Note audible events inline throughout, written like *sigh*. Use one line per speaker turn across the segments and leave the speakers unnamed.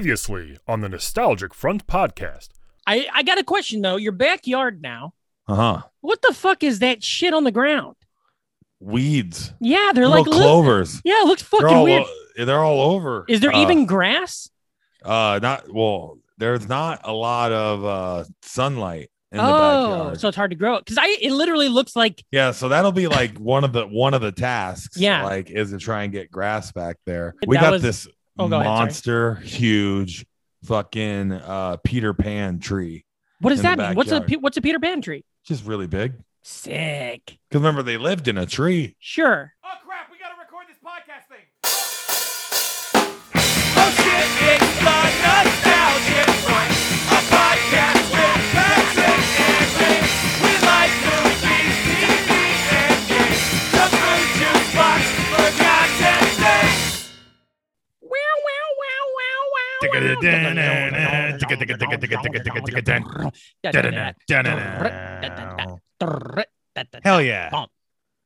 Previously on the Nostalgic Front podcast.
I, I got a question though. Your backyard now.
Uh huh.
What the fuck is that shit on the ground?
Weeds.
Yeah, they're
Little
like little-
clovers.
Yeah, it looks
They're
fucking
all,
weird.
o- they're all over.
Is there
Uh,
even grass?
Uh, not well. There's not a lot of uh sunlight in the
Oh,
backyard.
so it's hard to grow it because I it literally looks like
yeah, so that'll be
*laughs*
like one of the one of the tasks.
Yeah.
like is to try and get grass back there. We
That
got
was-
this
Oh, go ahead, sorry.
monster, huge, fucking uh Peter Pan tree,
what is
in the
that? mean? What's a
backyard.
Pe- what's a Peter Pan tree?
just really big.
Sick.
Because remember they lived in a tree.
Sure.
Oh crap, we gotta record this podcast thing.
Wow, wow, wow, wow, wow.
Hell yeah.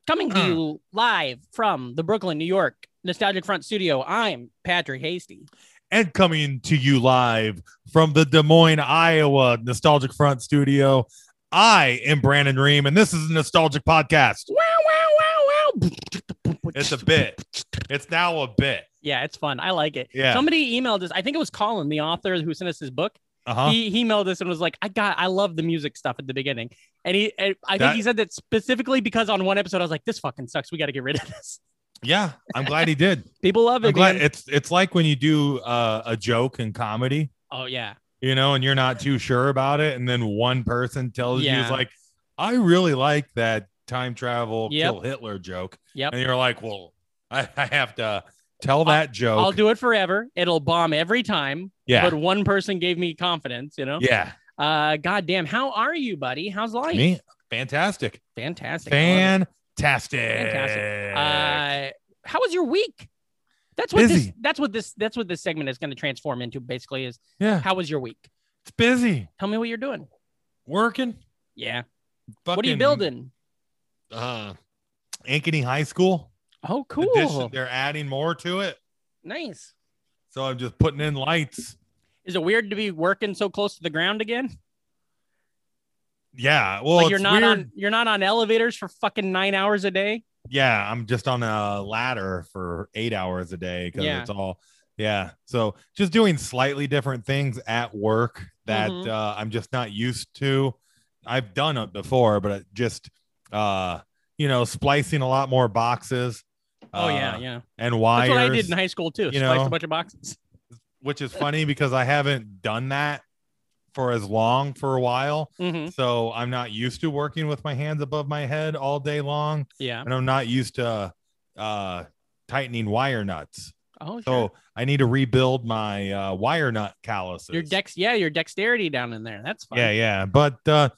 Coming to you live from the Brooklyn, New York Nostalgic Front Studio. I'm Patrick Hasty.
and coming to you live from the Des Moines, Iowa Nostalgic Front Studio. I am Brandon Ream, and this is a nostalgic podcast.
Wow, wow, wow, wow.
It's a bit. It's now a bit.
Yeah, it's fun. I like it.
Yeah.
Somebody emailed us. I think it was Colin, the author who sent us his book.
Uh huh.
He, he emailed us and was like, "I got, I love the music stuff at the beginning." And he, and I think
That-
he said that specifically because on one episode I was like, "This fucking sucks. We got to get rid of this." *laughs*
Yeah, I'm glad he did.
People love
I'm
it.
glad
man.
it's it's like when you do uh, a joke in comedy,
oh yeah,
you know, and you're not too sure about it, and then one person tells you,
Yeah.
is like, "I really like that time travel
Yep.
kill Hitler joke,"
yep.
and you're like, "Well, I, I have to tell that joke."
I'll do it forever. It'll bomb every time.
yeah,
But one person gave me confidence. You know.
yeah.
Uh, goddamn. How are you, buddy? How's life?
Me, fantastic.
Fantastic. I love it.
Fantastic.
Fantastic. Uh, how was your week? That's what this
Busy.
that's what this that's what this segment is going to transform into basically is
yeah.
how was your week?
It's busy.
Tell me what you're doing.
Working.
Yeah.
Fucking,
what are you building?
Uh, Ankeny High School.
Oh,
The
cool.
dish- they're adding more to it.
nice.
So I'm just putting in lights.
Is it weird to be working so close to the ground again?
Yeah. Well,
like you're
it's
not
weird.
on you're not on elevators for fucking nine hours a day.
Yeah. I'm just on a ladder for eight hours a day because
Yeah.
it's all. Yeah. So just doing slightly different things at work that
Mhm.
uh, I'm just not used to. I've done it before, but it just, uh, you know, splicing a lot more boxes.
Oh yeah,
uh,
yeah.
and
That's
wires,
what I did in high school too.
you
Spliced
know.
a bunch of boxes. *laughs*
which is funny because I haven't done that for as long for a while.
hmm
So I'm not used to working with my hands above my head all day long,
Yeah.
and I'm not used to uh, tightening wire nuts.
Oh,
So
sure.
I need to rebuild my uh, wire nut calluses.
your dex, yeah, your dexterity down in there. That's fine.
Yeah, yeah, but uh,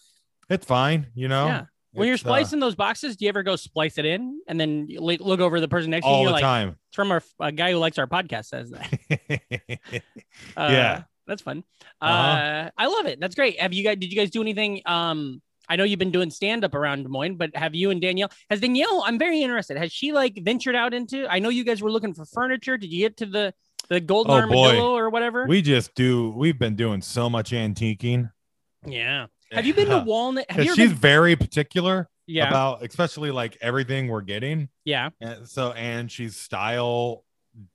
it's fine. You know,
Yeah. When you're
It's, uh,
splicing those boxes, do you ever go splice it in and then you like, look over the person next to you?
all
You're
the
like,
time.
It's from our, a guy who likes our podcast says
*laughs*
that. Uh,
Yeah.
that's fun. uh
Uh-huh.
I love it. That's great. Have you guys? Did you guys do anything? Um, I know you've been doing stand up around Des Moines, but have you and Danielle? Has Danielle? I'm very interested. Has she like ventured out into? I know you guys were looking for furniture. Did you get to the the golden
Oh, boy.
armadillo or whatever?
we just do. We've been doing so much antiquing.
yeah. Have you been
*laughs*
to Walnut? Have you
Because
ever
she's
been?
very particular
Yeah.
about especially like everything we're getting.
yeah.
And so and she's style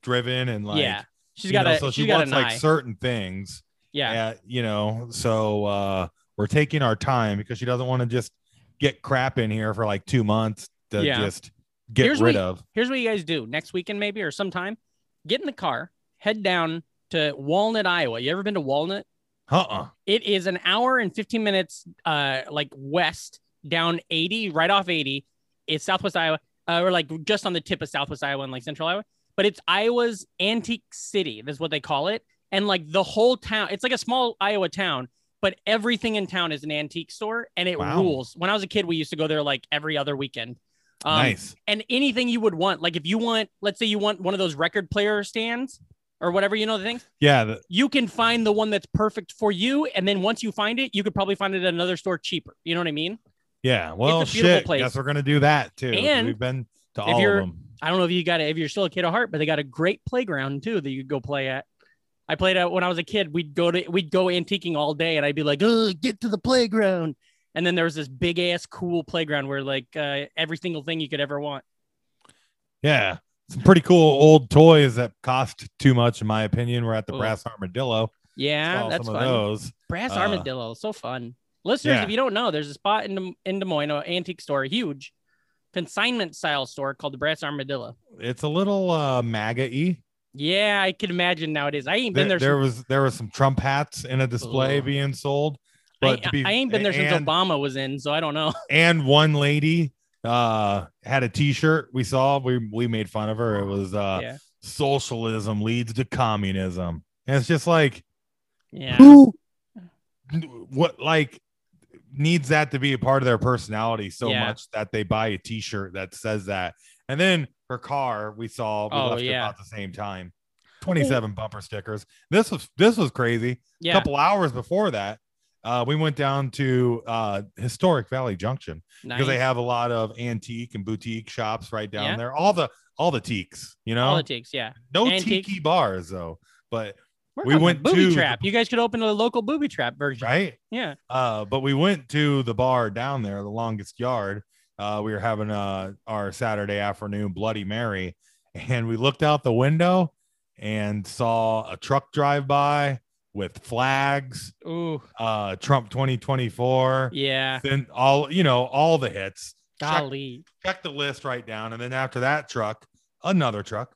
driven and like
yeah. She's
you
got
know,
a.
so she
she's got
wants
an
like
eye.
certain things.
yeah.
and, you know, so uh we're taking our time because she doesn't want to just get crap in here for like two months to
Yeah.
just get
Here's
rid
what-
of.
here's what you guys do next weekend maybe or sometime get in the car head down to walnut iowa you ever been to walnut
Uh uh
it is an hour and 15 minutes uh like west down 80 right off 80 it's southwest iowa uh, or like just on the tip of southwest iowa and like central iowa but it's iowa's antique city that's what they call it and like the whole town it's like a small iowa town but everything in town is an antique store and it
Wow.
rules when i was a kid we used to go there like every other weekend um,
nice.
and anything you would want. Like if you want, let's say you want one of those record player stands or whatever, you know, the things
Yeah. th-
you can find the one that's perfect for you. And then once you find it, you could probably find it at another store cheaper. You know what I mean?
yeah. Well,
beautiful
shit.
place.
Guess we're gonna do that too. 'cause
And
we've been to
if
all of
you're-
them.
I don't know if you got it, if you're still a kid at heart, but they got a great playground too that you could go play at. I played it when I was a kid. We'd go to we'd go antiquing all day, and I'd be like, "Oh, get to the playground!" And then there was this big ass cool playground where like uh, every single thing you could ever want.
Yeah. Some pretty cool old toys that cost too much, in my opinion, were at the
Ooh.
Brass Armadillo.
Yeah,
Saw
that's
Oh, some
fun.
of those.
Brass
Uh,
armadillo, so fun. Listeners,
yeah.
if you don't know, there's a spot in Des- in Des Moines, an antique store, huge consignment style store called the Brass Armadillo.
It's a little uh, MAGA-y.
Yeah, I can imagine nowadays. I ain't
There,
been there.
there
since,
was there was some Trump hats in a display
Ugh.
being sold,
I-
but to be-
I, ain't been there since
and-
Obama was in, so I don't know.
and one lady uh had a t-shirt we saw we we made fun of her it was uh
Yeah.
socialism leads to communism and it's just like
Yeah,
who what like needs that to be a part of their personality so
Yeah.
much that they buy a t-shirt that says that and then her car we saw we
Oh,
left
yeah.
about the same time 27 bumper stickers this was this was crazy
yeah.
a couple hours before that uh, we went down to uh, historic valley junction
nice.
because they have a lot of antique and boutique shops right down
Yeah.
there. All the all the teaks, you know,
politics. Yeah,
no
antique.
tiki bars though. But
We're
We
talking
went
booby
to-
trap. You guys could open a local booby trap version.
right,
Yeah,
uh, but we went to the bar down there, the longest yard. Uh, we were having uh, our Saturday afternoon Bloody Mary, and we looked out the window and saw a truck drive by with flags,
ooh,
uh, Trump 2024,
yeah.
then all you know, all the hits. Check
Golly,
check the list right down, and then after that truck, another truck,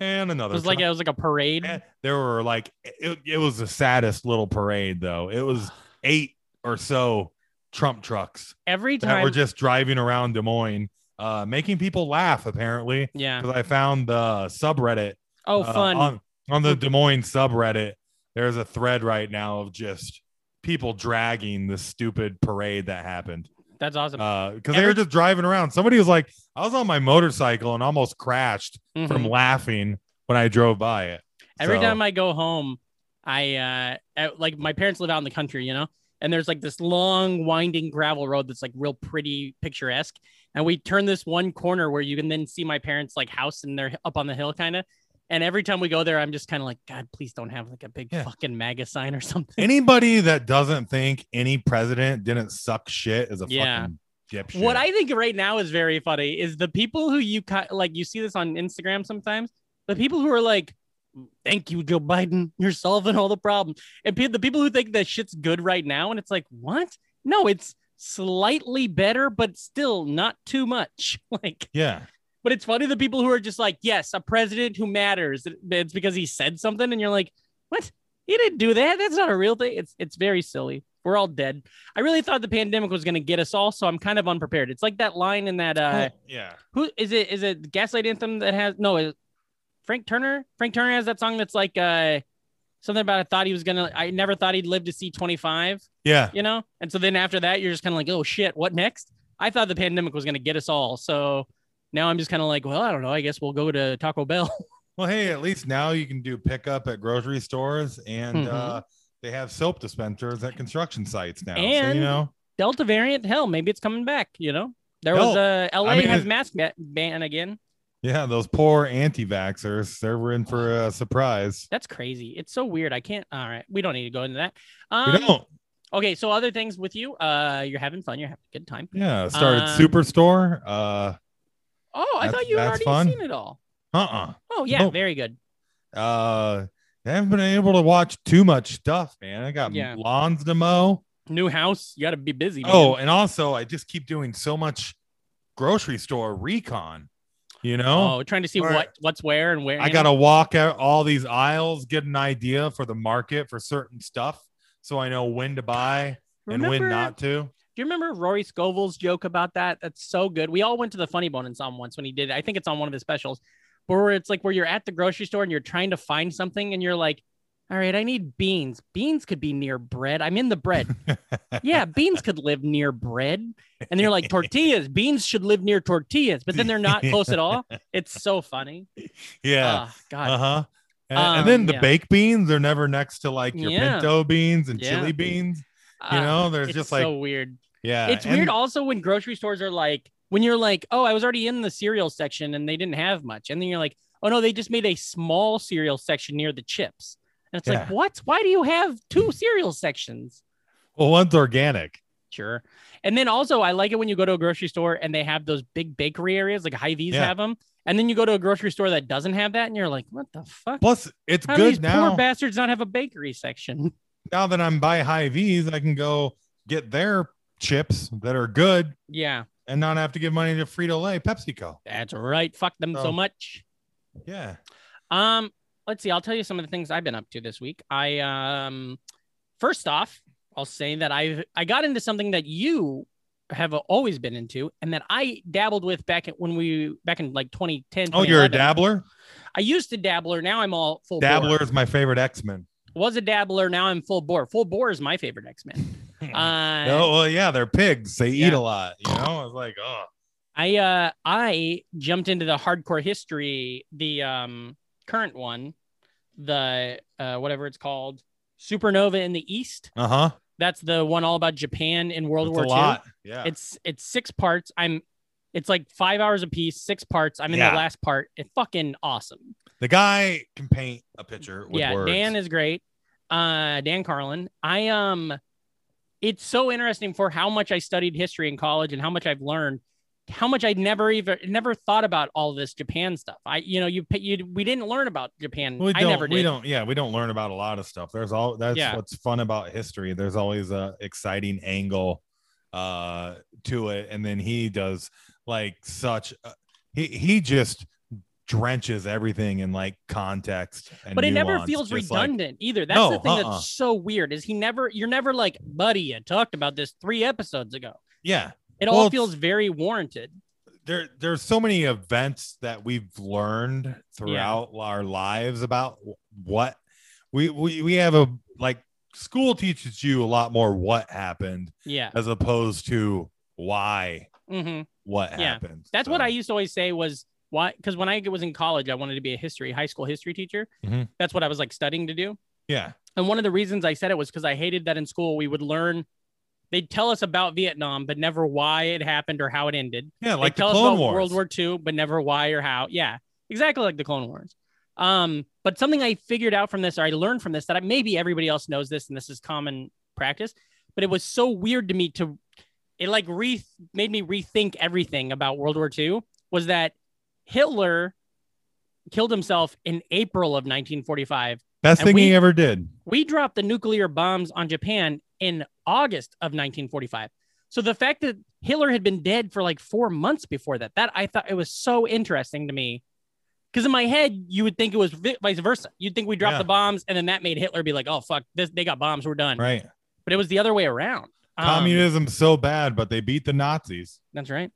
and
it
another.
was
truck.
like it was like a parade.
And there were like it, it was the saddest little parade though.
*sighs*
It was eight or so Trump trucks
Every
that were
time,
just driving around Des Moines, uh, making people laugh apparently.
yeah.
Because I found the subreddit.
Oh,
uh,
fun.
on, on the Des Moines subreddit. There's a thread right now of just people dragging the stupid parade that happened
That's awesome.
because Uh, they
Every-
were just driving around. Somebody was like, I was on my motorcycle and almost crashed
Mhm.
from laughing when I drove by it.
Every
So,
time I go home, I uh at- like my parents live out in the country, you know, and there's like this long winding gravel road that's like real pretty picturesque. And we turn this one corner where you can then see my parents' like house and they're up on the hill kind of. And every time we go there, I'm just kind of like, God, please don't have like a big
Yeah.
fucking MAGA sign or *laughs* something.
anybody that doesn't think any president didn't suck shit is a
Yeah.
fucking dipshit.
What I think right now is very funny is the people who you ki- like you see this on Instagram sometimes. The people who are like, "Thank you, Joe Biden, you're solving all the problems," and pe- the people who think that shit's good right now, and it's like, what? No, it's slightly better, but still not too much. *laughs* Like,
yeah,
but it's funny the people who are just like, "Yes, a president who matters." It- It's because he said something, and you're like, "What? He didn't do that. That's not a real thing." It's it's very silly. We're all dead. I really thought the pandemic was going to get us all, so I'm kind of unprepared. It's like that line in that uh,
yeah,
who is it? Is it Gaslight Anthem that has no? Is Frank Turner? Frank Turner has that song that's like uh, something about I thought he was gonna. I never thought he'd live to see 25
yeah.
you know? And so then after that, you're just kind of like, oh shit, what next? I thought the pandemic was going to get us all. So now I'm just kind of like, well, I don't know. I guess we'll go to Taco Bell. *laughs*
Well, hey, at least now you can do pickup at grocery stores and
Mhm.
uh, they have soap dispensers at construction sites now. so
And-
you know,
Delta variant, hell, maybe it's coming back, you know? There was a uh, LA
I mean,
has
it-
mask ba- ban again.
yeah, those poor anti-vaxxers, they're in for a surprise.
That's crazy. It's so weird. I can't. All right, we don't need to go into that. Um,
We don't.
Okay, so other things with you, uh, you're having fun. You're having a good time.
Yeah, started
um,
Superstore. Uh,
Oh, I
That's-
thought you had already
that's fun.
seen it all.
uh-uh.
Oh yeah,
Nope.
very good.
uh I haven't been able to watch too much stuff, man. I got
Yeah.
lawns to mow.
New house. You got to be busy. man.
Oh, and also I just keep doing so much grocery store recon. You know,
oh, trying to see
Where-
what what's where and where.
I
you
got
know?
to walk out all these aisles, get an idea for the market for certain stuff, so I know when to buy and
Remember-
when not to.
Do you remember Rory Scovel's joke about that? That's so good. We all went to the Funny Bone and saw him once when he did. it. I think it's on one of his specials, but where it's like where you're at the grocery store and you're trying to find something and you're like, "All right, I need beans. Beans could be near bread. I'm in the bread.
*laughs*
yeah, beans could live near bread." And you're like, "Tortillas. Beans should live near tortillas," but then they're not close at all. It's so funny.
*laughs* Yeah.
Oh, God.
Uh huh. And, and then
Um,
the
yeah.
baked beans are never next to like your
Yeah.
pinto beans and
Yeah.
chili beans. You
Ah,
know, there's
it's
just like,
so weird.
yeah.
It's
and-
weird also when grocery stores are like, when you're like, oh, I was already in the cereal section and they didn't have much. And then you're like, oh no, they just made a small cereal section near the chips. And it's like,
Yeah.
what? Why do you have two cereal sections?
Well, one's organic.
Sure. And then also, I like it when you go to a grocery store and they have those big bakery areas, like High V's
Yeah.
have them. And then you go to a grocery store that doesn't have that, and you're like, what the fuck?
Plus, it's
How do these
good now.
poor bastards not have a bakery section? *laughs*
now that I'm by high V's, I can go get their chips that are good
yeah,
and not have to give money to Frito Lay, PepsiCo.
that's right. Fuck them so
So-
much.
Yeah.
Um, let's see. I'll tell you some of the things I've been up to this week. I um, first off, I'll say that I I got into something that you have always been into, and that I dabbled with back at when we back in like 2010.
Oh, you're a
2011.
dabbler?
I used to dabbler. Now I'm all full bore.
Dabbler is my favorite
*laughs*
X Men.
Was a dabbler. Now I'm full bore. Full bore is my favorite X
*laughs*
Men. Uh,
oh, well, yeah, they're pigs. They eat
Yeah.
a lot. You know, it's like, oh,
I uh I jumped into the hardcore history, the um current one, the uh whatever it's called, Supernova in the East.
uh huh.
That's the one all about Japan in World
It's
War
a
II.
lot. Yeah.
It's it's six parts. I'm it's like five hours a piece, six parts. I'm in
Yeah.
the last part. It's fucking awesome.
the guy can paint a picture with
yeah,
words.
Dan is great. Uh Dan Carlin. I um it's so interesting for how much I studied history in college and how much I've learned, how much I'd never even never thought about all this Japan stuff. I you know, you you we didn't learn about Japan.
we
Mm-hmm. I
don't,
never did.
we don't, yeah, we don't learn about a lot of stuff. There's all that's
Yeah.
what's fun about history. There's always a exciting angle uh to it, and then he does like such. A, he he just drenches everything in like context, and
but it never
nuance,
feels
just like-
redundant either. That's the
No,
thing
uh-uh.
that's so weird is he never you're never like, buddy, I talked about this three episodes ago.
yeah,
It
Well,
all
it's-
feels very warranted.
there there's so many events that we've learned throughout our lives about wh- what we, we we have a like school teaches you a lot more what happened
Yeah.
as opposed to why
hmm
what
Yeah.
happened
That's what
So,
I used to always say was why because when I was in college, I wanted to be a history, high school history teacher.
Mhm.
That's what I was like studying to do.
yeah
And one of the reasons I said it was because I hated that in school we would learn they'd tell us about Vietnam, but never why it happened or how it ended.
yeah
They
like the
tell us
clone
about
wars
World War II, but never why or how. Yeah, exactly like the Clone Wars. Um, but something I figured out from this, or I learned from this, that I, maybe everybody else knows this, and this is common practice. But it was so weird to me to, it like re made me rethink everything about World War II. Was that Hitler killed himself in April of 1945?
best
and
thing
we-
he ever did
we dropped the nuclear bombs on Japan in August of 1945. So the fact that Hitler had been dead for like four months before that, that I thought it was so interesting to me. Because in my head, you would think it was vi- vice versa. You'd think we dropped
Yeah.
the bombs, and then that made Hitler be like, "Oh fuck, this, they got bombs, we're done."
right
But it was the other way around. Um,
communism's so bad but they beat the nazis
That's right.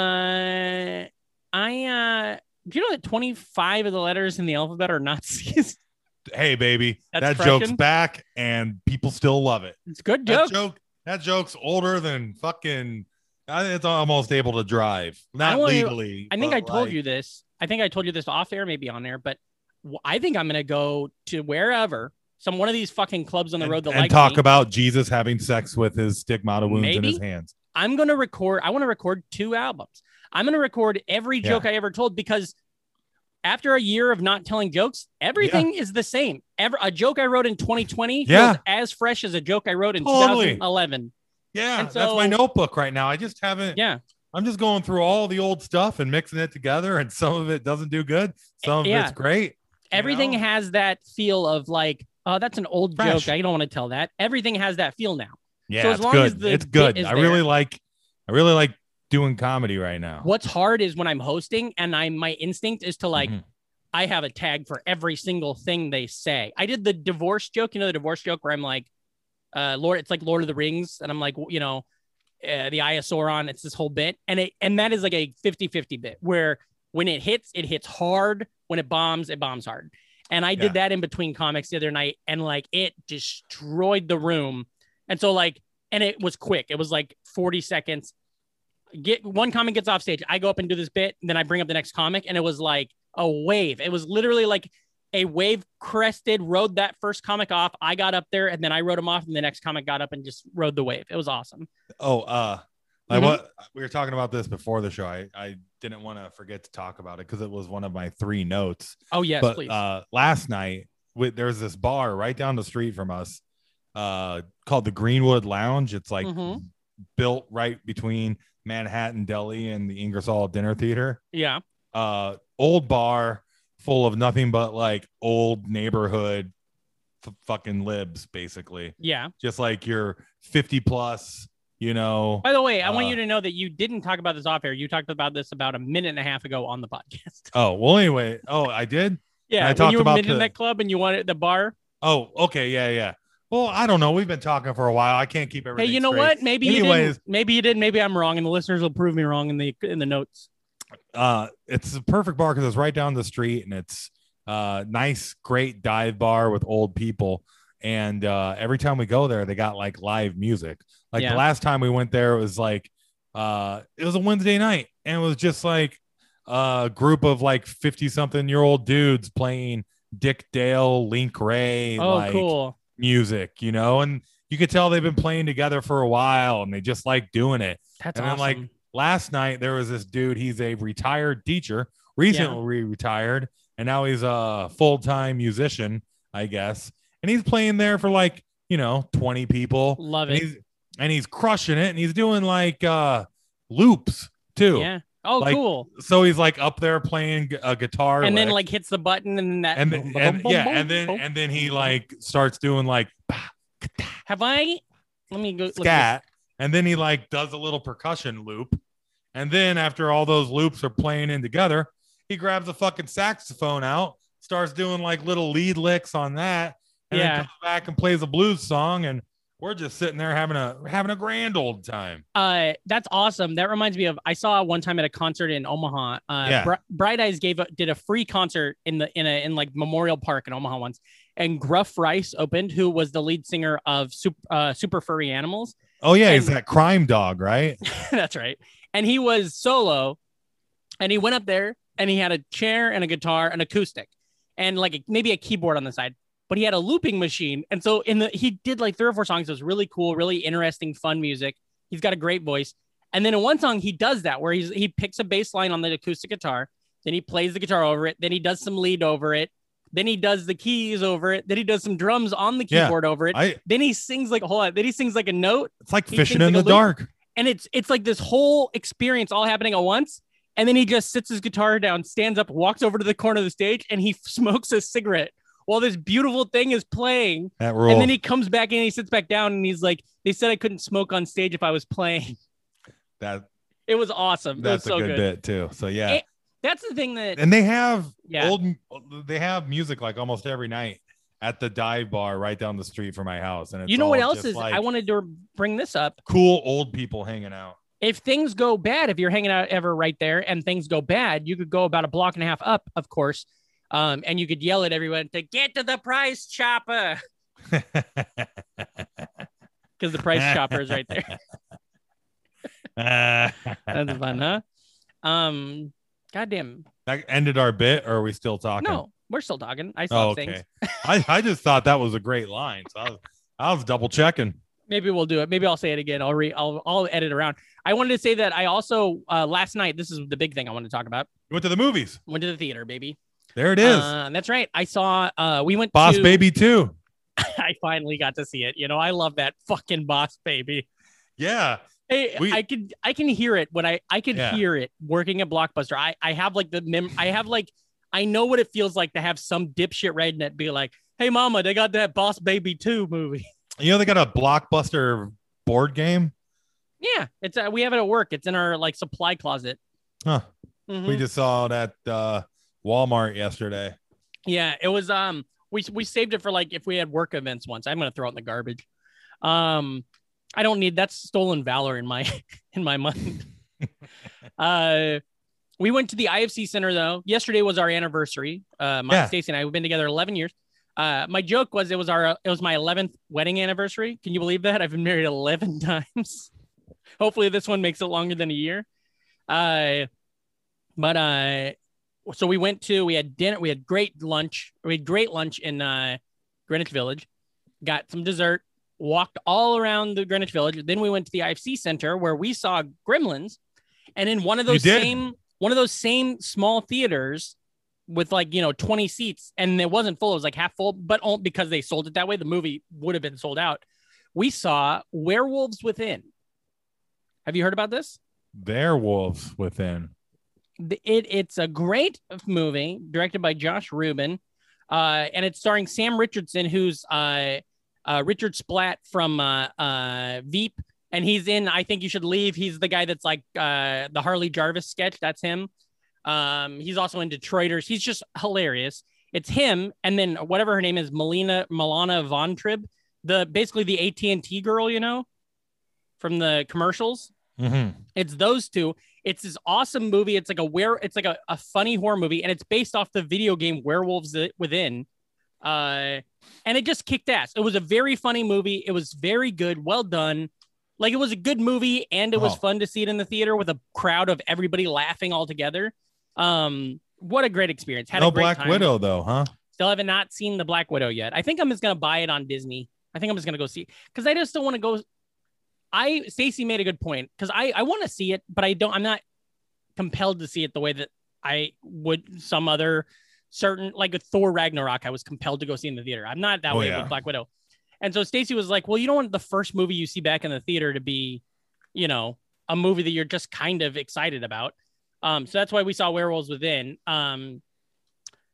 Uh, I uh, do you know that 25 of the letters in the alphabet are Nazis? *laughs*
hey baby
That's
that
crushing.
joke's back and people still love it
it's a good
That
joke.
joke. That joke's older than fucking. I think It's almost able to drive. Not
wanna-
legally.
I think
but
I told
like-
you this. I think I told you this off air, maybe on air, but w- I think I'm gonna go to wherever some one of these fucking clubs on the
and,
road that
and
like
talk
me.
about Jesus having sex with his stigmata wounds in his
Maybe.
hands.
I'm gonna record. I want to record two albums. I'm gonna record every joke I ever told because after a year of not telling jokes, everything is the same. Ever a joke I wrote in 2020
Yeah.
feels as fresh as a joke I wrote in
Totally.
2011.
Yeah,
And
that's my
so-
notebook right now. I just haven't.
Yeah,
I'm just going through all the old stuff and mixing it together, and some of it doesn't do good. Some of
Yeah.
it's great. you
everything
know?
has that feel of like, oh, that's an old
Fresh.
joke. I don't want to tell that. Everything has that feel now.
Yeah,
so as
it's
long
good.
as the
it's
bit
good.
is
I
there.
really like. I really like doing comedy right now.
What's hard is when I'm hosting and I my instinct is to like
Mhm.
I have a tag for every single thing they say. I did the divorce joke, you know, the divorce joke where I'm like, uh, Lord, it's like Lord of the Rings, and I'm like, w- you know, uh, the Eye of Sauron. It's this whole bit, and it and that is like a 50-50 bit where when it hits, it hits hard. When it bombs, it bombs hard. And I did
Yeah.
that in between comics the other night, and like it destroyed the room. And so like, and it was quick. It was like 40 seconds. Get one comic gets off stage. I go up and do this bit, and then I bring up the next comic, and it was like a wave. It was literally like a wave crested, rode that first comic off. I got up there and then I rode him off, and the next comic got up and just rode the wave. It was awesome.
Oh, uh, like
Mhm.
what we were talking about this before the show. I, I didn't want to forget to talk about it because it was one of my three notes.
Oh yes,
but
please.
uh, last night we, there's this bar right down the street from us uh, called the Greenwood Lounge. It's like
Mhm.
built right between Manhattan Deli and the Ingersoll Dinner Theater.
Yeah.
Uh, old bar full of nothing but like old neighborhood f- fucking libs, basically.
Yeah.
Just like your 50 plus, you know.
By the way, I want
Uh,
you to know that you didn't talk about this off air. You talked about this about a minute and a half ago on the podcast. *laughs*
Oh, well, anyway. Oh, I did? I
Yeah, when
talked
you were
about
in
the-
that club and you wanted the bar.
Oh, okay. Yeah, yeah. Well, I don't know. We've been talking for a while. I can't keep
Hey,
everything.
you know
straight.
what? Maybe you
Anyways.
didn't. Maybe you did. Maybe I'm wrong, and the listeners will prove me wrong in the in the notes.
uh it's a perfect bar because it's right down the street and it's uh nice great dive bar with old people and uh every time we go there they got like live music like
Yeah.
the last time we went there it was like uh it was a wednesday night and it was just like a group of like 50 something year old dudes playing dick dale link ray
Oh,
like
cool.
music you know and you could tell they've been playing together for a while and they just like doing it
That's
and
awesome.
then, like, last night there was this dude he's a retired teacher recently retired and now he's a full-time musician i guess and he's playing there for like you know 20 people
Love
and
it.
he's, and he's crushing it and he's doing like uh loops too
Yeah. Oh,
Like,
cool.
so he's like up there playing gu- a guitar
And then
lick.
like hits the button, and then that.
and, then, and yeah and then and then he like starts doing like
have I? Let me go. look at this.
scat, and then he like does a little percussion loop, and then after all those loops are playing in together, he grabs a fucking saxophone out, starts doing like little lead licks on that, and
Yeah.
then comes back and plays a blues song, and we're just sitting there having a having a grand old time.
Uh, that's awesome. That reminds me of I saw one time at a concert in Omaha. Uh,
Yeah.
Bri- Bright Eyes gave a, did a free concert in the in a in like Memorial Park in Omaha once, and Gruff Rice opened, who was the lead singer of Super uh, Super Furry Animals.
Oh yeah,
he's
he's that crime dog, right?
*laughs* that's right. And he was solo, and he went up there and he had a chair and a guitar, an acoustic, and like a, maybe a keyboard on the side. But he had a looping machine, and so in the he did like three or four songs. It was really cool, really interesting, fun music. He's got a great voice. And then in one song, he does that where he's he picks a bass line on the acoustic guitar, then he plays the guitar over it, then he does some lead over it, then he does the keys over it, then he does some drums on the
Yeah.
keyboard over it,
I
then he sings like a whole lot, then he sings like a note,
it's like
He
fishing
sings
in the
like a loop.
dark.
and it's it's like this whole experience all happening at once and then he just sits his guitar down stands up walks over to the corner of the stage and he *laughs* smokes a cigarette while this beautiful thing is playing
That rule.
and then he comes back in and he sits back down and he's like they said i couldn't smoke on stage if i was playing *laughs*
that
it was awesome
that's
it was so
a
good,
good, bit too. So yeah,
And- that's the thing that
and they have
yeah
old they have music like almost every night at the dive bar right down the street from my house and it's
you know what
all
else
just
is
like
i wanted to bring this up
cool old people hanging out
if things go bad, if you're hanging out ever right there and things go bad, you could go about a block and a half up, of course. Um, and you could yell at everyone to get to the price chopper because the price chopper is right there.
*laughs*
That's fun, huh? Um, goddamn.
that ended our bit or are we still talking
No, we're still talking. I saw
oh, okay
things.
I, I just thought that was a great line so i was, I was double checking
Maybe we'll do it. Maybe I'll say it again. I'll re. I'll I'll edit around. I wanted to say that I also uh, last night. This is the big thing I wanted to talk about.
you went to the movies
Went to the theater, baby.
there it is
Uh, that's right. I saw. Uh, we went.
boss
to-
baby too
*laughs* I finally got to see it. You know, I love that fucking boss baby.
yeah
Hey,
We-
I could I can hear it when I I could
Yeah.
hear it working at Blockbuster. I I have like the mem I have like I know what it feels like to have some dipshit redneck be like, "Hey, mama, they got that Boss Baby Two movie."
you know they got a blockbuster board game
Yeah, it's uh, we have it at work. It's in our like supply closet.
huh
Mhm.
we just saw it at uh, walmart yesterday
Yeah, it was um we we saved it for like if we had work events once. I'm gonna throw it in the garbage. Um I don't need that's stolen valor in my *laughs* in my mind. uh we went to the IFC Center though. Yesterday was our anniversary. Uh my
Yeah.
Stacy and I we've been together 11 years. Uh my joke was it was our it was my 11th wedding anniversary. Can you believe that? I've been married 11 *laughs* times. Hopefully this one makes it longer than a year. Uh but uh so we went to we had dinner we had great lunch we had great lunch in uh greenwich village got some dessert walked all around the greenwich village then we went to the ifc center where we saw gremlins and in one of
You
those
did?
same one of those same small theaters with like you know 20 seats and it wasn't full it was like half full but only because they sold it that way the movie would have been sold out we saw werewolves within have you heard about this
They're wolves within.
the- it it's a great movie directed by Josh Rubin, uh, and it's starring Sam Richardson, who's uh, uh, Richard Splat from uh, uh, Veep, and he's in. I think you should leave. He's the guy that's like uh, the Harley Jarvis sketch. That's him. Um, he's also in Detroiters. He's just hilarious. It's him, and then whatever her name is, Melina Milana Von Trib, the basically the AT and T girl, you know, from the commercials.
Mhm.
It's those two. It's this awesome movie. It's like a where it's like a, a funny horror movie, and it's based off the video game Werewolves Within. Uh, and it just kicked ass. It was a very funny movie. It was very good, well done. Like it was a good movie, and it was
Oh.
fun to see it in the theater with a crowd of everybody laughing all together. Um, what a great experience. Had
No
a great
Black
time.
Widow though, huh?
Still haven't not seen the Black Widow yet. I think I'm just gonna buy it on Disney. I think I'm just gonna go see because I just don't want to go. I Stacy made a good point because I I want to see it, but I don't. I'm not compelled to see it the way that I would some other certain like with Thor Ragnarok. I was compelled to go see in the theater. I'm not that
Oh,
way
yeah.
with Black Widow. And so Stacy was like, "Well, you don't want the first movie you see back in the theater to be, you know, a movie that you're just kind of excited about." Um, so that's why we saw Werewolves Within. Um,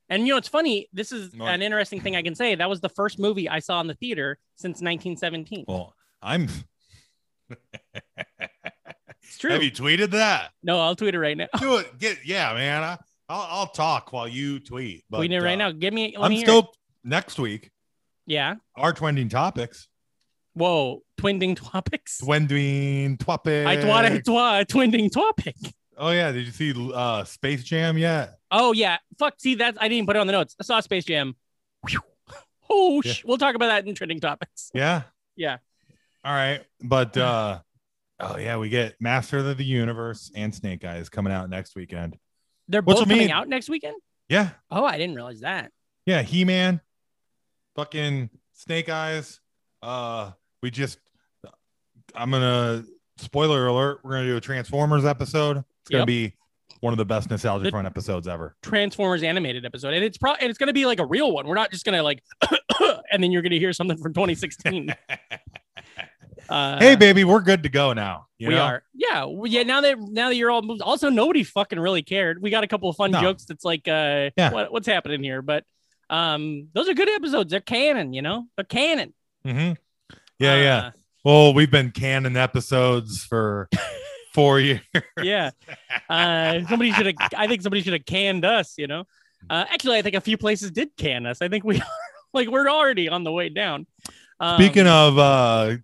and you know, it's funny. This is
Right.
an interesting thing I can say. That was the first movie I saw in the theater since 1917.
Well, I'm
it's true.
Have you
*laughs*
tweeted that?
no, I'll tweet it right now.
Do it. Get yeah, man. I, I'll, I'll talk while you tweet. *laughs* But
Tweet it right now.
uh,
Give me. Let
I'm
me hear it.
stoked. Next week,
Yeah.
our trending topics.
Whoa. Twinding topics.
Trending topics.
I twa I twa twinding topic.
Oh yeah, did you see uh Space Jam yet?
Oh yeah. Fuck. See, that's I didn't put it on the notes. I saw Space Jam. Whew. Oh,
Yeah.
sh- we'll talk about that in trending topics.
Yeah.
Yeah.
All right, but uh oh yeah, we get Master of the Universe and Snake Eyes coming out next weekend.
They're
What's
both
it mean?
coming out next weekend.
Yeah,
Oh, I didn't realize that.
yeah, He Man, fucking Snake Eyes. Uh, we just, I'm gonna spoiler alert. We're gonna do a Transformers episode. It's gonna
Yep.
be one of the best nostalgia
The-
front episodes
*laughs*
ever.
Transformers animated episode, and it's probably and it's gonna be like a real one. We're not just gonna like, *coughs* and then you're gonna hear something from
*laughs*
2016. Uh,
hey, baby, we're good to go now. You
we
know?
are. Yeah. we- yeah. Now that now that you're all moved, also nobody fucking really cared. We got a couple of fun
No.
jokes. That's like, uh,
Yeah.
what, what's happening here? But um, those are good episodes. They're canon. You know, they're canon.
Mhm. Yeah, yeah.
Uh,
Well, we've been canning
*laughs*
episodes for four years.
yeah. Uh, somebody should have. I think somebody should have canned us. You know. Uh, actually, I think a few places did can us. I think we *laughs* like we're already on the way down. Um,
Speaking of, uh,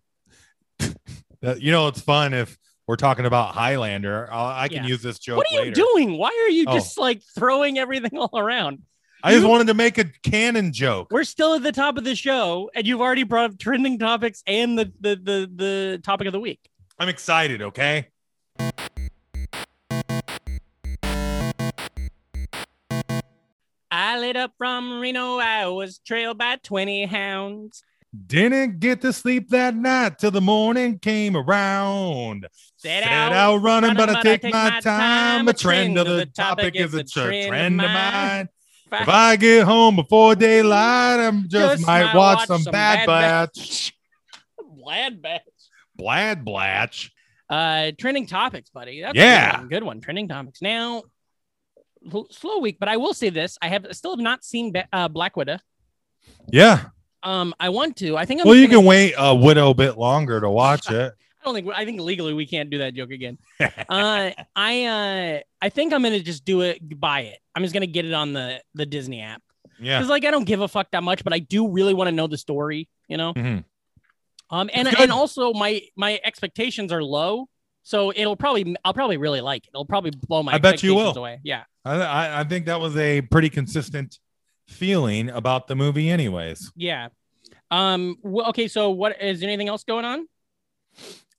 *laughs* that- you know, it's fun if we're talking about Highlander. i I can
Yeah.
use this joke.
what are you
later.
doing? Why are you
Oh.
just like throwing everything *laughs* all around?
I just
You-
wanted to make a canon joke.
We're still at the top of the show, and you've already brought up trending topics and the the the, the topic of the week.
I'm excited, okay?
I lit up from Reno. I was trailed by twenty hounds.
Didn't get to sleep that night till the morning came around.
Set
Set,
out
out, running, but I take, my, time. A trend of the topic is a tr- trend of *laughs* mine.
*laughs*
If I get home before daylight, I'm just,
Just
might
might
watch,
watch
some,
some
bad,
Bad
batch.
Glad batch.
Blad blatch.
Uh, trending topics, buddy. That's a
Yeah.
good one, good one. Trending topics. Now, l- slow week, but I will say this: I have still have not seen Ba- uh, Black Widow.
Yeah.
Um, I want to. I think. I'm
Well, you
gonna-
can wait a widow bit longer to watch it.
I don't think. I think legally we can't do that joke
*laughs*
again. uh, I uh, I think I'm gonna just do it. Buy it. I'm just gonna get it on the the Disney app
Yeah.
because like I don't give a fuck that much, but I do really want to know the story. You know.
Mhm.
Um, and
It's good.
and also my my expectations are low, so it'll probably I'll probably really like it. It'll probably blow my
I bet you
expectations
will.
away. Yeah.
I, I, I think that was a pretty consistent feeling about the movie, anyways.
Yeah. Um. wh- okay. So, what is there anything else going on?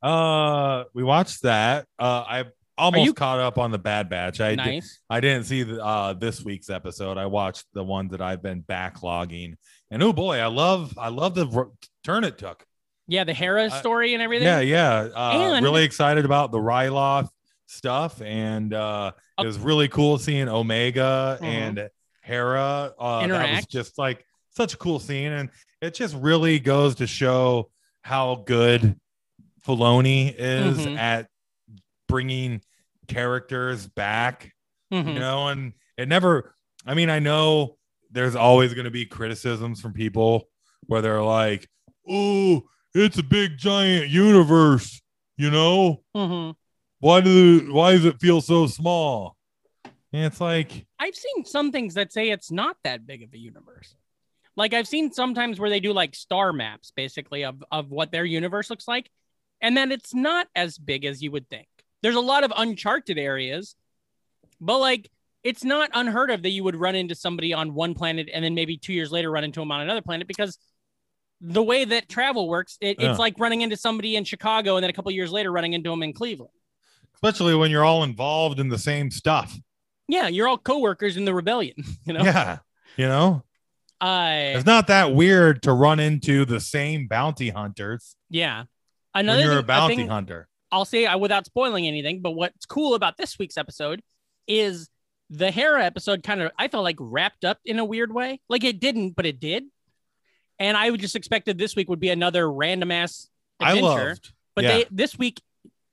Uh, we watched that. Uh, I almost
you-
caught up on the Bad Batch. I did,
nice.
I didn't see the, uh this week's episode. I watched the one that I've been backlogging, and oh boy, I love I love the r- turn it took.
Yeah, the Hera
Uh,
story and everything.
Yeah, yeah. Uh,
And-
really excited about the
Oh.
Ryloth stuff, and uh, it was really cool seeing Omega
Mhm.
and Hera. Uh, That was
Interact.
just like such a cool scene, and it just really goes to show how good Filoni is
Mhm.
at bringing characters back
Mhm.
you know and it never i mean i know there's always going to be criticisms from people where they're like oh it's a big giant universe you know
Mhm.
why do the, why does it feel so small and it's like
I've seen some things that say it's not that big of a universe. Like I've seen sometimes where they do like star maps basically of, of what their universe looks like, and then it's not as big as you would think. There's a lot of uncharted areas, but like it's not unheard of that you would run into somebody on one planet and then maybe two years later run into them on another planet because the way that travel works, it,
Yeah.
it's like running into somebody in Chicago and then a couple years later running into them in Cleveland.
especially when you're all involved in the same stuff
Yeah, you're all coworkers in the rebellion, *laughs* you know.
yeah you know
Uh,
it's not that weird to run into the same bounty hunters
Yeah.
when
Another
you're
thing,
a bounty
thing
hunter
I'll say uh, without spoiling anything, but what's cool about this week's episode is the Hera episode kind of I felt like wrapped up in a weird way. Like it didn't, but it did. And I would just expected this week would be another random ass
i
adventure.
loved
but
yeah.
they this week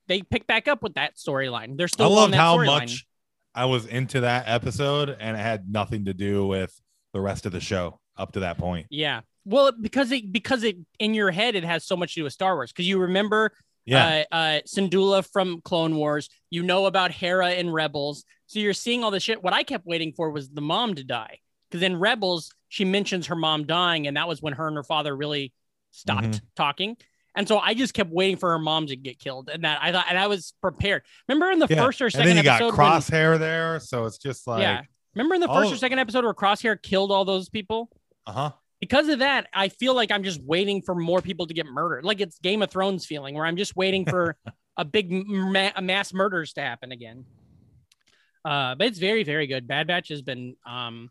they pick back up with that storyline. They're
I
still on
loved
that
how
storyline.
much I was into that episode and it had nothing to do with the rest of the show up to that point.
Yeah. Well, it- because it because it in your head it has so much to do with Star Wars because you remember
Yeah.
uh, uh, Syndulla from Clone Wars. You know about Hera in Rebels, so you're seeing all this shit. What I kept waiting for was the mom to die because in Rebels she mentions her mom dying, and that was when her and her father really stopped
Mhm.
talking. And so I just kept waiting for her mom to get killed, and that I thought, and I was prepared. Remember in the
Yeah.
first or
and
second
then you got
episode, when-
crosshair there. So it's just like,
yeah. Remember in the
all
first or
of-
second episode where Crosshair killed all those people?
uh huh.
because of that, I feel like I'm just waiting for more people to get murdered. Like it's Game of Thrones feeling where I'm just waiting for a big m- ma- a mass murders to happen again. Uh, but it's very, very good. Bad Batch has been um,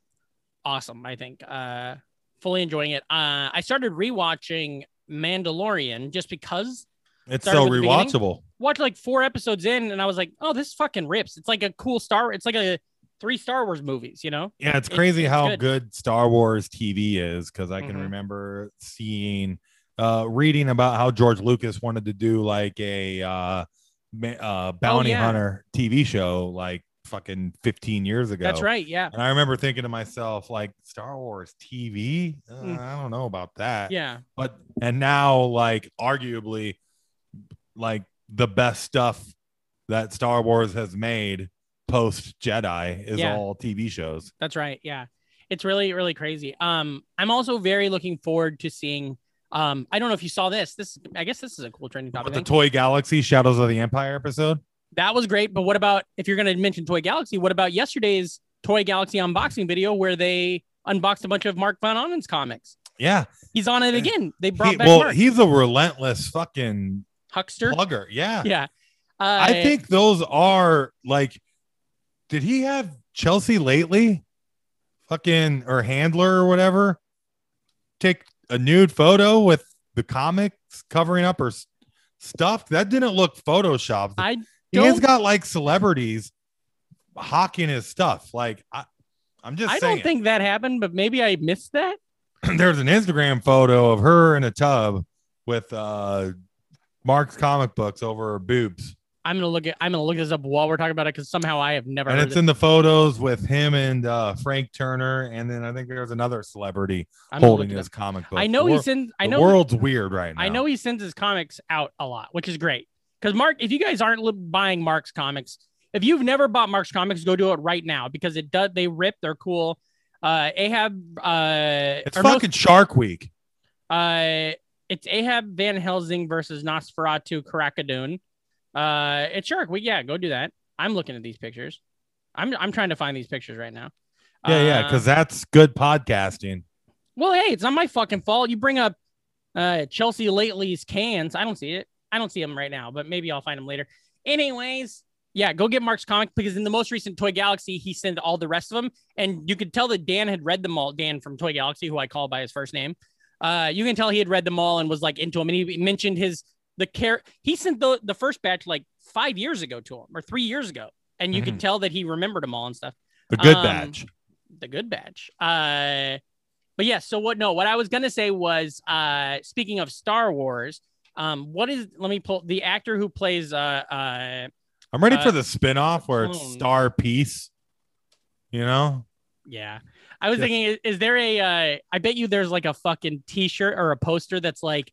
awesome, I think. Uh, fully enjoying it. Uh, I started rewatching Mandalorian just because
It's
Started
so
with the beginning?
rewatchable.
watched like four episodes in and I was like, oh, this fucking rips. It's like a cool Star. It's like a three Star Wars movies, you know?
Yeah. It's
It-
crazy
it's
how
good.
good. Star Wars TV is because I can
Mhm.
remember seeing, uh, reading about how George Lucas wanted to do like a, uh, ma- uh, bounty
Oh, yeah.
hunter TV show like fucking 15 years ago.
That's right. Yeah.
And I remember thinking to myself, like Star Wars TV, uh,
Mm.
I don't know about that.
Yeah.
But and now, like arguably, like the best stuff that Star Wars has made post Jedi is
Yeah.
all TV shows.
That's right. Yeah. It's really, really crazy. Um, I'm also very looking forward to seeing. Um, I don't know if you saw this. This, I guess, this is a cool trending topic.
But the
thing.
Toy Galaxy Shadows of the Empire episode,
that was great. But what about if you're going to mention Toy Galaxy? What about yesterday's Toy Galaxy unboxing video where they unboxed a bunch of Mark Van Onen's comics?
yeah.
He's on it again. They brought
He-
back
well,
Mark
he's a relentless fucking
Huckster.
plugger. Yeah,
Yeah. Uh,
I think those are like. Did he have Chelsea lately? Fucking or handler or whatever. Take a nude photo with the comics covering up her s- stuff. That didn't look photoshopped.
I
He's
don't-
got like celebrities hawking his stuff. Like I, I'm just
I
saying.
don't think that happened, but maybe I missed that.
*clears throat* there's an Instagram photo of her in a tub with uh Mark's comic books over her boobs.
I'm gonna look at. I'm gonna look this up while we're talking about it because somehow I have never.
and
heard
it's
it.
in the photos with him and uh, Frank Turner, and then I think there's another celebrity
I'm gonna look
holding
it up.
his comic book.
I know
The
he
wor-
sends. I
the
know.
world's weird right now.
I know he sends his comics out a lot, which is great. Because Mark, if you guys aren't li- buying Mark's comics, if you've never bought Mark's comics, go do it right now because it does. They rip. They're cool. Uh, Ahab. Uh,
it's
or no,
fucking Shark Week.
uh, it's Ahab Van Helsing versus Nosferatu Krakadoon. Uh, it's Shark Week. Yeah, go do that. I'm looking at these pictures. I'm I'm trying to find these pictures right now.
Yeah, yeah,
Uh,
because that's good podcasting.
Well, hey, it's not my fucking fault. You bring up uh, Chelsea Lately's cans. I don't see it. I don't see them right now, but maybe I'll find them later. Anyways, yeah, go get Mark's comic because in the most recent Toy Galaxy, he sent all the rest of them, and you could tell that Dan had read them all. Dan from Toy Galaxy, who I call by his first name, uh, you can tell he had read them all and was like into them. And he mentioned his the care he sent the the first batch like five years ago to him or three years ago, and you could tell that he remembered them all and stuff
The good
um,
batch.
the good batch. Uh, but yeah, so what? No, what I was gonna say was, uh, speaking of Star Wars, um, what is? Let me pull the actor who plays. Uh, uh,
I'm ready
Uh, hmm.
for the spin-off where it's
clone.
Star Piece. You know?
yeah, I was
Yeah.
thinking, is, is there a? Uh, I bet you there's like a fucking T-shirt or a poster that's like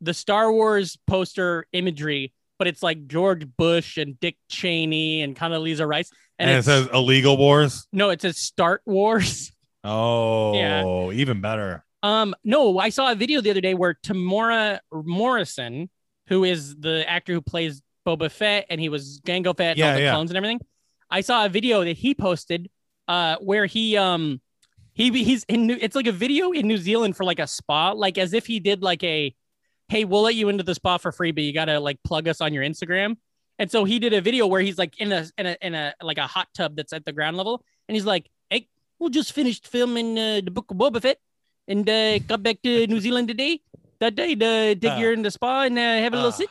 the Star Wars poster imagery, but it's like George Bush and Dick Cheney and Condoleezza Rice,
And,
and,
it
it's,
says illegal wars.
no, it says Start Wars.
Oh, even better.
Um, no, I saw a video the other day where Tamora Morrison, who is the actor who plays Boba Fett, and he was Gango Fett, and
Yeah,
all the
yeah.
clones and everything. I saw a video that he posted, uh, where he um, he he's in New, it's like a video in New Zealand for like a spa, like as if he did like a, hey, we'll let you into the spa for free, but you gotta like plug us on your Instagram. And so he did a video where he's like in a in a in a like a hot tub that's at the ground level, and he's like, "Hey, we just finished filming uh, the Book of Boba Fett, and uh, got back to New Zealand today. That day, to take
Ah.
you in the spa and uh, have a little
Ah.
sit."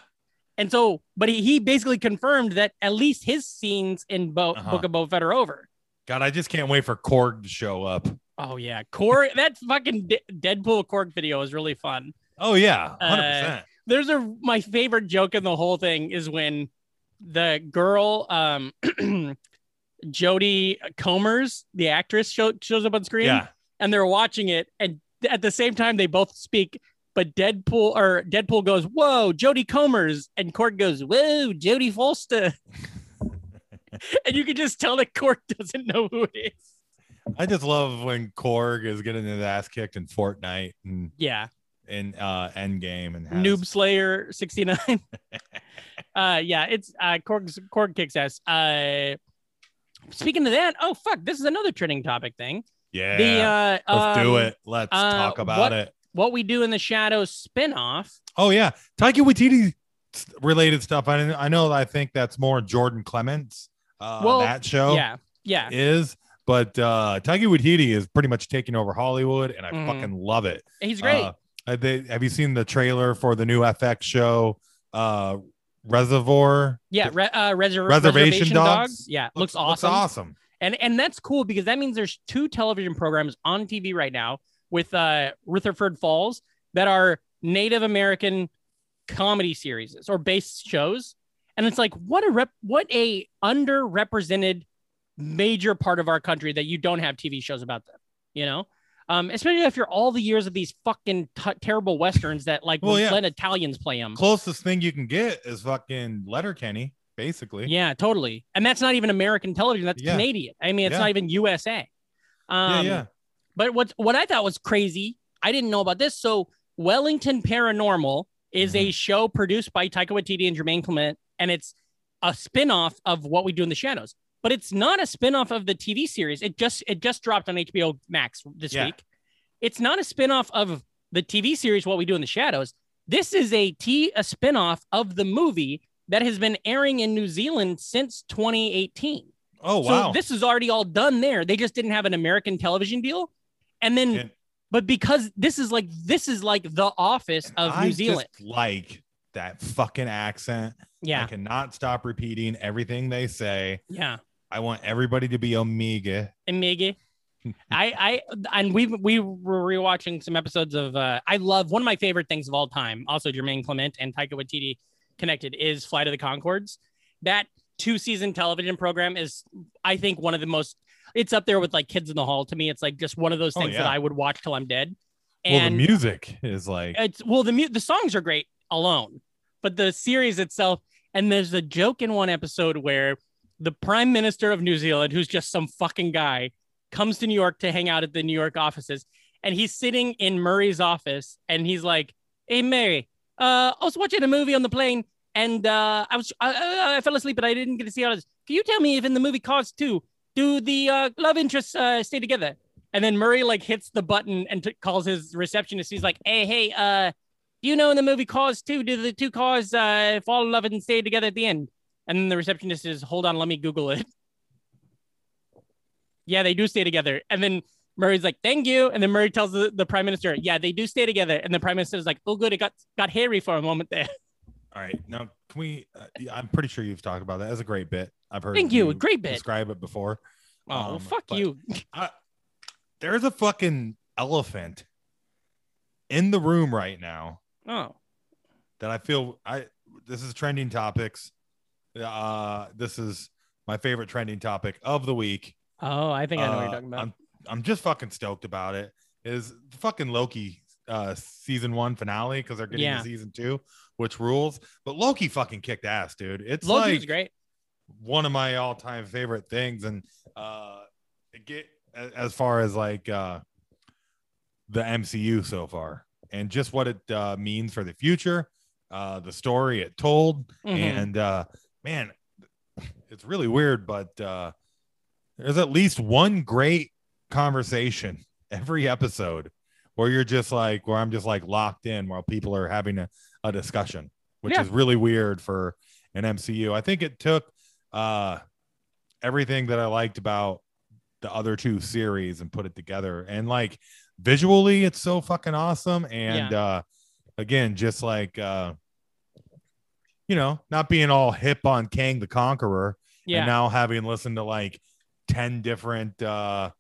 And so, but he, he basically confirmed that at least his scenes in Bo-
Uh-huh.
Book of Boba Fett are over.
God, I just can't wait for Korg to show up.
Oh yeah, Korg. that fucking De- Deadpool Korg video is really fun.
Oh yeah,
Uh,
hundred percent.
there's a my favorite joke in the whole thing is when the girl um *clears throat* Jodie Comers, the actress, show, shows up on screen,
Yeah,
and they're watching it, and at the same time they both speak, but Deadpool or Deadpool goes, "Whoa, Jodie Comers," and Court goes, "Whoa, Jodie Foster," *laughs* and you can just tell that Court *laughs* doesn't know who it is.
I just love when Korg is getting his ass kicked in Fortnite and
Yeah,
in uh, Endgame and has,
Noob Slayer 69.
*laughs*
uh yeah, it's uh Korg's Korg kicks ass. Uh speaking of that, oh fuck, this is another trending topic thing.
Yeah,
The uh
let's
um,
do it. Let's
uh,
talk about
what-
it.
What we do in the shadows spinoff.
Oh yeah, Taika Waititi s- related stuff. I I know. I think that's more Jordan Clements. Uh,
Well,
that show
Yeah. Yeah.
is. But uh, Taika Waititi is pretty much taking over Hollywood, and I
Mhm.
fucking love it.
He's great.
Uh, uh, they, have you seen the trailer for the new FX show, uh, Reservoir?
yeah,
the-
re- uh, reser-
Reservation
dogs.
Dogs?
Yeah, looks, awesome.
awesome.
And and that's cool because that means there's two television programs on TV right now with uh Rutherford Falls that are Native American comedy series or based shows. And it's like what a rep what a underrepresented major part of our country that you don't have TV shows about them, you know? Um, especially after all the years of these fucking t- terrible westerns that like
Well, yeah.
let Italians play them.
Closest thing you can get is fucking Letterkenny, basically.
Yeah, totally. And that's not even American television. That's
Yeah.
Canadian. I mean, it's
Yeah.
not even USA. Um,
yeah, yeah.
But what what I thought was crazy, I didn't know about this. So Wellington Paranormal is a show produced by Taika Waititi and Jermaine Clement, and it's a spin-off of What We Do in the Shadows. But it's not a spin-off of the TV series. It just it just dropped on HBO Max this
Yeah.
week. It's not a spin-off of the TV series What We Do in the Shadows. This is a T a spin-off of the movie that has been airing in New Zealand since 2018.
Oh wow.
So this is already all done there. They just didn't have an American television deal. And then,
And
but because this is like this is like the office of
I
New
just
Zealand.
like that fucking accent. I
Yeah.
cannot stop repeating everything they say.
Yeah.
I want everybody to be Omega.
And Miggy. I I and we we were rewatching some episodes of uh I love one of my favorite things of all time, also Jermaine Clement and Taika Waititi connected is Flight of the Concords. That two season television program is I think one of the most it's up there with like Kids in the Hall to me. It's like just one of those
Oh,
things that
yeah.
I would watch till I'm dead.
well, the music is like
it's well the mu- the songs are great alone but the series itself and there's a joke in one episode where the prime minister of new zealand who's just some fucking guy comes to new york to hang out at the new york offices and he's sitting in murray's office and he's like hey mary uh, i was watching a movie on the plane and uh, i was I, I, I fell asleep and i didn't get to see all this can you tell me if in the movie cars 2 do the uh, love interests uh, stay together and then Murray like hits the button and t- calls his receptionist. He's like, "Hey, hey, uh, do you know in the movie Cars Two, do the two cars uh, fall in love and stay together at the end?" And then the receptionist is, "Hold on, let me Google it." *laughs* Yeah, they do stay together. And then Murray's like, "Thank you." And then Murray tells the, the prime minister, "Yeah, they do stay together." And the prime minister's like, "Oh, good, it got got hairy for a moment there." *laughs*
all right. Now can we uh, yeah, I'm pretty sure you've talked about that. That's a great bit. I've heard
Thank you, great bit.
describe it before.
Oh,
Um,
fuck
but-
you.
there's a fucking elephant in the room right now
Oh,
that I feel I this is trending topics. Uh, this is my favorite trending topic of the week.
oh, I think I know what you're
Uh,
talking about.
I'm, I'm just fucking stoked about it. Is the fucking Loki uh season one finale because they're getting
Yeah.
to season two, which rules. But Loki fucking kicked ass, dude. It's
Loki
like
was great.
one of my all-time favorite things and uh it get a- as far as like uh the MCU so far and just what it uh means for the future uh the story it told
Mhm.
and uh man it's really weird but uh there's at least one great conversation *laughs* every episode where you're just like where I'm just like locked in while people are having a, a discussion which
Yeah.
is really weird for an MCU I think it took uh everything that I liked about the other two series and put it together and like visually it's so fucking awesome and uh again just like uh you know not being all hip on Kang the Conqueror
yeah,
and now having listened to like 10 different uh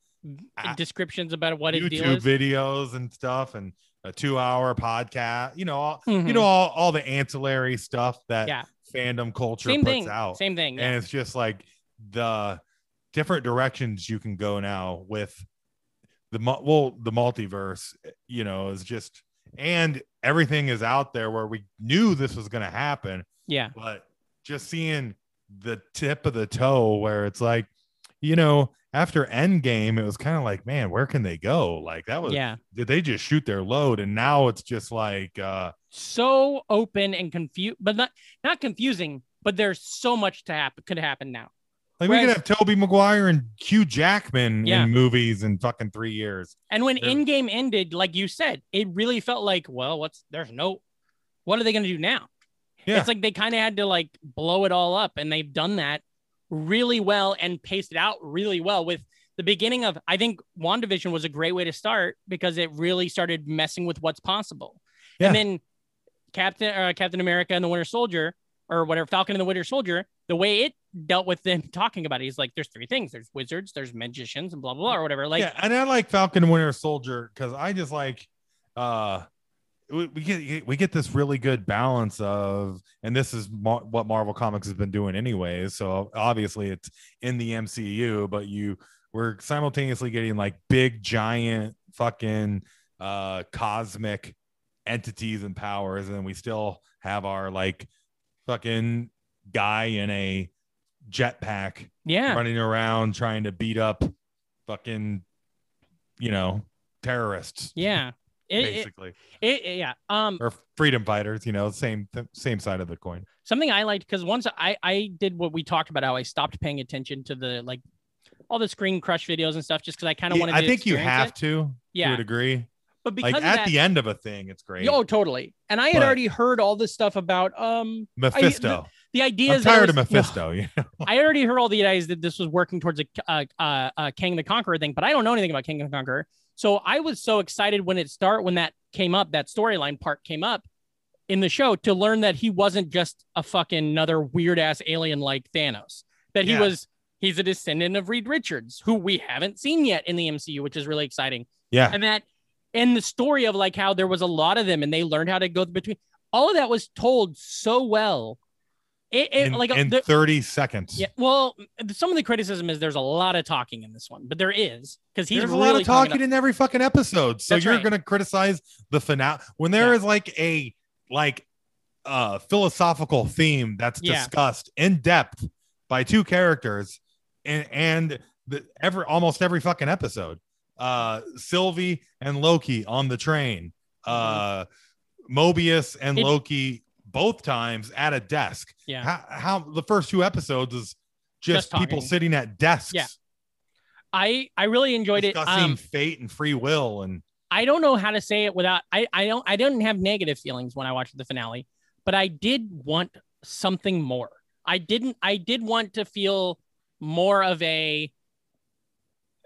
Uh, descriptions about what his deal
YouTube
is.
videos and stuff and a two hour podcast, you know, all,
Mhm.
you know, all, all the ancillary stuff that
Yeah.
fandom culture
Same
puts
thing.
out.
Same thing.
And
Yeah.
it's just like the different directions you can go now with the mu- well, the multiverse, you know, is just and everything is out there where we knew this was going to happen
yeah.
but just seeing the tip of the toe where it's like you know after endgame it was kind of like man where can they go like that was
Yeah.
did they just shoot their load and now it's just like uh
So open and confused, but not not confusing. But there's so much to happen could happen now.
like we
Whereas-
could have toby maguire and hugh jackman
Yeah.
in movies in fucking three years
And when
Sure.
Endgame ended, like you said, it really felt like, well, what's there's no, what are they gonna do now?
Yeah.
It's like they kind of had to like blow it all up, and they've done that really well and paced it out really well with the beginning of. I think Wandavision was a great way to start because it really started messing with what's possible,
Yeah.
and then Captain uh, Captain America and the Winter Soldier or whatever Falcon and the Winter Soldier, the way it dealt with them *laughs* talking about it, he's like, there's three things: there's wizards, there's magicians, and blah blah blah, or whatever. Like,
yeah and i like falcon and winter soldier because i just like uh we, we get we get this really good balance of and this is mar- what marvel comics has been doing anyways so obviously it's in the mcu but you we're simultaneously getting like big giant fucking uh cosmic entities and powers and then we still have our like fucking guy in a jetpack
yeah.
running around trying to beat up fucking you know terrorists
Yeah. It, it,
basically
it, it- yeah. Um,
or freedom fighters you know same th- same side of the coin
something I liked because once I I did what we talked about how I stopped paying attention to the like all the screen crush videos and stuff just because I kind of
Yeah,
wanted.
i
to
think you
experience
have
it.
to to
Yeah,
a degree
but because
like
of
at
that,
the end of a thing it's great
oh totally. And I had
But-
already heard all this stuff about um
mephisto
the
I,
ideas.
am
that
tired
was-
of mephisto yeah
No, I already heard all the ideas that this was working towards a uh, uh, uh, King the Conqueror thing, but I don't know anything about King the Conqueror. So I was so excited when it start when that came up, that storyline part came up in the show to learn that he wasn't just a fucking another weird ass alien like Thanos. That he
Yeah.
was he's a descendant of Reed Richards, who we haven't seen yet in the MCU, which is really exciting
*laughs* yeah
and that and the story of like how there was a lot of them and they learned how to go between all of that was told so well it, it
in,
like
in
the,
30 seconds
yeah well some of the criticism is there's a lot of talking in this one but there is because he's
There's
really
a lot of
talking
talking in every fucking episode. So
That's
you're
right.
gonna criticize the finale when there
Yeah.
is like a like uh philosophical theme that's
Yeah.
discussed in depth by two characters and and the ever almost every fucking episode. Uh Sylvie and Loki on the train. Uh Mobius and
It-
Loki both times at a desk.
Yeah.
How, how the first two episodes is just,
Just talking.
people sitting at desks
Yeah. i i really enjoyed it
discussing
um
fate and free will and
i don't know how to say it without i i don't i didn't have negative feelings when i watched the finale but i did want something more i didn't i did want to feel more of a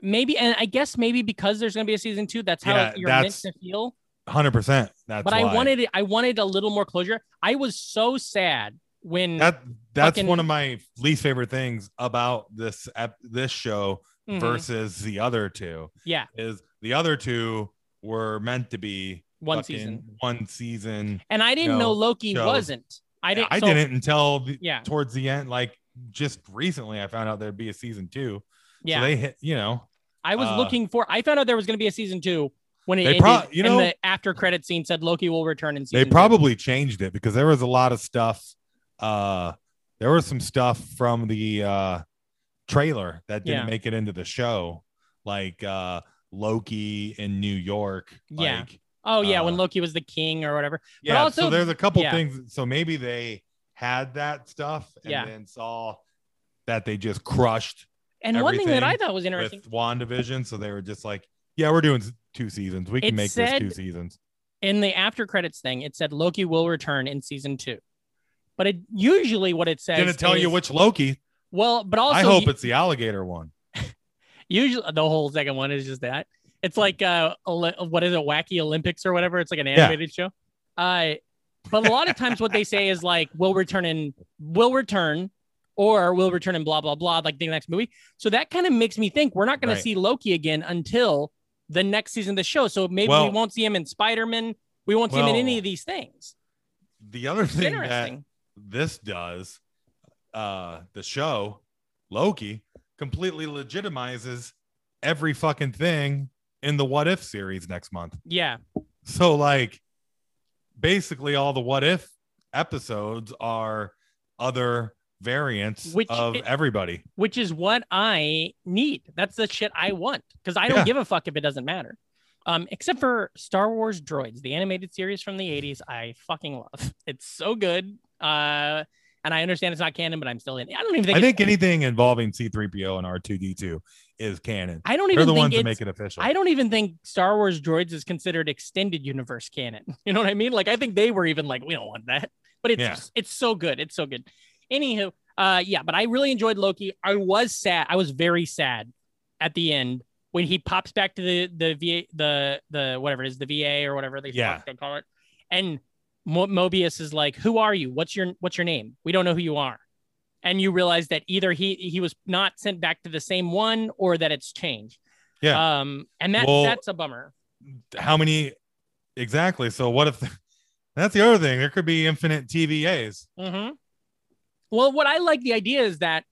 maybe and i guess maybe because there's going to be a season two that's how
Yeah,
you're
that's-
meant to feel
Hundred percent. That's
but i
why.
wanted it i wanted a little more closure i was so sad when
that. That's
fucking-
one of my least favorite things about this ep- this show
Mhm.
versus the other two.
Yeah.
Is the other two were meant to be
one
fucking
season.
One season.
And I didn't
No,
know Loki
shows.
wasn't. I didn't.
I
so-
didn't until the,
Yeah.
towards the end, like just recently, I found out there'd be a season two.
Yeah.
So they hit, you know,
I was
uh,
looking for. I found out there was going to be a season two when it
They
ended.
prob- you
and
know-
the after credit scene said Loki will return in season.
they
two.
probably changed it because there was a lot of stuff. Uh, there was some stuff from the uh, trailer that didn't
Yeah.
make it into the show, like uh, Loki in New York.
Yeah.
Like,
Oh yeah, when
uh,
Loki was the king or whatever.
yeah.
also-
so there's a couple
yeah.
things. So maybe they had that stuff and
Yeah.
then saw that they just crushed
And one thing that I
Everything
thought was
with
interesting.
WandaVision. So they were just like, yeah, we're doing s- two seasons. We can
It
make
said-
this two seasons.
in the after credits thing, it said Loki will return in season two. But it usually what it says
Gonna tell you
is-
which Loki.
well, but also
I hope
u-
it's the alligator one.
usually the whole second one is just that. It's like uh Oli- what is it, wacky Olympics or whatever. It's like an
Yeah.
animated show. Uh but a lot of times what they say is like we'll return in we'll return or we'll return in blah blah blah, like the next movie. So that kind of makes me think we're not gonna
Right.
see Loki again until the next season of the show. So maybe we
Well-
won't see him in Spider-Man. We won't see him in
Well,
any of these things.
The other
It's
thing *laughs* that
interesting.
this does, uh, the show Loki completely legitimizes every fucking thing in the What If series next month. *laughs*
Yeah.
So like basically all the what if episodes are other variants
Which
of
it-
everybody.
which is what I need. That's the shit I want because I don't
Yeah.
give a fuck if it doesn't matter. Um, except for Star Wars Droids, the animated series from the 80s, I fucking love. *laughs* It's so good. Uh, and I understand it's not canon, but I'm still in. I don't even think.
I
it's-
think anything involving C3PO and R2D2 is canon.
I don't
They're
even
the
think
ones
it's,
that make it official.
I don't even think Star Wars Droids is considered extended universe canon. *laughs* You know what I mean? Like I think they were even like, we don't want that. But it's it's so good. It's so good. Anywho, uh yeah, but I really enjoyed Loki. I was sad. I was very sad at the end when he pops back to the the VA the the whatever it is, the VA or whatever they
Yeah.
fuck they call it. And Mo- Mobius is like, "Who are you? What's your what's your name? We don't know who you are." And you realize that either he he was not sent back to the same one or that it's changed.
Yeah.
Um, and that
Well-
that's a bummer.
How many exactly? So what if *laughs* that's the other thing? There could be infinite TVAs.
Mm-hmm. Well, what I like the idea is that,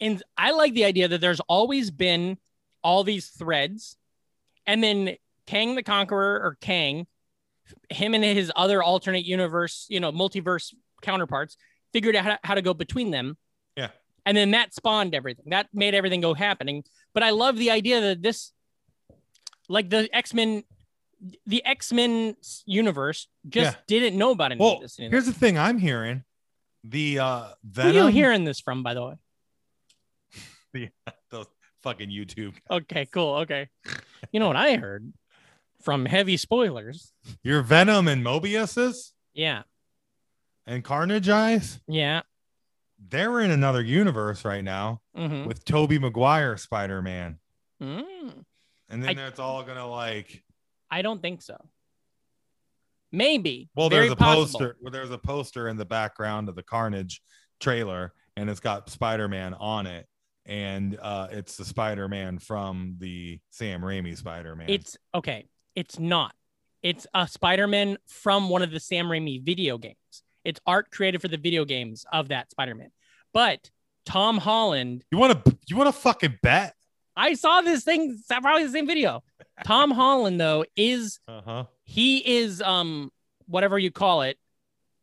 and I like the idea that there's always been all these threads, and then Kang the Conqueror or Kang, him and his other alternate universe, you know, multiverse counterparts, figured out how to, how to go between them.
Yeah.
And then that spawned everything. That made everything go happening. But I love the idea that this, like the X Men, the X Men universe just
Yeah.
didn't know about any
Well,
of this. anymore.
here's the thing I'm hearing. The uh
Who are you
Venom,
hearing this from, by the way?
those fucking YouTube.
Okay, cool. Okay. You know what I heard from heavy spoilers?
Your Venom and Mobiuses
Yeah.
and Carnage Eyes,
Yeah.
they're in another universe right now.
Mm-hmm.
with Toby Maguire Spider Man.
Mm.
And then
I-
it's all gonna like
I don't think so. Maybe.
well,
Very
there's a
possible.
poster. Well, there's a poster in the background of the Carnage trailer, and it's got Spider Man on it, and uh, it's the Spider Man from the Sam Raimi Spider Man.
It's okay. It's not. It's a Spider-Man from one of the Sam Raimi video games. It's art created for the video games of that Spider-Man. But Tom Holland
you want to you want to fucking bet?
I saw this thing, it's probably the same video. Tom Holland, though, is
Uh huh.
he is um whatever you call it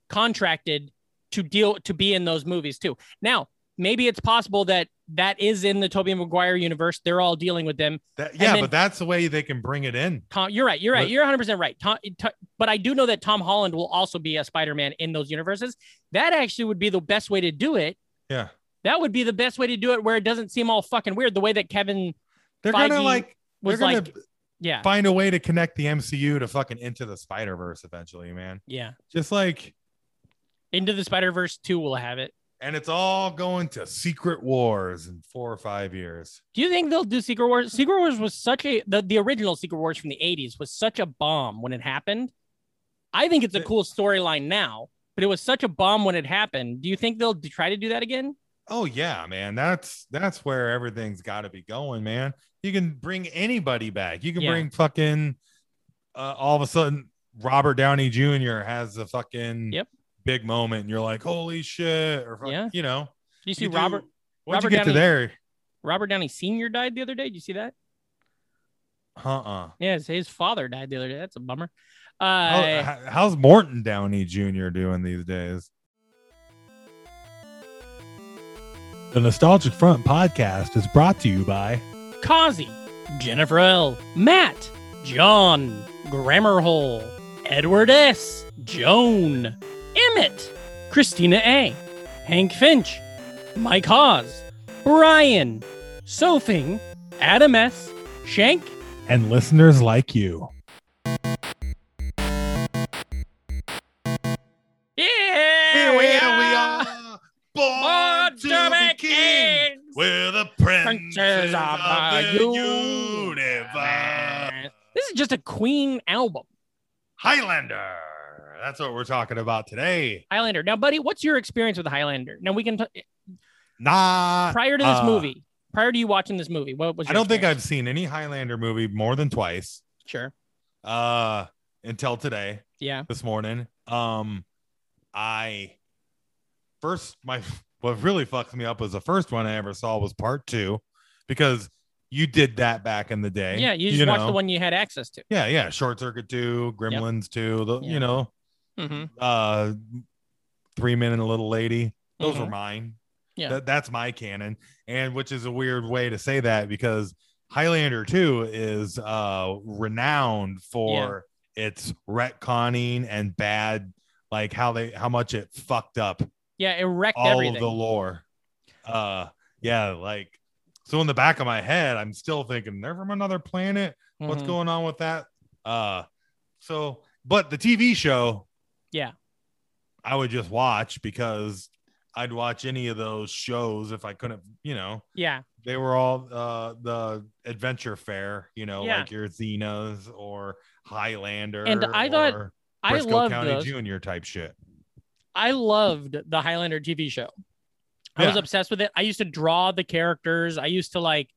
contracted to deal to be in those movies too now maybe it's possible that that is in the toby maguire universe they're all dealing with them
That, yeah,
then-
but that's the way they can bring it in.
tom, you're right you're right
But-
you're 100% right tom, To- but i do know that tom holland will also be a spider-man in those universes that actually would be the best way to do it
Yeah,
that would be the best way to do it where it doesn't seem all fucking weird the way that kevin
they're
Feige
gonna like
was
they're
like
gonna
yeah
find a way to connect the MCU to fucking into the Spider Verse eventually, man.
yeah
Just like
into the spider-verse 2 will have it
and it's all going to secret wars in four or five years.
Do you think they'll do Secret Wars? Secret Wars was such a the, the original Secret Wars from the 80s was such a bomb when it happened. I think it's a
The-
cool storyline now, but it was such a bomb when it happened. Do you think they'll d- try to do that again?
Oh yeah, man. That's that's where everything's got to be going, man. You can bring anybody back. You can
Yeah.
bring fucking uh, all of a sudden Robert Downey Jr. has the fucking
Yep.
big moment, and you're like, holy shit, or fuck,
Yeah.
you know.
Did you see
you do-
Robert
Once
Robert
you get
Downey-
to there,
Robert Downey Sr. died the other day? Did you see that?
uh uh
Yeah, his, his father died the other day. That's a bummer.
How-
Uh,
h- how's Morton Downey Jr. doing these days? The Nostalgic Front podcast is brought to you by
Kazi, Jennifer L, Matt, John, Grammarhole, Edward S, Joan, Emmett, Christina A, Hank Finch, Mike Hawes, Brian, Sophing, Adam S, Shank,
and listeners like you.
yeah,
are born
Bottom kings,
We're the
princes of the universe. This is just a Queen album,
Highlander. That's what we're talking about today.
Highlander. Now, buddy, what's your experience with Highlander? Now we can t-
Nah,
prior to this
uh,
movie, prior to you watching this movie, what was
I
your
don't think
experience?
I've seen any Highlander movie more than twice.
sure.
Uh, until today.
Yeah.
this morning. Um, I first my *laughs* what really fucks me up was the first one I ever saw was part two because you did that back in the day.
Yeah, you just watched the
know.
one you had access to.
Yeah, yeah, Short Circuit two, Gremlins two, the,
Yeah.
you know,
Mm-hmm.
uh, Three Men and a Little Lady. Those were
Mhm.
mine.
Yeah.
That- that's my canon, and which is a weird way to say that because Highlander two is uh renowned for its retconning and bad, like how they how much it fucked up
Yeah, it wrecked
all
everything.
of the lore. Uh, yeah, like so in the back of my head, I'm still thinking they're from another planet. What's
Mhm.
going on with that? Uh, so but the TV show,
Yeah.
I would just watch because I'd watch any of those shows if I couldn't, you know,
Yeah,
they were all uh the adventure fair, you know,
Yeah.
like your Xenas or Highlander,
And I thought-
or
I
Briscoe
loved
County
those.
Junior type shit.
I loved the Highlander TV show. I was
Yeah.
obsessed with it. I used to draw the characters. I used to like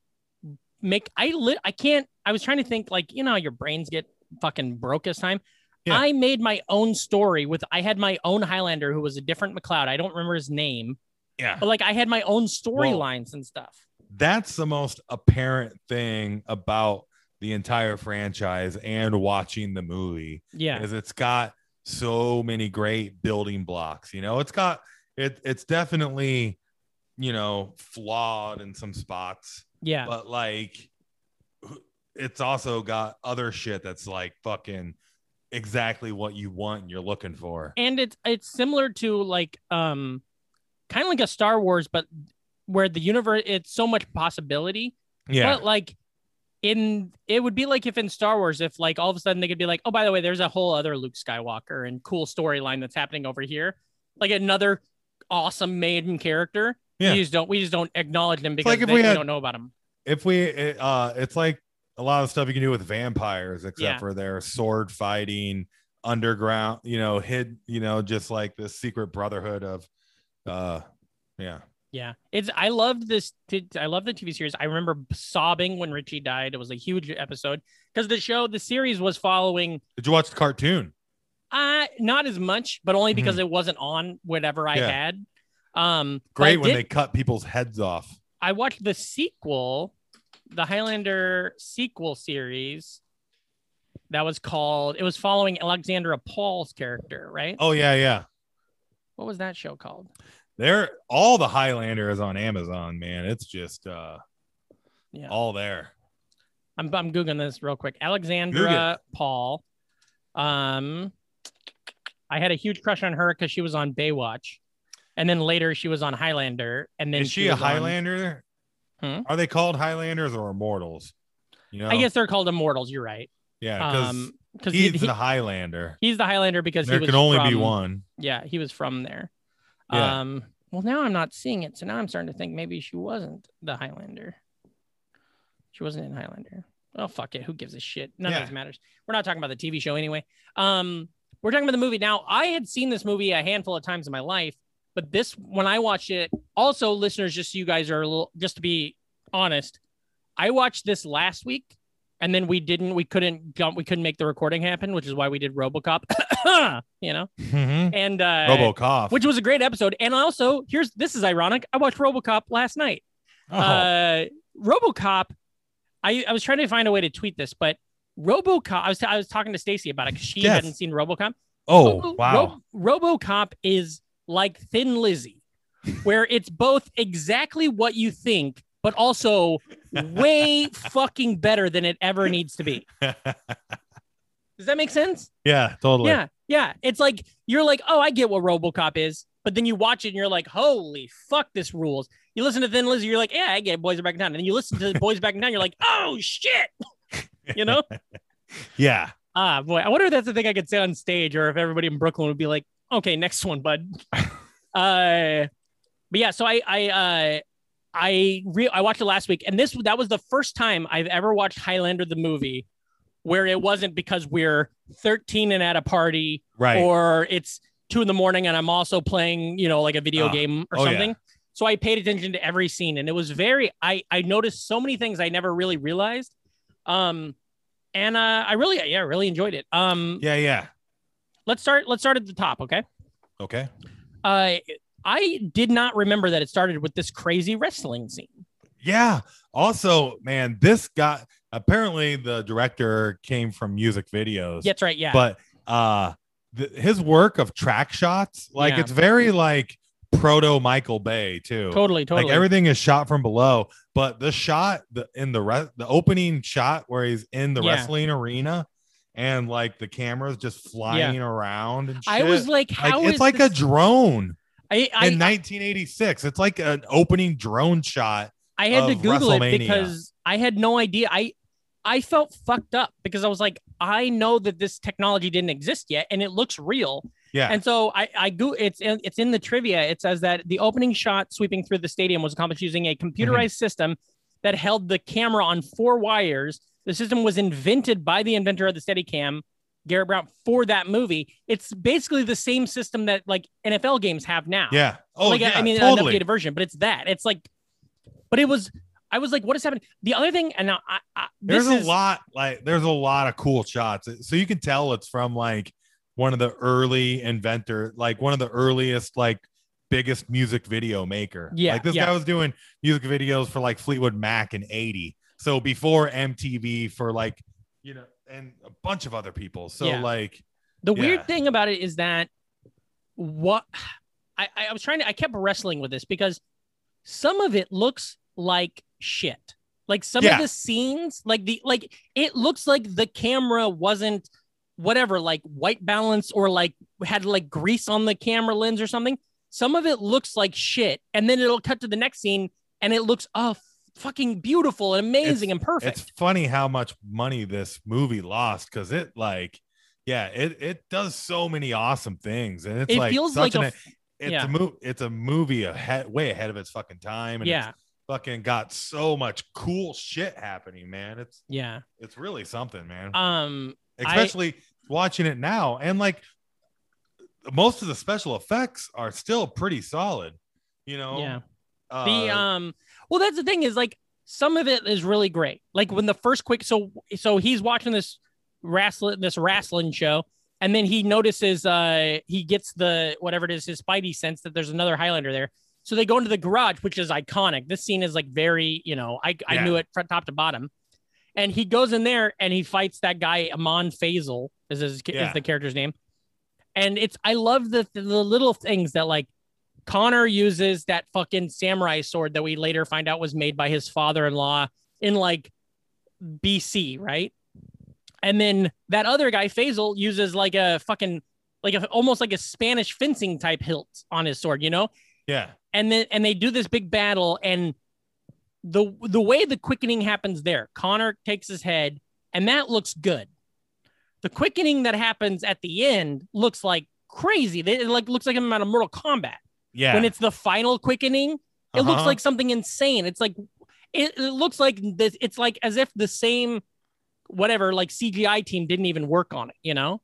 make. I lit. I can't. I was trying to think like you know how your brains get fucking broke as time.
Yeah.
I made my own story with. I had my own Highlander who was a different McLeod. I don't remember his name,
Yeah,
but like I had my own storylines and stuff.
that's the most apparent thing about the entire franchise and watching the movie
Yeah,
is it's got so many great building blocks. You know, it's got it. It's definitely you know flawed in some spots,
yeah,
but like it's also got other shit that's like fucking exactly what you want and you're looking for.
and it's it's similar to like um kind of like a star wars but where the universe it's so much possibility
Yeah,
but like in it would be like if in star wars if like all of a sudden they could be like oh by the way there's a whole other luke skywalker and cool storyline that's happening over here like another awesome maiden character
Yeah.
we just don't we just don't acknowledge them because
like if
they,
we
we,
had-
don't know about them
if we it, uh it's like a lot of stuff you can do with vampires except
Yeah.
for their sword fighting underground you know hid you know just like this secret brotherhood of uh yeah
yeah it's i loved this t- i love the tv series i remember sobbing when richie died it was a huge episode because the show the series was following
did you watch the cartoon
Uh not as much, but only because it wasn't on whatever I
Mm-hmm. Yeah.
had. Um but
great
I
when
did-
they cut people's heads off
I watched the sequel, the Highlander sequel series that was called it was following Alexandra Paul's character, right?
oh yeah yeah
What was that show called?
they're all the highlander is on amazon man it's just uh
Yeah.
all there
I'm I'm googling this real quick. Alexandra Paul. Um I had a huge crush on her cuz she was on Baywatch. And then later she was on Highlander and then
is she, a
was on-
highlander
Hmm?
are they called highlanders or immortals you know
I guess they're called immortals, you're right.
yeah because
um because
he's
he,
the highlander
he's the highlander because
there
he was
can only be
from-
one
yeah he was from there
Yeah.
um well now i'm not seeing it so now i'm starting to think maybe she wasn't the highlander she wasn't in highlander oh fuck it who gives a shit none
Yeah.
of this matters we're not talking about the tv show anyway um we're talking about the movie now i had seen this movie a handful of times in my life but this when i watched it Also, listeners, just so you guys are a little, just to be honest, I watched this last week, and then we didn't, we couldn't jump, we couldn't make the recording happen, which is why we did RoboCop. *coughs* you know,
Mhm.
and uh,
*laughs* RoboCop.
which was a great episode. And also, here's this is ironic. I watched RoboCop last night.
Oh,
Uh, RoboCop. I, I was trying to find a way to tweet this, but RoboCop. I was I was talking to Stacy about it because she
Yes.
hadn't seen RoboCop.
oh,
Robo-
wow. *laughs*
Ro- RoboCop is like Thin Lizzy, where it's both exactly what you think, but also way
*laughs*
fucking better than it ever needs to be. Does that make sense?
yeah, totally.
Yeah, yeah. It's like you're like, oh, I get what RoboCop is, but then you watch it and you're like, holy fuck, this rules. You listen to Thin Lizzy, you're like, yeah, I get it, Boys Are Back in Town, and then you listen to Boys Back in Town, you're like, oh shit, *laughs* you know.
Yeah.
Ah, boy. I wonder if that's the thing I could say on stage or if everybody in Brooklyn would be like, okay, next one, bud. uh, but yeah, so I, I, uh, I re- I watched it last week, and this that was the first time I've ever watched Highlander the movie, where it wasn't because we're 13 and at a party,
Right.
or it's two in the morning and I'm also playing, you know, like a video
Ah,
game or
oh, yeah.
something. So I paid attention to every scene, and it was very. I I noticed so many things I never really realized, um, and uh, I really yeah I really enjoyed it. Um,
yeah. Yeah.
let's start let's start at the top, okay?
Okay.
Uh, I did not remember that it started with this crazy wrestling scene.
Yeah. Also, man, this got apparently the director came from music videos.
That's right, yeah.
but uh th- his work of track shots like
Yeah.
it's very like proto michael bay too
totally, totally.
like everything is shot from below but the shot the, in the re- the opening shot where he's in the
Yeah.
wrestling arena and like the cameras just flying around and shit.
I was like,
like
how
it's like a drone
a I I,
in 1986 it's like an opening drone shot
I had to
of
Google it
WrestleMania.
because I had no idea. I I felt fucked up because I was like, I know that this technology didn't exist yet, and it looks real.
yeah
And so I I go. It's in, it's in the trivia. It says that the opening shot sweeping through the stadium was accomplished using a computerized
Mm-hmm.
system that held the camera on four wires. The system was invented by the inventor of the Steadicam, Garrett Brown, for that movie. It's basically the same system that like NFL games have now
yeah oh
like I-
yeah
I mean
totally
an updated version, but it's that. It's like, but it was. I was like, what is happening? The other thing, and now I, I
there's
this
a
is-
lot like there's a lot of cool shots so you can tell it's from like one of the early inventor like one of the earliest like biggest music video maker
Yeah,
like this
yeah.
guy was doing music videos for like fleetwood mac in 80 so before mtv for like you know and a bunch of other people so
Yeah.
like
The
Yeah.
weird thing about it is that what I, I I was trying to I kept wrestling with this because some of it looks like shit. Like some
Yeah.
of the scenes, like the like it looks like the camera wasn't whatever, like white balance or like had like grease on the camera lens or something. Some of it looks like shit, and then it'll cut to the next scene and it looks oh fucking beautiful and amazing and perfect.
it's funny how much money this movie lost because it like yeah it it does so many awesome things and it's
It
like
feels like
such
a
an,
f-
it's
yeah.
a movie it's a movie ahead way ahead of its fucking time and it's
yeah,
fucking got so much cool shit happening man it's
yeah.
it's really something man
Um I-
especially watching it now and like most of the special effects are still pretty solid you know
yeah.
uh,
the um well that's the thing is like some of it is really great like when the first quick so so he's watching this wrestling this wrestling show and then he notices uh he gets the whatever it is his spidey sense that there's another highlander there so they go into the garage which is iconic this scene is like very you know i, I
Yeah.
knew it from top to bottom and he goes in there and he fights that guy amon faisal is his,
Yeah.
is the character's name and it's i love the the little things that like Connor uses that fucking samurai sword that we later find out was made by his father-in-law in like BC, right? And then that other guy, Faisal, uses like a fucking like a, almost like a Spanish fencing type hilt on his sword, you know?
yeah
And then and they do this big battle and the the way the quickening happens there, Connor takes his head and that looks good. The quickening that happens at the end looks like crazy. They- It like looks like I'm out of Mortal Kombat
yeah
when it's the final quickening it looks
Uh-huh.
like something insane it's like it, it looks like this it's like as if the same whatever like cgi team didn't even work on it you know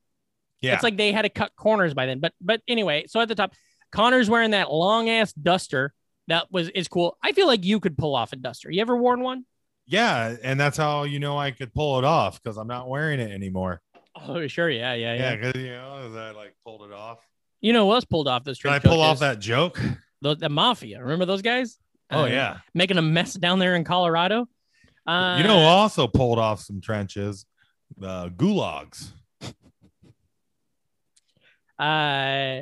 yeah
it's like they had to cut corners by then but but anyway so at the top connor's wearing that long ass duster that was is cool. I feel like you could pull off a duster. You ever worn one?
Yeah, and that's how you know I could pull it off because I'm not wearing it anymore.
Oh, sure. Yeah, yeah, yeah.
Yeah, because you know 'cause I like pulled it off.
You know what else pulled off this
Did
trip?
I pull
joke
off
is
that joke?
The, the mafia. Remember those guys?
Oh
Uh,
yeah.
Making a mess down there in Colorado. Uh,
you know, who also pulled off some trenches, the gulags.
Uh,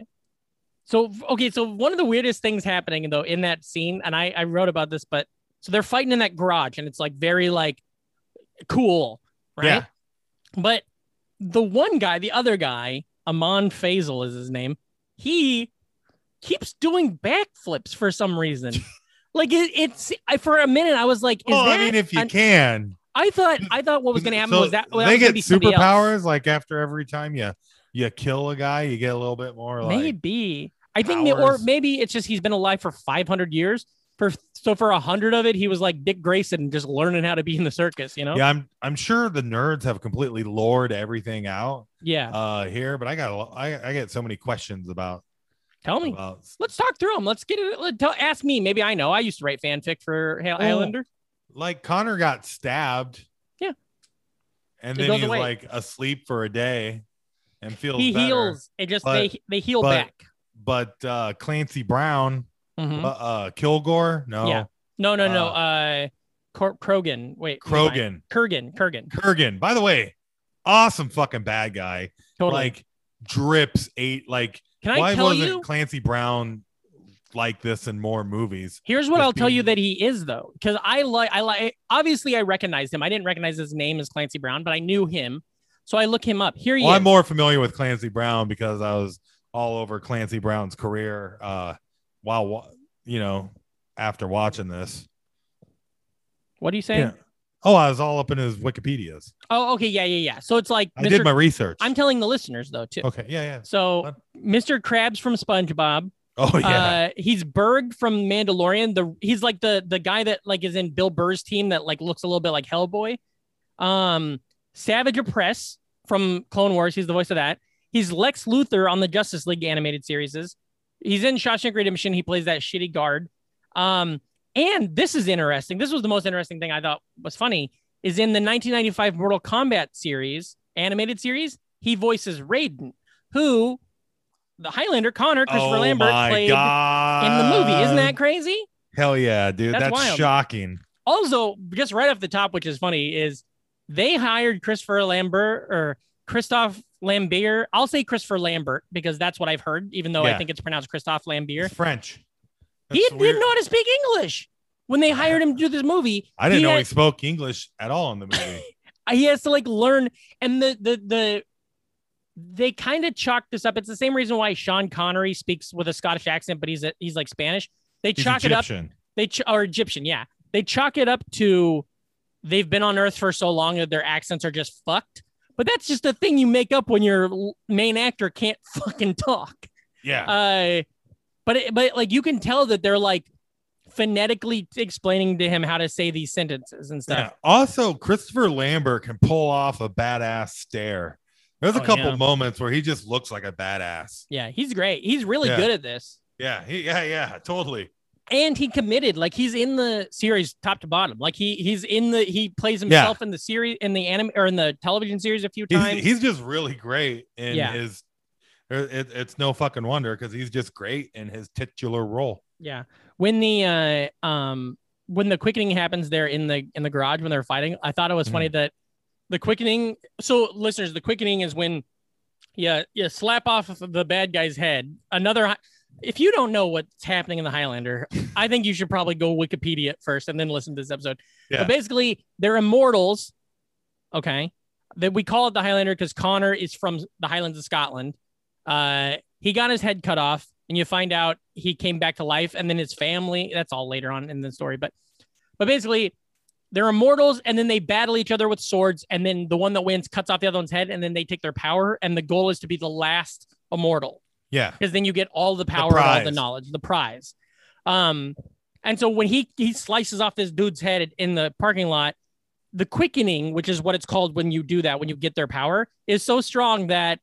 so okay, so one of the weirdest things happening though in that scene, and I I wrote about this, but so they're fighting in that garage, and it's like very like cool, right?
Yeah.
But the one guy, the other guy, Amon Faisal is his name. He keeps doing backflips for some
*laughs*
reason. like it, it's I, for a minute, I was like, is
Well, I
that
mean, if you
an-
can,
I thought I thought what was going to happen
So
was that, that
they
was gonna
get
be somebody else.
superpowers. Like after every time you you kill a guy, you get a little bit more. Like,
maybe I think, may- or
powers.
maybe it's just he's been alive for 500 years. For so for a hundred of it, he was like Dick Grayson, just learning how to be in the circus. You know?
yeah, I'm I'm sure the nerds have completely lored everything out
Yeah.
uh here, but I got a lo- I, I get so many questions about
Tell me.
about
Let's talk through him. Let's get it. Let, tell, ask me. Maybe I know. I used to write fanfic for Hail
Oh,
Islander.
like Connor got stabbed.
Yeah.
And
It
then
goes
he's
away.
like asleep for a day and feels
He
better.
heals. It just they they heal
but-
back.
But uh Clancy Brown,
Mhm.
uh, uh Kilgore, no,
Yeah. no, no, no.
uh,
Uh, Cor- Krogan. Wait. never mind.
Krogan,
Kurgan. Kurgan.
Kurgan. By the way, awesome fucking bad guy.
Totally.
Like drips eight. Like
Can I
why
tell
wasn't
you?
Clancy Brown like this in more movies?
Here's what I'll tell you
Christine.
that he is though, because I like I like obviously I recognized him. I didn't recognize his name as Clancy Brown, but I knew him, so I look him up. Here he
Well,
is.
I'm more familiar with Clancy Brown because I was all over Clancy Brown's career uh while wa- you know after watching this.
what are you saying?
Yeah. Oh, I was all up in his Wikipedias.
Oh, okay, yeah, yeah, yeah. So it's like
I did
Mr.
my research.
I'm telling the listeners though too.
okay. Yeah, yeah.
So
What?
Mr. Krabs from SpongeBob.
*laughs* Oh
Uh,
yeah.
he's Berg from Mandalorian. The he's like the the guy that like is in Bill Burr's team that like looks a little bit like Hellboy. Um, Savage Oppress from Clone Wars. He's the voice of that. He's Lex Luthor on the Justice League animated series. He's in Shawshank Redemption. He plays that shitty guard. Um, and this is interesting. This was the most interesting thing I thought was funny is in the 1995 Mortal Kombat series, animated series, he voices Raiden, who the Highlander Connor Christopher
oh
Lambert
my
played
God.
in the movie. Isn't that crazy?
Hell yeah, dude.
That's
That's,
wild.
shocking.
Also, just right off the top, which is funny, is they hired Christopher Lambert or Christophe Lambert. I'll say Christopher Lambert because that's what I've heard, even though I
Yeah.
think it's pronounced Christophe Lambert.
It's French.
He
That's
didn't
weird.
know how to speak English when they hired him to do this movie.
I didn't
he
know
had-
he spoke English at all in the
*laughs*
movie.
he has to like learn and the the the they kind of chalk this up. It's the same reason why Sean Connery speaks with a Scottish accent, but he's a, he's like Spanish. They
He's
chalk it up
Egyptian.
they ch- or Egyptian, yeah. They chalk it up to they've been on Earth for so long that their accents are just fucked. But that's just a thing you make up when your l- main actor can't *laughs* fucking talk.
Yeah.
Uh, but it, but like you can tell that they're like phonetically explaining to him how to say these sentences and
yeah.
stuff.
Also, Christopher Lambert can pull off a badass stare. There's a
Oh,
couple
yeah.
moments where he just looks like a badass.
Yeah, he's great. He's really
Yeah.
good at this.
Yeah. He, yeah. Yeah. Totally.
and he committed like he's in the series top to bottom like he he's in the he plays himself in the series in the anime or in the television series a few
He's,
times
he's just really great in
Yeah.
his. uh, It, it's no fucking wonder because he's just great in his titular role.
yeah when the uh um when the quickening happens there in the in the garage when they're fighting i thought it was funny that the quickening so listeners the quickening is when yeah yeah slap off of the bad guy's head another hi- if you don't know what's happening in the highlander i think you should probably go wikipedia at first and then listen to this episode
Yeah.
but basically they're immortals okay that we call it the highlander because connor is from the highlands of scotland uh he got his head cut off and you find out he came back to life and then his family that's all later on in the story but but basically they're immortals and then they battle each other with swords and then the one that wins cuts off the other one's head and then they take their power and the goal is to be the last immortal
Yeah.
because then you get all the power and all the
prize.
knowledge, the prize. Um, and so when he he slices off this dude's head in the parking lot, the quickening, which is what it's called when you do that, when you get their power, is so strong that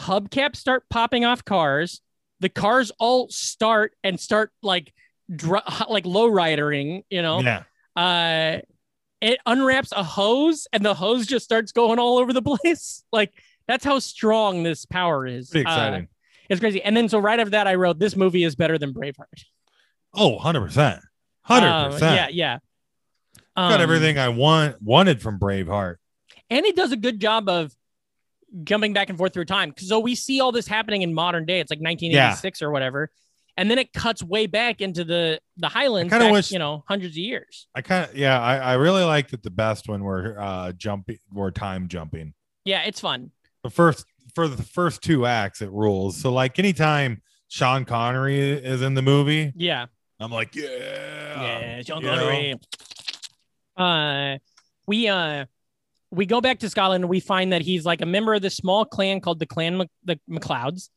hubcaps start popping off cars. The cars all start and start like dr- like low ridering, you know.
Yeah.
Uh, it unwraps a hose and the hose just starts going all over the *laughs* place. Like that's how strong this power is.
Pretty
Uh,
exciting.
it's crazy. And then so right after that, I wrote this movie is better than Braveheart.
oh, 100%.
Um,
100%.
yeah, yeah.
Got
Um,
everything I want wanted from Braveheart.
and it does a good job of jumping back and forth through time. So we see all this happening in modern day. It's like 1986 or whatever, and then it cuts way back into the the Highlands.
kinda
back,
wish-
you know hundreds of years.
I kind of yeah, I, I really like that the best when we're uh jumping we're time jumping.
Yeah, it's fun.
The first for the first two acts it rules. So like anytime Sean Connery is in the movie,
Yeah,
I'm like, yeah.
yeah. Sean
you know?
Connery. Uh, we uh. We go back to Scotland and we find that he's like a member of this small clan called the Clan Mc- the McLeods,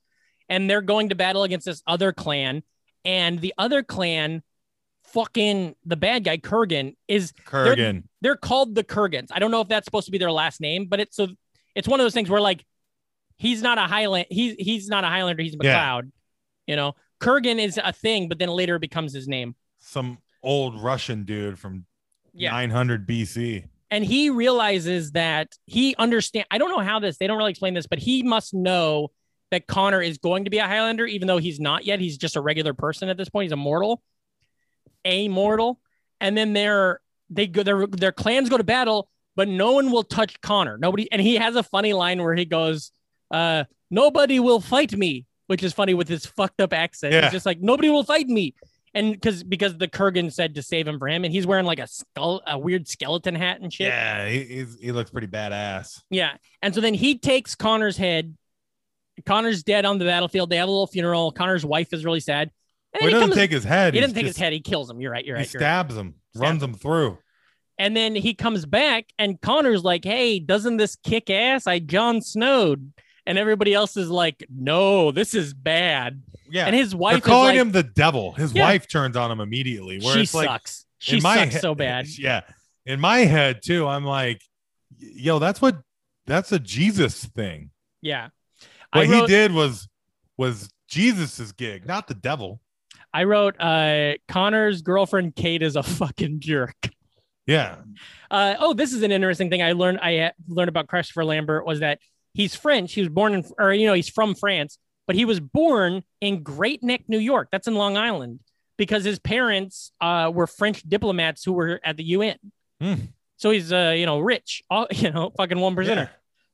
and they're going to battle against this other clan. And the other clan, fucking the bad guy Kurgan, is
Kurgan.
they're called the Kurgans. I don't know if that's supposed to be their last name, but it's so it's one of those things where like he's not a Highland, he's he's not a Highlander, he's a
Yeah.
McLeod. You know, Kurgan is a thing, but then later it becomes his name.
Some old Russian dude from
Yeah.
900 BC.
And he realizes that he understand. I don't know how this. They don't really explain this, but he must know that Connor is going to be a Highlander, even though he's not yet. He's just a regular person at this point. He's a mortal, a mortal. And then their they go their their clans go to battle, but no one will touch Connor. Nobody. And he has a funny line where he goes, uh, "Nobody will fight me," which is funny with his fucked up accent.
Yeah.
He's just like, "Nobody will fight me." And because because the Kurgan said to save him for him, and he's wearing like a skull, a weird skeleton hat and shit.
Yeah, he, he's, he looks pretty badass.
Yeah. And so then he takes Connor's head. Connor's dead on the battlefield. They have a little funeral. Connor's wife is really sad. And then
Well, he
he
doesn't
comes.
take his head.
he
he's
doesn't take his
just-
head. He kills him. You're right. You're
He
right. You're right.
stabs him,
Stab
runs him through.
And then he comes back, and Connor's like, "Hey, doesn't this kick ass? I John Snowed." And everybody else is like, "No, this is bad."
Yeah.
And his wife
They're
is
calling
like,
him the devil. His
Yeah.
wife turns on him immediately. Where
"She
it's like
sucks. She
in my
sucks
he-
so bad."
*laughs* Yeah. In my head too, I'm like, yo, that's what that's a Jesus thing.
Yeah.
What
I wrote,
he did was was Jesus's gig, not the devil.
I wrote, uh, "Connor's girlfriend Kate is a *laughs* fucking jerk."
Yeah.
Uh, oh, this is an interesting thing I learned. I uh, learned about Christopher Lambert was that he's French. He was born in, or you know, he's from France, but he was born in Great Neck, New York. That's in Long Island because his parents uh, were French diplomats who were at the UN.
Hmm.
So he's, uh, you know, rich, all, *laughs* you know, fucking one percenter.
Yeah.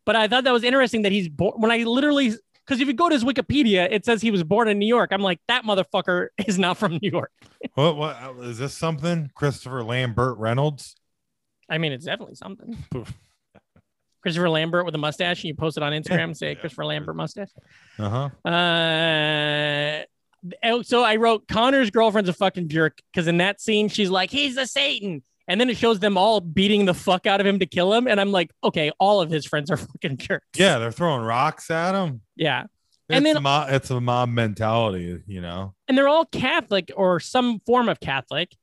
But I thought that was interesting that he's born. When I literally, because if you go to his Wikipedia, it says he was born in New York. I'm like, that motherfucker *laughs* is not from New York.
What, what uh, is this something? Christopher Lambert Reynolds?
I mean, it's definitely
*laughs*
something. Christopher Lambert with a mustache, and you post it on Instagram, say
Yeah.
Christopher Lambert mustache.
Uh-huh.
Uh, oh, so I wrote Connor's girlfriend's a fucking jerk because in that scene she's like, he's a Satan, and then it shows them all beating the fuck out of him to kill him, and I'm like, okay, all of his friends are *laughs* fucking jerks.
Yeah, they're throwing rocks at him.
yeah,
It's
And then-
mo- it's a mob mentality, you know.
and they're all Catholic or some form of Catholic,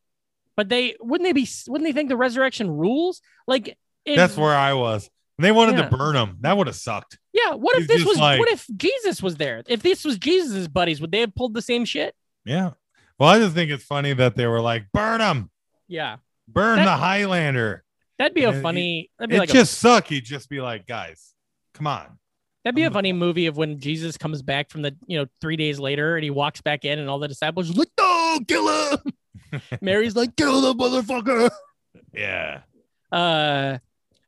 but they wouldn't they be wouldn't they think the resurrection rules like. if-
That's where I was. They wanted
Yeah.
to burn him. That would have sucked.
yeah. What if
he's
this
just
was?
like-
what if Jesus was there? If this was Jesus' buddies, would they have pulled the same shit?
Yeah. Well, I just think it's funny that they were like, burn him,
Yeah,
burn
That-
the Highlander.
that'd be a
Yeah, it-
funny. That'd be
It
like a
just suck. He'd just be like, guys, come on.
That'd be a
I'm-
funny movie of when Jesus comes back from the, you know, three days later and he walks back in and all the disciples are like, no, kill him.
*laughs*
Mary's like, kill the motherfucker.
Yeah.
Uh,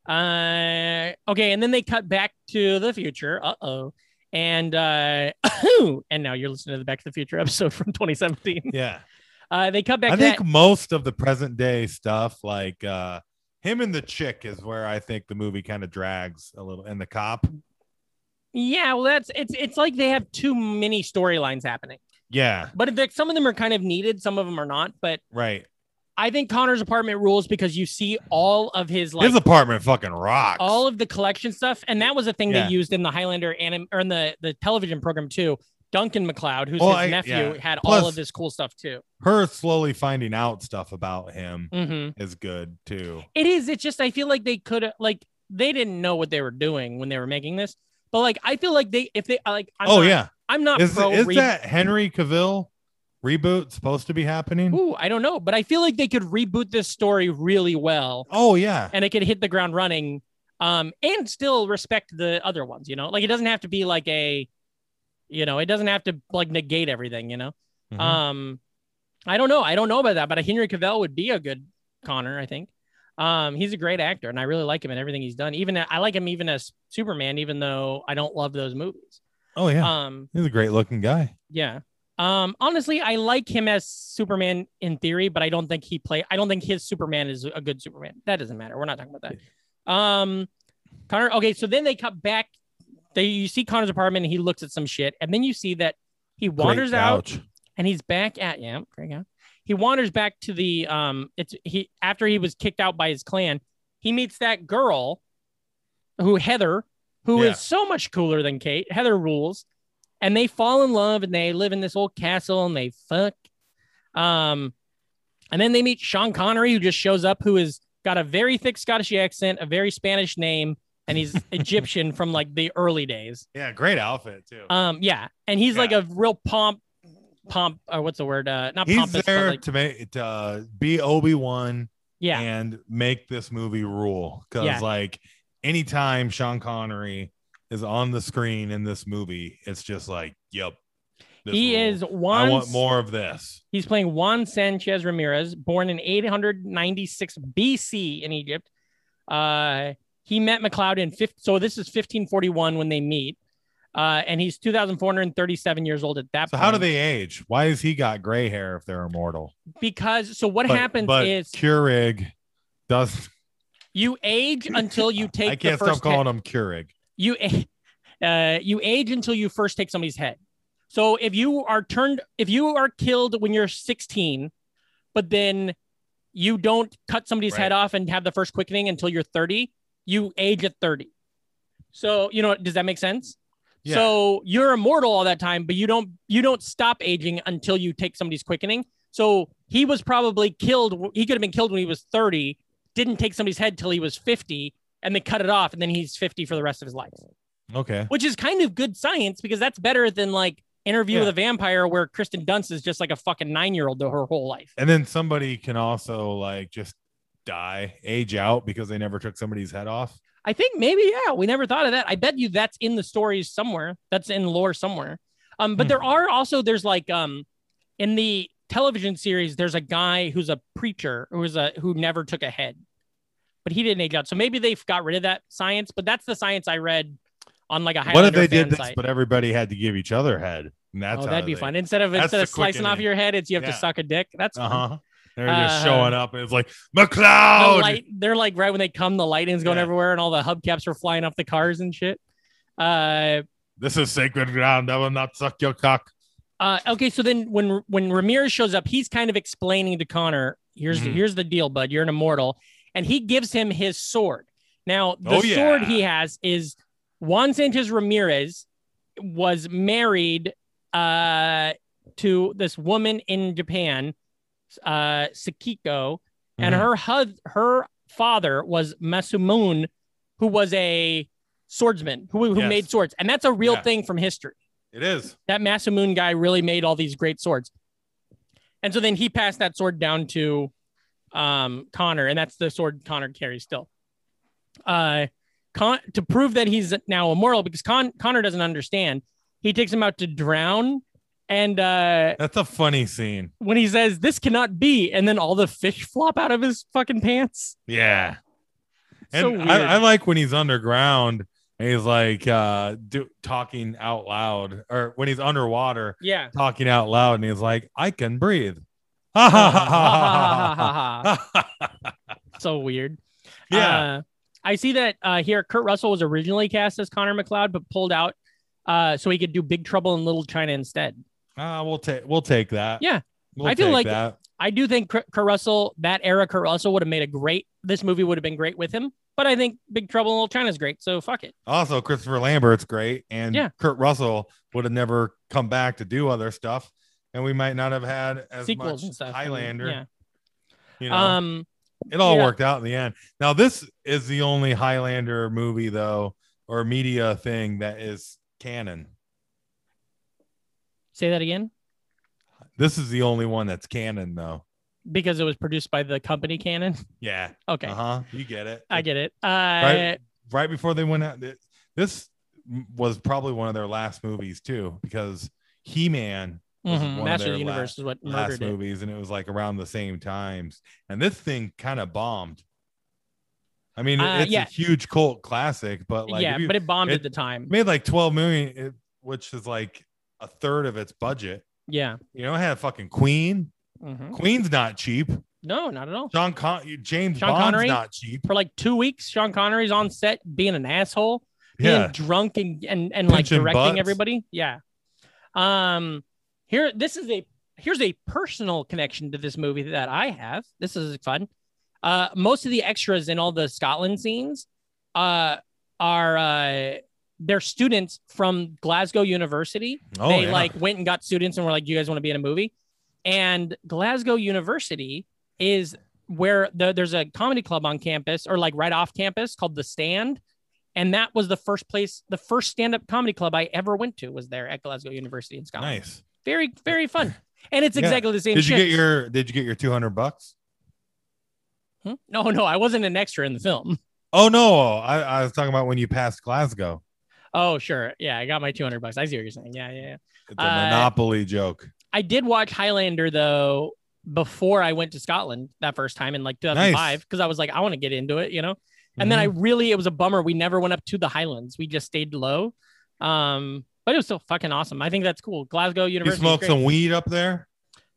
uh, okay. And then they cut back to the future. Uh oh. And, uh, *coughs* and now you're listening to the Back to the Future episode from 2017. *laughs*
Yeah.
Uh, they cut back
I
to
think
that-
most of the present day stuff, like uh him and the chick, is where I think the movie kind of drags a little. And the cop.
Yeah. Well, that's, it's, it's like they have too many storylines happening,
Yeah.
but if some of them are kind of needed, some of them are not. But
Right.
I think Connor's apartment rules because you see all of his, like,
His apartment fucking rocks.
all of the collection stuff, and that was a thing
Yeah.
they used in the Highlander anim or in the the television program too. Duncan McLeod, who's
Well,
his
I-
nephew,
yeah.
had all
Plus-
of this cool stuff too.
Her slowly finding out stuff about him
Mhm.
is good too.
It is. It's just I feel like they could like they didn't know what they were doing when they were making this, but like I feel like they if they like I'm
oh
not,
yeah.
I'm not
Is,
pro
is
re-
that Henry Cavill? reboot supposed to be happening?
Ooh, I don't know, but I feel like they could reboot this story really well,
Oh yeah,
and it could hit the ground running, um, and still respect the other ones. You know, like it doesn't have to be like a, you know, it doesn't have to like negate everything. You know,
Mhm.
um, I don't know, I don't know about that, but a Henry Cavill would be a good Connor, I think. Um, he's a great actor, and I really like him in everything he's done. Even I like him even as Superman, even though I don't love those movies.
oh yeah,
Um,
he's a great looking guy.
yeah. Um, honestly, I like him as Superman in theory, but I don't think he play. I don't think his Superman is a good Superman. That doesn't matter. We're not talking about that. Um, Connor. Okay, so then they cut back. They you see Connor's apartment and he looks at some shit, and then you see that he
Great
wanders out
couch.
and he's back at yeah, great guy. He wanders back to the um. It's he after he was kicked out by his clan. He meets that girl, who Heather, who is
Yeah.
so much cooler than Kate. Heather rules, and they fall in love and they live in this old castle and they fuck. Um, and then they meet Sean Connery, who just shows up, who has got a very thick Scottish accent, a very Spanish name, and he's Egyptian from like the early days.
Yeah, great outfit too.
Um, yeah, and he's like
Yeah.
a real pomp, pomp, or what's the word? Uh, not
he's
pompous,
there
but like,
to make to uh, be Obi Wan
yeah,
and make this movie rule because
Yeah.
like anytime Sean Connery is on the screen in this movie, it's just like, yep, this
he
rule.
is
I
Juan.
want more of this.
He's playing Juan Sanchez Ramirez, born in 896 BC in Egypt. Uh, he met McLeod in 50, so this is 1541 when they meet, uh, and he's 2,437 years old at that
So
point.
how do they age? Why has he got gray hair if they're immortal?
Because so what
But-
happens
but
is
Keurig does.
you age until you take.
*laughs* I can't
the
stop
first te-
calling him Keurig.
you *laughs* uh, you age until you first take somebody's head. So if you are turned, if you are killed when you're 16, but then you don't cut somebody's
Right.
head off and have the first quickening until you're 30, you age at 30. So you know, does that make sense?
Yeah.
So you're immortal all that time, but you don't you don't stop aging until you take somebody's quickening. So he was probably killed. He could have been killed when he was 30. Didn't take somebody's head till he was 50, and they cut it off, and then he's 50 for the rest of his life
Okay.
which is kind of good science because that's better than like interview
Yeah.
with a vampire where Kristen Dunst is just like a fucking nine year old her whole life.
And then somebody can also like just die, age out because they never took somebody's head off.
I think maybe, yeah, we never thought of that. I bet you that's in the stories somewhere. That's in lore somewhere. Um, but
Hmm.
there are also there's like um in the television series, there's a guy who's a preacher who was a who never took a head, but he didn't age out. So maybe they've got rid of that science, but that's the science I read on like a
what if
Highlander
they did
fan
this,
site.
but everybody had to give each other head? And that's
oh,
how
that'd be
they- *laughs*
fun. Instead of
That's
instead
the
of slicing off
quickening.
your head, it's you have
Yeah.
to suck a dick. That's
Uh
fun.
huh. They're just
Uh,
showing up and it's like
the
McLeod.
light they're like right when they come the lightning's going
Oh, Yeah.
everywhere and all the hubcaps are flying off the cars and shit uh
This is sacred ground. I will not suck your cock.
uh okay so then when when ramirez shows up he's kind of explaining to connor here's
Mhm.
here's the deal bud you're an immortal and he gives him his sword now the
Oh,
sword
yeah.
he has is juan sanchez ramirez was married uh to this woman in japan uh sakiko and
Mm-hmm.
her hus- her father was Masamune, who was a swordsman who, who
Yes.
made swords, and that's a real
Yeah.
thing from history.
It is.
That Masamune guy really made all these great swords, and so then he passed that sword down to um, Connor, and that's the sword Connor carries still. Uh, Con- to prove that he's now immortal, because Con- Connor doesn't understand, he takes him out to drown, and uh,
That's a funny scene.
when he says this cannot be, and then all the fish flop out of his fucking pants.
Yeah. And
so weird.
I, I like when he's underground and he's like uh do, talking out loud or when he's underwater
yeah.
*laughs* talking out loud and he's like, I
*laughs*
can breathe. *laughs*
so weird.
yeah.
Uh, I see that uh, here. Kurt Russell was originally cast as Connor McLeod, but pulled out uh, so he could do Big Trouble in Little China instead.
Uh, we'll take we'll take that.
Yeah.
We'll
I feel
take
like-
that.
I do think Kurt Kurt Russell, that era Kurt Russell, would have made a great. This movie would have been great with him. But I think Big Trouble in Little China is great. So fuck it.
Also, Christopher Lambert's great, and
Yeah.
Kurt Russell would have never come back to do other stuff, and we might not have had as
Sequels
much
and stuff. I mean,
Highlander.
yeah.
You know,
Um.
it all
yeah.
worked out in the end. Now, this is the only Highlander movie, though, or media thing that is canon.
Say that again.
This is the only one that's canon, though.
because it was produced by the company Canon. *laughs*
Yeah.
Okay,
Uh huh. You get it.
I get it. Uh,
right before they went out. th- This was probably one of their last movies too, because He Man was
mhm,
one of
Master of
their
the Universe is what
last
murdered it.
movies, and it was like around the same times. And this thing kind of bombed. I mean, it-
Uh,
it's
yeah.
a huge cult classic, but like,
yeah,
if you-
but it bombed
it-
at the time.
made like 12 million, it- which is like a third of its budget.
yeah.
You know, it had fucking Queen.
mhm.
Queen's not cheap.
No, not at all.
John Con- James
Sean
Bond's
Connery?
not cheap.
For like two weeks, Sean Connery's on set being an asshole,
Yeah.
being drunk and and, and like
Pinching
directing
butts.
everybody. Yeah. Um, here this is a here's a personal connection to this movie that I have. This is fun. Uh, most of the extras in all the Scotland scenes, uh, are uh, they're students from Glasgow University.
Oh,
they
yeah.
like went and got students and were like, "You guys want to be in a movie?" And Glasgow University is where the, there's a comedy club on campus or like right off campus called the Stand, and that was the first place, the first stand-up comedy club I ever went to was there at Glasgow University in Scotland.
nice.
Very, very fun, and it's
Yeah.
exactly the same.
Did you get
shit.
your Did you get your 200 bucks?
Hmm? No, no, I wasn't an extra in the film.
Oh no, I, I was talking about when you passed Glasgow.
Oh, sure, yeah, I got my two hundred bucks. I see what you're saying. Yeah, yeah, yeah.
It's a
Uh,
monopoly joke.
I did watch Highlander though before I went to Scotland that first time in like 2005 because I was like, I want to get into it, you know. And then
Mm-hmm.
I really, it was a bummer. We never went up to the Highlands. We just stayed low. Um, but it was still fucking awesome. I think that's cool. Glasgow
you
University. is
smoked
great.
some weed up there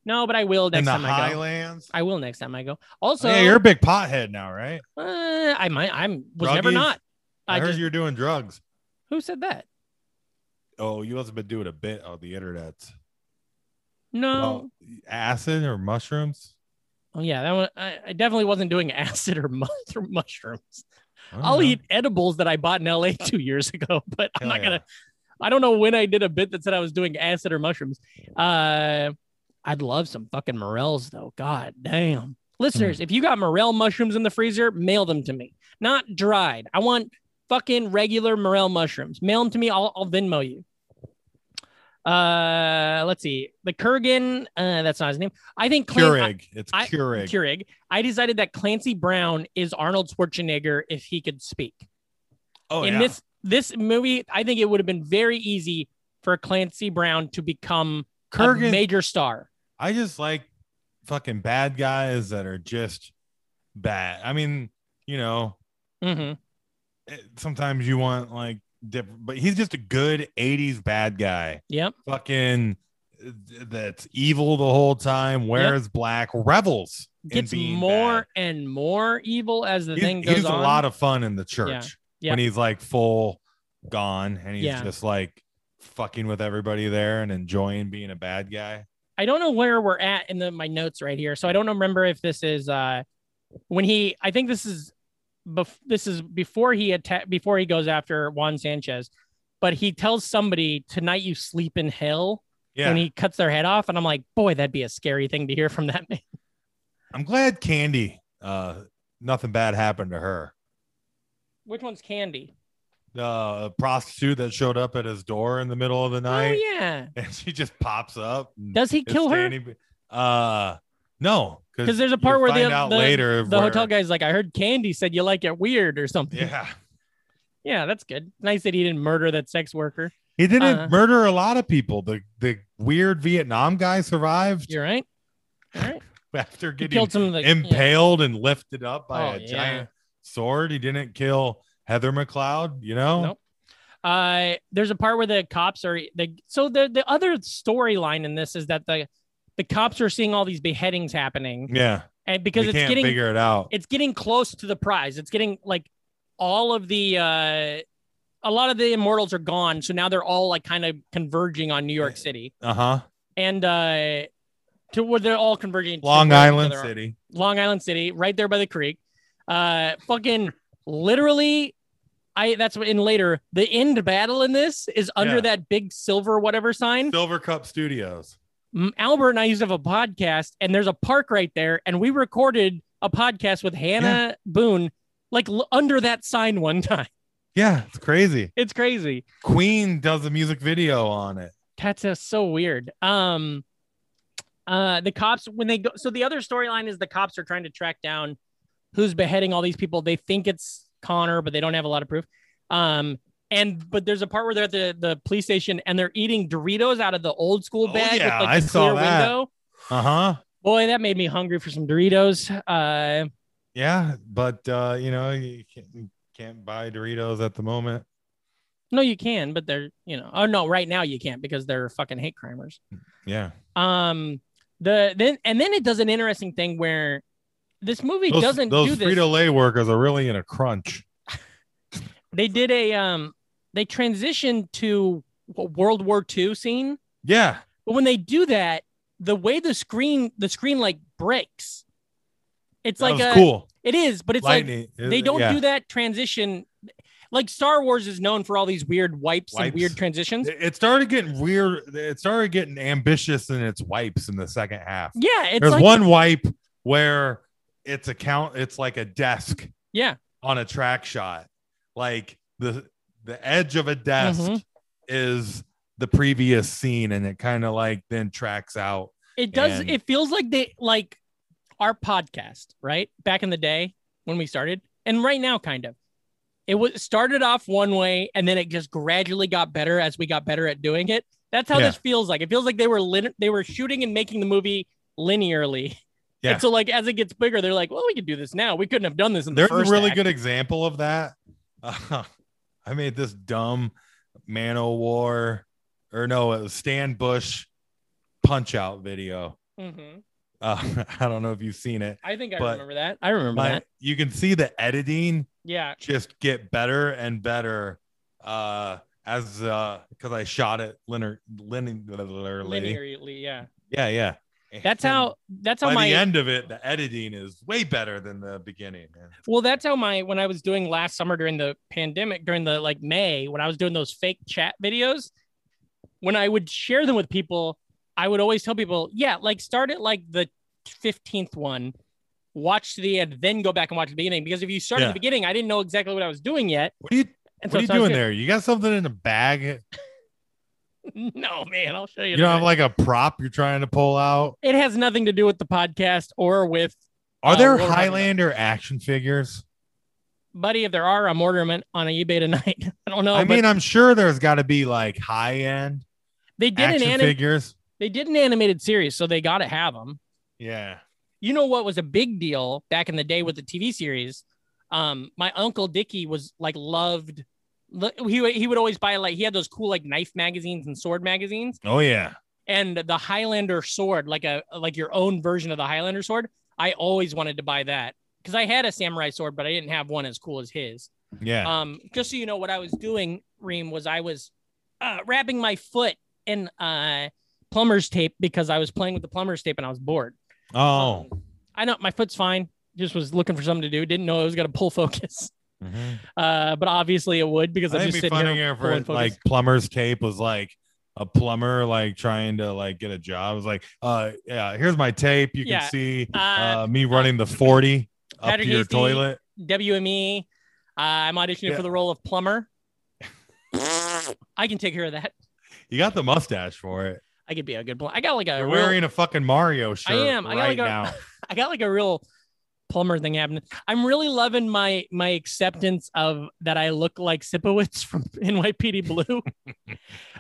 No, but I will
in
next
the
time I go.
Highlands.
I will next time I go. Also,
Oh, yeah, you're a big pothead now, right?
uh, I might. I'm was never
Druggies?
not.
I,
I,
heard
just
you're doing drugs.
who said that?
Oh, you must have been doing a bit on the internet.
No.
Well, acid or mushrooms?
oh yeah, that one. I, I definitely wasn't doing *laughs* acid or mus- or mushrooms.
I don't
I'll
know.
eat edibles that I bought in
*laughs*
LA two years ago, *laughs* but I'm
Hell
not
yeah.
gonna. I don't know when I did a bit that said I was doing acid or mushrooms. Uh, I'd love some fucking morels though. God damn, listeners,
Mm.
if you got morel mushrooms in the freezer, mail them to me. Not dried. I want fucking regular morel mushrooms. Mail them to me. I'll, I'll Venmo you. Uh, let's see. The Kurgan. Uh, that's not his name. I think Clan-
Keurig. it's
I-
Keurig.
Keurig. I decided that Clancy Brown is Arnold Schwarzenegger if he could speak.
oh
In
yeah.
this this movie, I think it would have been very easy for Clancy Brown to become a
Kurgan-
major star.
I just like fucking bad guys that are just bad. I mean, you know,
Mhm.
it- sometimes you want like different, but he's just a good 80s bad guy.
Yep.
Fucking uh, that's evil the whole time, wears black, revels. in
Gets
being
more
bad.
and more evil as the
He's,
thing goes
he's
on.
a lot of fun in the church
Yeah.
when he's like full gone and he's
Yeah.
just like fucking with everybody there and enjoying being a bad guy.
I don't know where we're at in the my notes right here, so I don't remember if this is uh when he. I think this is, bef- this is before he attack before he goes after Juan Sanchez, but he tells somebody tonight you sleep in hell
Yeah.
when he cuts their head off, and I'm like, boy, that'd be a scary thing to hear from that man. *laughs*
I'm glad Candy, uh, nothing bad happened to her.
Which one's Candy?
The prostitute that showed up at his door in the middle of the night
Oh yeah.
*laughs* and she just pops up. and
Does he
is
kill her?
standing be- Uh, no,
'Cause there's a
you
part where the-
find out
the-
later
The
where-
hotel guy's like, I heard Candy said you like it weird or something.
Yeah,
*laughs* Yeah, that's good. Nice that he didn't murder that sex worker.
he didn't
Uh-huh.
murder a lot of people. The the weird Vietnam guy survived
You're right. All right.
*laughs* after
He
getting
killed some of the yeah.
impaled and lifted up by
Oh,
a
yeah.
giant sword. He didn't kill Heather McLeod. You know,
Nope. uh there's a part where the cops are the so the the other storyline in this is that the the cops are seeing all these beheadings happening
yeah,
and
because
because
they
it's
can't
getting
figure it out.
it's getting close to the prize it's getting like all of the uh a lot of the immortals are gone so now they're all like kind of converging on new york city
Uh huh.
and uh to where they're all converging to
Long
where each
Island
other are.
City.
Long Island City, right there by the creek. Uh, fucking literally, I that's what in later the end battle in this is under
Yeah.
that big silver whatever sign.
Silver Cup Studios.
M- Albert and I used to have a podcast, and there's a park right there, and we recorded a podcast with Hannah Boone like l- under that sign one *laughs* time.
Yeah, it's crazy.
It's crazy.
Queen does a music video on it.
That's uh, so weird. Um, Uh, the cops when they go. So the other storyline is the cops are trying to track down who's beheading all these people. They think it's Connor, but they don't have a lot of proof. Um, and but there's a part where they're at the, the police station and they're eating Doritos out of the old school
Oh,
bag. with,
yeah,
like,
I
the
saw
clear
that.
Window.
Uh huh.
Boy, that made me hungry for some Doritos. Uh,
Yeah, but uh, you know you can't, you can't buy Doritos at the moment.
no, you can, but they're you know. Oh no, right now you can't because they're fucking hate crimers.
Yeah,
Um, the then and then it does an interesting thing where this movie
those,
doesn't
those
do this.
Frito Lay workers are really in a crunch.
They did a um, they transitioned to a World War II scene,
Yeah,
but when they do that, the way the screen the screen like breaks, it's
that
like
was
a,
cool.
it is, but it's like
Lightning.
they don't do that transition. Like Star Wars is known for all these weird wipes, and
Wipes.
weird transitions.
It it started getting weird. It started getting ambitious in its wipes in the second half.
Yeah, it's
There's
like
one wipe where it's a count. It's like a desk
yeah,
on a track shot. Like the the edge of a desk
Mhm.
is the previous scene, and it kind of like then tracks out.
it does.
And-
It feels like they like our podcast, right? Back in the day when we started, and right now, kind of. It was started off one way, and then it just gradually got better as we got better at doing it. That's how
Yeah.
this feels like. It feels like they were lin- they were shooting and making the movie linearly. *laughs*
Yeah.
And so, like as it gets bigger, they're like, "Well, we could do this now. We couldn't have done this in the
There's
first
a really
act."
good example of that. Uh, *laughs* I made this dumb man o' war, or no, it was Stan Bush punch out video.
Mhm.
Uh, *laughs* I don't know if you've seen it.
I think I
But
remember that. I remember
My-
that.
you can see the editing
Yeah.
just get better and better uh, as because I shot it linear, linear,
Linearly, yeah.
Yeah, yeah.
That's
And
how that's how
By
my
the end of it, the editing is way better than the beginning. Man.
Well, that's how my when I was doing last summer during the pandemic, during the like May, when I was doing those fake chat videos, when I would share them with people, I would always tell people, yeah, like start at like the 15th one, watch to the end, then go back and watch the beginning. Because if you start at
Yeah.
the beginning, I didn't know exactly what I was doing yet.
What are you
And
What are
so
you
it sounds
doing there? You got something in a bag?
good. *laughs* No, man, I'll show you.
You
in a
don't have
minute.
like a prop you're trying to pull out?
it has nothing to do with the podcast or with
Are
Uh,
there
what am I talking about?
Highlander action figures?
buddy. If there are, I'm ordering it on eBay tonight. *laughs* I don't know.
I
but
mean, uh, I'm sure there's got to be like high end
they did an
action
anim-
figures.
they did an animated series, so they got to have them.
Yeah.
you know what was a big deal back in the day with the TV series? Um, my uncle Dickie was like loved. lo- He wa- he would always buy like he had those cool like knife magazines and sword magazines,
Oh yeah.
and the Highlander sword, like a like your own version of the Highlander sword. I always wanted to buy that because I had a samurai sword, but I didn't have one as cool as his.
Yeah.
Um, just so you know, what I was doing, Reem, was I was uh, wrapping my foot in uh, plumber's tape because I was playing with the plumber's tape and I was bored.
oh.
Um, I know my foot's fine. Just was looking for something to do. Didn't know it was going to pull focus. *laughs*
Mhm.
Uh, but obviously it would because
I
I'm
think
just
it'd be
sitting
funny
here
if
pulling
it,
focus.
like plumber's tape was like a plumber like trying to like get a job. It was like, uh, yeah, here's my tape. You
Yeah.
can see
Uh,
uh, me running the 40 up to
Patrick
your
Hasty.
toilet.
WME. Uh, I'm auditioning
Yeah.
for the role of
*laughs*
plumber. I can take care of that.
You got the mustache for it.
I could be a good plumber. I got like a
You're
real,
wearing a fucking Mario shirt
am. I got,
right
like, a-
now.
I got like a real plumber thing happening. I'm really loving my my acceptance of that I look like Sipowicz from *laughs* NYPD
*laughs*
Blue. uh,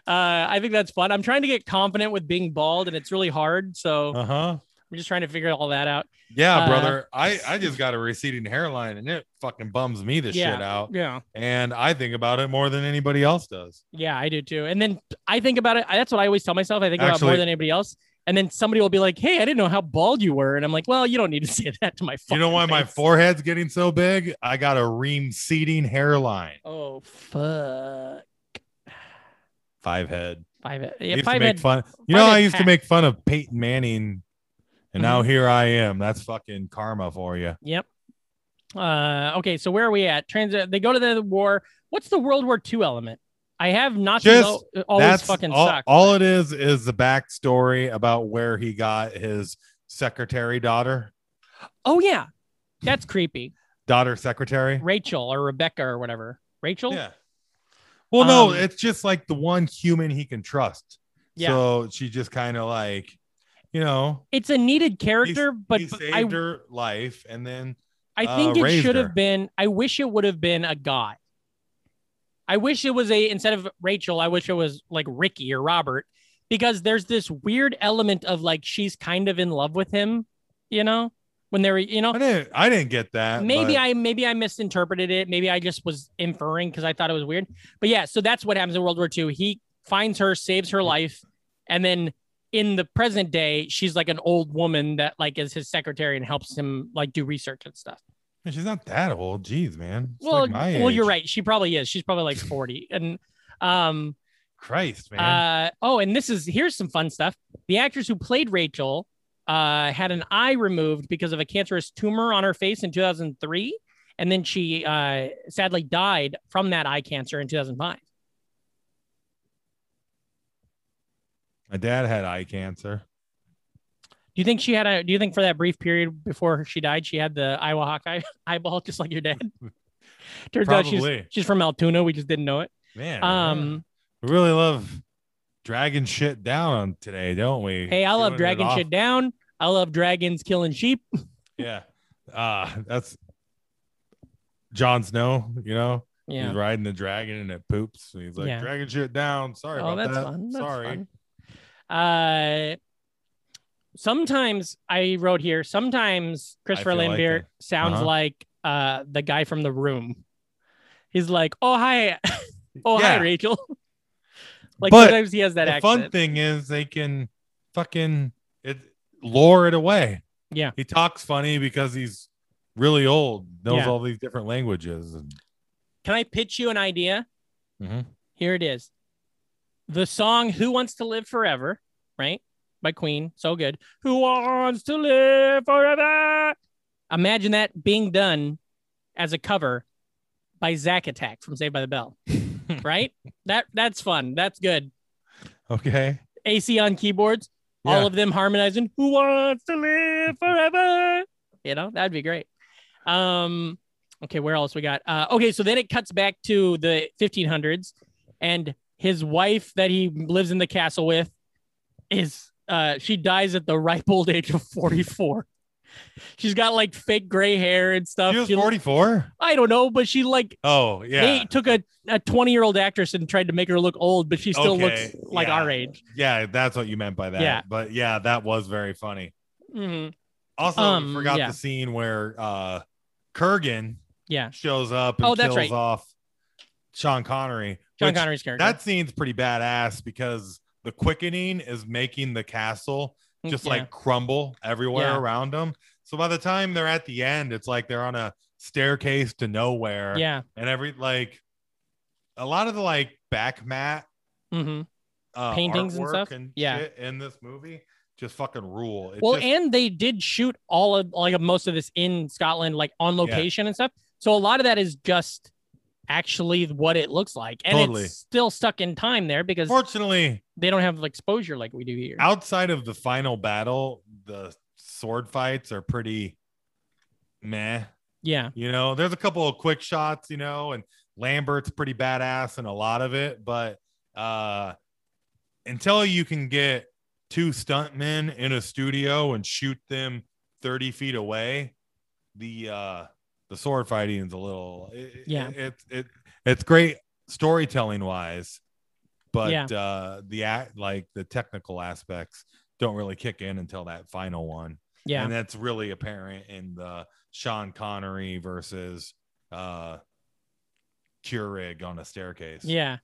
I think that's fun. I'm trying to get confident with being bald, and it's really hard. So *laughs*
Uh huh.
I'm just trying to figure all that out.
Yeah,
Uh,
brother. I I just got a receding hairline, and it fucking bums me the shit out.
Yeah.
And I think about it more than anybody else does.
Yeah, I do too. And then I think about it. That's what I always tell myself. I think about it more
Actually-
than anybody else. And then somebody will be like, "Hey, I didn't know how bald you were," and I'm like, "Well, you don't need to *laughs* say that to my."
you know
fucking
why my
face."
forehead's getting so big? I got a receding hairline.
Oh fuck!
Five head.
Five.
I
Yeah,
used
five
to make
head.
fun. You
five
know,
head
I used to
hat. Mm-hmm.
make fun of Peyton Manning, and now here I am. That's fucking karma for you.
Yep. Uh, okay, so where are we at? Transit. They go to the war. What's the World War II element? I have not
Just-
know- always
That's
fucking
all,
sucked.
all it is is the backstory about where he got his secretary daughter,
oh yeah, that's creepy.
daughter secretary.
Rachel or Rebecca or whatever. Rachel.
Yeah. Well, no,
Um,
it's just like the one human he can trust.
Yeah.
So she just kind of like you know,
It's a needed
he-
character, but
he
but
saved
I
her life, and then
I
uh,
think it
raised
should
her.
have been. I wish it would have been a guy. I wish it was a instead of Rachel. I wish it was like Ricky or Robert because there's this weird element of like she's kind of in love with him, you know. When they were, you know,
I didn't, I didn't get that.
Oh. maybe
but-
I maybe I misinterpreted it. Maybe I just was inferring because I thought it was weird. But yeah, so that's what happens in World War II. He finds her, saves her life, and then in the present day, she's like an old woman that like is his secretary and helps him like do research and stuff.
Man, she's not that old. Jeez, man. She's
well,
like my
well, you're
age.
right. She probably is. She's probably like 40. And um
Christ, man.
uh oh, and this is here's some fun stuff. The actress who played Rachel uh had an eye removed because of a cancerous tumor on her face in 2003 and then she uh sadly died from that eye cancer in 2005.
my dad had eye cancer.
Do you think she had a do you think for that brief period before she died she had the Iowa Hawkeye *laughs* eyeball just like your dad? *laughs* Turns out she's
Probably.
she's from Altoona, we just didn't know it.
Man.
Um
we really love dragging shit down on today, don't we?
hey, I love
Doing it
dragging
off-
shit down. I love dragons killing sheep.
Yeah. Uh that's Jon Snow, you know,
Yeah.
he's riding the dragon and it poops. And he's like,
Yeah.
dragging shit down. Sorry
oh,
about
that's
that.
fun. That's
Sorry.
fun. Uh, sometimes I wrote here. Sometimes Christopher
feel like
Lambert
that.
sounds
Uh-huh.
like uh the guy from The Room. He's like, oh hi, *laughs* oh
Yeah.
hi, Rachel. *laughs* like
But
sometimes he has that
the
accent.
fun thing is they can fucking it lure it away.
Yeah.
He talks funny because he's really old, knows
Yeah.
all these different languages. And
Can I pitch you an idea? *laughs*
Mhm.
Here it is. The song "Who Wants to Live Forever," right? By Queen, so good. Who wants to live forever? Imagine that being done as a cover by Zack Attack from Saved by the Bell. right? That that's fun. That's good.
Okay.
AC on keyboards, all
Yeah.
of them harmonizing. Who wants to live forever? You know, that'd be great. Um, okay, where else we got? Uh, okay, so then it cuts back to the 1500s, and his wife that he lives in the castle with is uh, she dies at the ripe old age of 44. *laughs* She's got like fake gray hair and stuff.
She was
She-
44.
I don't know, but she like
Oh, yeah.
they took a a 20 year old actress and tried to make her look old, but she still
Okay,
looks like
yeah.
our age.
Yeah, that's what you meant by that.
Yeah.
But yeah, that was very funny.
hmm
Also,
Um,
we forgot
yeah.
the scene where uh Kurgan
Yeah.
shows up and
Oh, that's
kills
right.
off Sean Connery.
John
which-
Connery's character.
That scene's pretty badass because the quickening is making the castle just
Mm, Yeah.
like crumble everywhere
Yeah.
around them. So by the time they're at the end, it's like they're on a staircase to nowhere.
yeah.
And every like a lot of the like back mat
hmm
uh,
Paintings and
artwork
stuff? Yeah.
shit in this movie just fucking rule. It
Well,
just-
and they did shoot all of like most of this in Scotland, like on location and stuff. So a lot of that is just actually what it looks like, and
Totally.
it's still stuck in time there because
fortunately,
they don't have exposure like we do here.
outside of the final battle, the sword fights are pretty meh.
yeah.
You know, there's a couple of quick shots, you know, and Lambert's pretty badass in a lot of it, but uh until you can get two stuntmen in a studio and shoot them 30 feet away, the uh the sword fighting is a little it-
Yeah.
It, it, it it's great storytelling wise, but
Yeah.
uh the act like the technical aspects don't really kick in until that final one
Yeah.
and that's really apparent in the Sean Connery versus uh Keurig on a staircase.
yeah.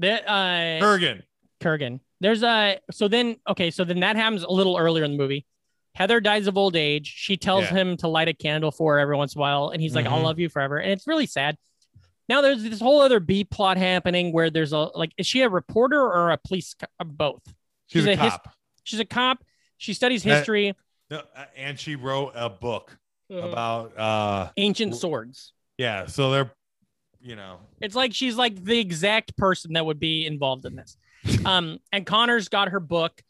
That uh,
Kurgan.
Kurgan. There's a so then okay, so then that happens a little earlier in the movie. Heather dies of old age. She tells
Yeah.
him to light a candle for her every once in a while, and he's like, "I'll
Mhm.
love you forever." And it's really sad. Now there's this whole other B plot happening where there's a like, is she a reporter or a police? Co- uh, both.
She's,
She's
a,
a his-
cop.
She's a cop. She studies
That-
history,
No, uh, and she wrote a book
Mhm.
Mm-hmm. about uh
ancient
w-
swords.
yeah, so they're you know
It's like she's like the exact person that would be involved in this. Um, and Connor's got her book,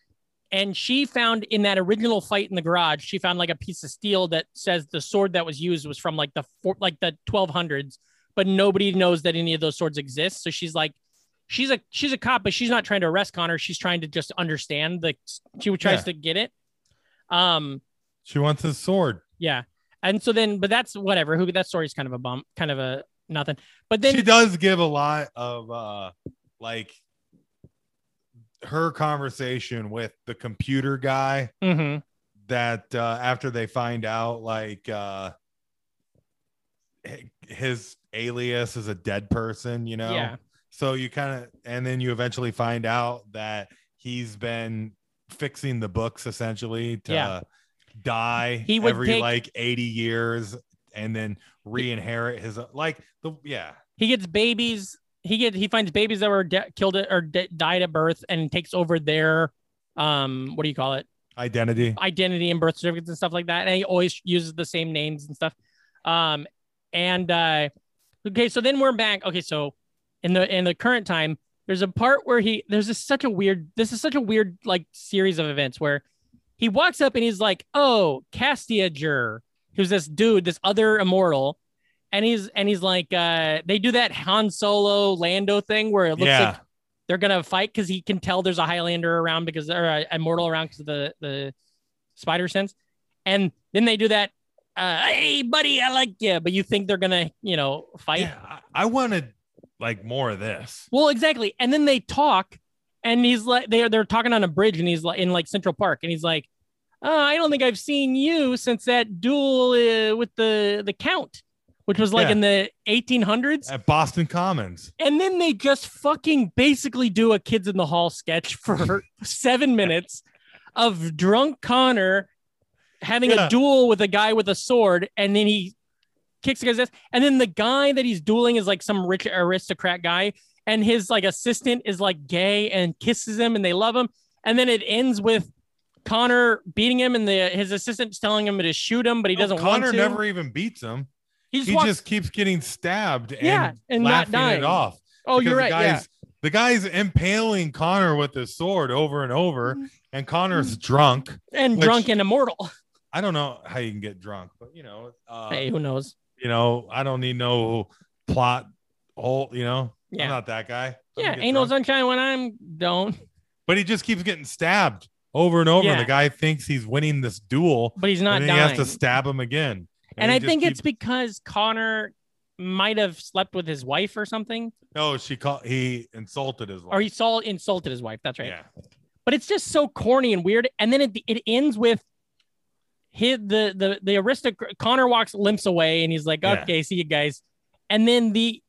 and she found in that original fight in the garage, she found like a piece of steel that says the sword that was used was from like the four, like the 1200s, but nobody knows that any of those swords exist. So she's like, she's a she's a cop, but she's not trying to arrest Connor. She's trying to just understand the she tries
Yeah.
to get it. Um,
She wants his sword.
yeah. And so then, but that's whatever. Who that story's kind of a bump, kind of a nothing. But then
she does give a lot of uh like her conversation with the computer guy
Mhm.
that uh after they find out like uh h- his alias is a dead person, you know.
yeah,
So you kind of and then you eventually find out that he's been fixing the books essentially to
Yeah.
die
He would
every
take-
like 80 years and then re-inherit his like the yeah
he gets babies. He get he finds babies that were de- killed at, or de- died at birth and takes over their um what do you call it
identity
identity and birth certificates and stuff like that. And he always uses the same names and stuff. Um, and uh, okay, so then we're back. Okay, so in the in the current time, there's a part where he there's this such a weird this is such a weird like series of events where he walks up and he's like, "Oh, Castiager, who's this dude, this other immortal." And he's and he's like uh, they do that Han Solo Lando thing where it looks like
yeah
they're gonna fight because he can tell there's a Highlander around because or a immortal around because of the the spider sense, and then they do that. Uh, hey, buddy, I like you, but you think they're gonna you know fight?
yeah I, I wanted like more of this
Well, exactly. And then they talk, and he's like they're they're talking on a bridge, and he's like in like Central Park, and he's like, oh, I don't think I've seen you since that duel uh, with the the Count, which was like
Yeah.
in the 1800s.
at boston commons
And then they just fucking basically do a kids in the hall sketch for seven minutes of drunk Connor having
Yeah.
a duel with a guy with a sword, and then he kicks the guy's ass. And then the guy that he's dueling is like some rich aristocrat guy, and his like assistant is like gay and kisses him, and they love him. And then it ends with Connor beating him, and the his assistant's telling him to shoot him, but he
No,
doesn't
Oh, connor
want to.
never even beats him
he just
he
walks.
just keeps getting stabbed
yeah,
and,
and not
laughing
dying.
it off
Oh, you're
because
right.
The
yeah.
guy's, the guy's impaling Connor with his sword over and over,
Mm-hmm.
and Connor's drunk.
And
which-
drunk and immortal.
I don't know how you can get drunk, but you know,
*laughs*
uh,
hey, who knows?
you know, I don't need no plot hole. You know,
Yeah.
I'm not that guy. I
Yeah,
don't get
ain't no
drunk.
sunshine when I'm don't.
but he just keeps getting stabbed over and over.
Yeah.
The guy thinks he's winning this duel,
But he's not
and then
dying.
he has to stab him again.
and
he
I
just
think it's
keeps-
because Connor might have slept with his wife or something,
no, she called. He insulted his wife.
or he saw insulted his wife. That's right.
Yeah,
But it's just so corny and weird. And then it it ends with his the the the aristocrat Connor walks limps away, and he's like,
Yeah.
"Okay, see you guys." And then the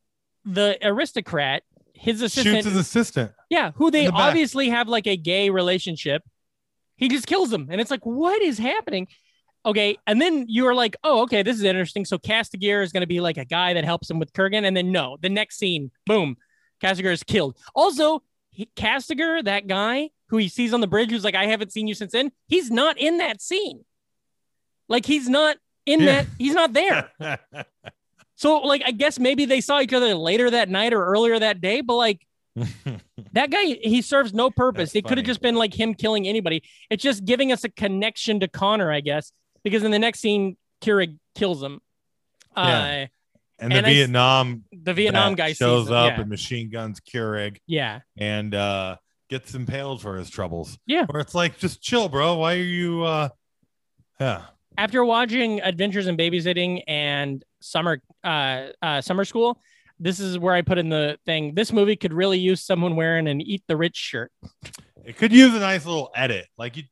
the aristocrat, his assistant,
shoots his assistant.
yeah, who they
the back.
obviously have like a gay relationship. He just kills them, and it's like, what is happening? Okay, and then you're like, oh, okay, this is interesting. So Castigear is going to be like a guy that helps him with Kurgan, and then no, the next scene, boom, Castigear is killed. Also, he, Castigear, that guy who he sees on the bridge, who's like, I haven't seen you since then. He's not in that scene. Like he's not in
Yeah.
that. He's not there.
*laughs*
So like, I guess maybe they saw each other later that night or earlier that day, but like. That guy, he serves no purpose.
That's
it could have
funny.
just been like him killing anybody. It's just giving us a connection to Connor, I guess, because in the next scene, Keurig kills him.
Yeah.
Uh,
and the
And I s-
Vietnam
the Vietnam
that
guy
shows
sees him.
up
Yeah.
and machine guns Keurig
yeah.
and uh, gets impaled for his troubles.
Yeah.
where it's like, just chill, bro. Why are you? uh Yeah,
After watching Adventures in Babysitting and Summer uh, uh, Summer School, this is where I put in the thing. This movie could really use someone wearing an Eat the Rich shirt.
it could use a nice little edit. Like you,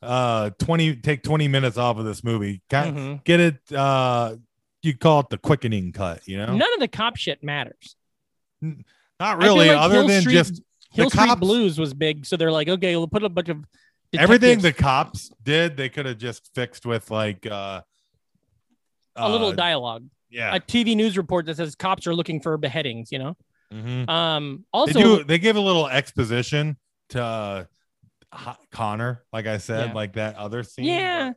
uh, twenty take twenty minutes off of this movie. Kind
Mhm.
Get it? uh You call it the quickening cut. You know,
None of the cop shit matters.
not
I feel
really.
like
other
Hill
than
Street-
just
Hill
the
Street
cops-
Blues was big, so they're like, okay, we'll put a bunch of
everything
detectives.
the cops did, they could have just fixed with like uh,
a little
uh,
dialogue.
yeah.
a TV news report that says cops are looking for beheadings, you know?
Mhm.
Um,
they do
also,
they give a little exposition to uh, Ho- Connor, like I said,
Yeah.
like that other scene.
yeah.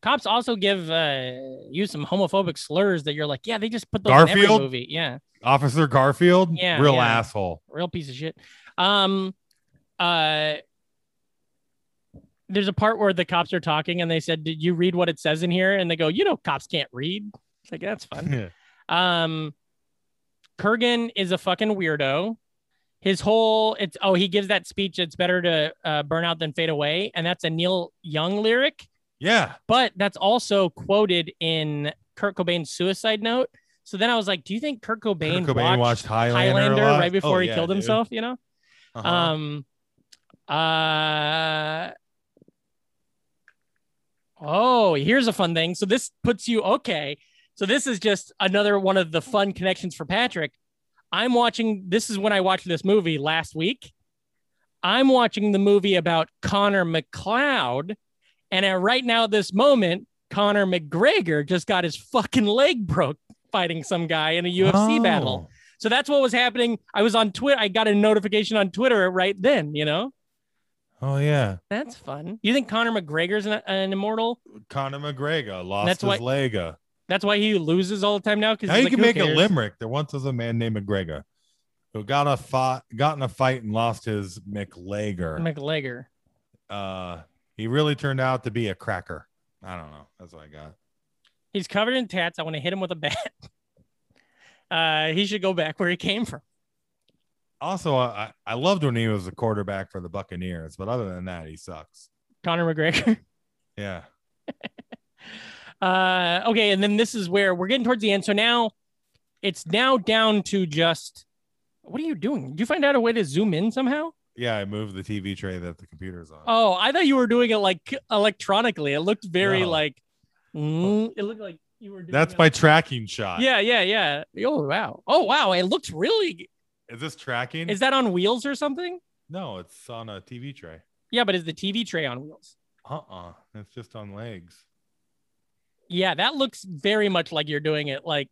Cops also give uh, you some homophobic slurs that you're like, yeah, they just put those in every
Garfield?
movie. Yeah,
but Officer Garfield,
Yeah,
real
yeah.
asshole.
real piece of shit. Um, uh, there's a part where the cops are talking and they said, did you read what it says in here? And they go, you know, cops can't read. It's like, that's fun.
Yeah.
Um, Kurgan is a fucking weirdo. His whole it's oh he gives that speech. It's better to uh, burn out than fade away, and that's a Neil Young lyric.
Yeah.
but that's also quoted in Kurt Cobain's suicide note. So then I was like, do you think Kurt Cobain,
Kurt Cobain
watched,
watched Highlander, a
Highlander
lot.
right before
Oh,
he
yeah,
killed
dude.
himself? You know,
Uh-huh.
um, uh, oh, here's a fun thing. So this puts you okay. So this is just another one of the fun connections for Patrick. I'm watching. This is when I watched this movie last week. I'm watching the movie about Connor McLeod, and at right now this moment, Connor McGregor just got his fucking leg broke fighting some guy in a UFC
Oh.
battle. So that's what was happening. I was on Twitter. I got a notification on Twitter right then. You know,
Oh yeah.
that's fun. You think Conor McGregor's an, an immortal?
Conor McGregor lost
That's
his
why-
leg. uh.
That's why he loses all the time now. Because
Now you can make a limerick. There once was a man named McGregor who got a fought, got in a fight and lost his McLager.
McLegger.
Uh, he really turned out to be a cracker. I don't know. That's what I got.
He's covered in tats. I want to hit him with a bat. *laughs* Uh, he should go back where he came from.
Also, I, I loved when he was a quarterback for the Buccaneers, but other than that, he sucks.
Conor McGregor. *laughs*
Yeah.
Uh, okay, and then this is where we're getting towards the end. So now it's now down to just what are you doing? Did you find out a way to zoom in somehow?
Yeah. I moved the TV tray that the computer's on.
Oh, I thought you were doing it like electronically. It looked very
No.
like mm, it looked like you were doing
That's
it-
my tracking shot.
Yeah, yeah, yeah. Oh wow. Oh wow. It looks really
Is this tracking?
is that on wheels or something?
no, it's on a TV tray.
Yeah, but is the TV tray on wheels?
Uh uh It's just on legs.
Yeah, that looks very much like you're doing it like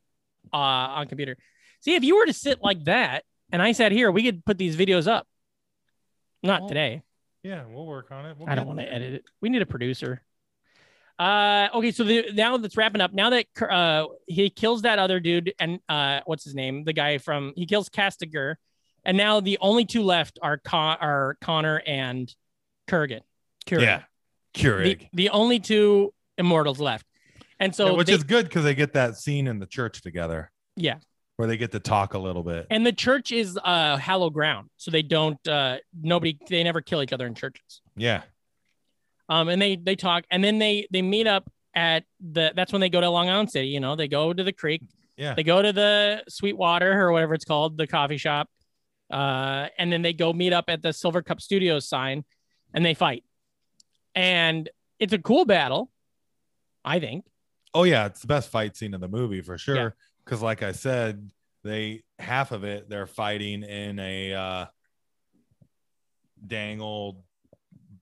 uh on computer. See, if you were to sit like that and I sat here, we could put these videos up. Not
Well,
today.
Yeah. We'll work on it. We'll
I don't
get
want to
there.
edit it. We need a producer. Uh, okay, so the, now that's wrapping up. Now that uh, he kills that other dude, and uh, what's his name? The guy from he kills Castiger, and now the only two left are Con- are Connor and Kurgan. Kurgan.
Yeah. Keurig.
the, the only two immortals left, and so
Yeah, which
they-
is good because they get that scene in the church together.
Yeah.
Where they get to talk a little bit.
and the church is uh hallowed ground, so they don't uh nobody they never kill each other in churches.
yeah.
um, and they they talk, and then they they meet up at the. That's when they go to Long Island City. You know, they go to the creek,
Yeah.
they go to the Sweetwater or whatever it's called, the coffee shop, uh, and then they go meet up at the Silver Cup Studios sign, and they fight, and it's a cool battle, I think.
oh yeah, it's the best fight scene in the movie for sure. Because like I said, they half of it they're fighting in a uh dang old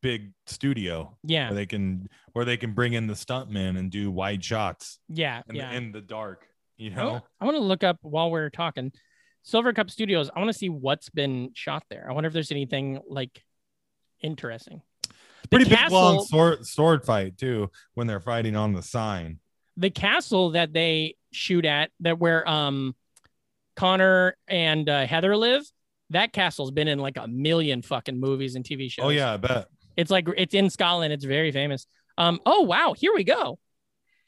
big studio
Yeah,
where they can where they can bring in the stuntmen and do wide shots
yeah,
in,
yeah. Oh,
the, in the dark, you
I
know?
wa- I want to look up while we're talking. Silver Cup Studios. I want to see what's been shot there. I wonder if there's anything like interesting. The
Pretty big long
castle-
sword sword fight too when they're fighting on the sign.
the castle that they shoot at that where um Connor and uh, Heather live that castle's been in like a million fucking movies and TV shows.
Oh yeah, I bet.
It's like it's in Scotland, it's very famous. Um oh wow, here we go.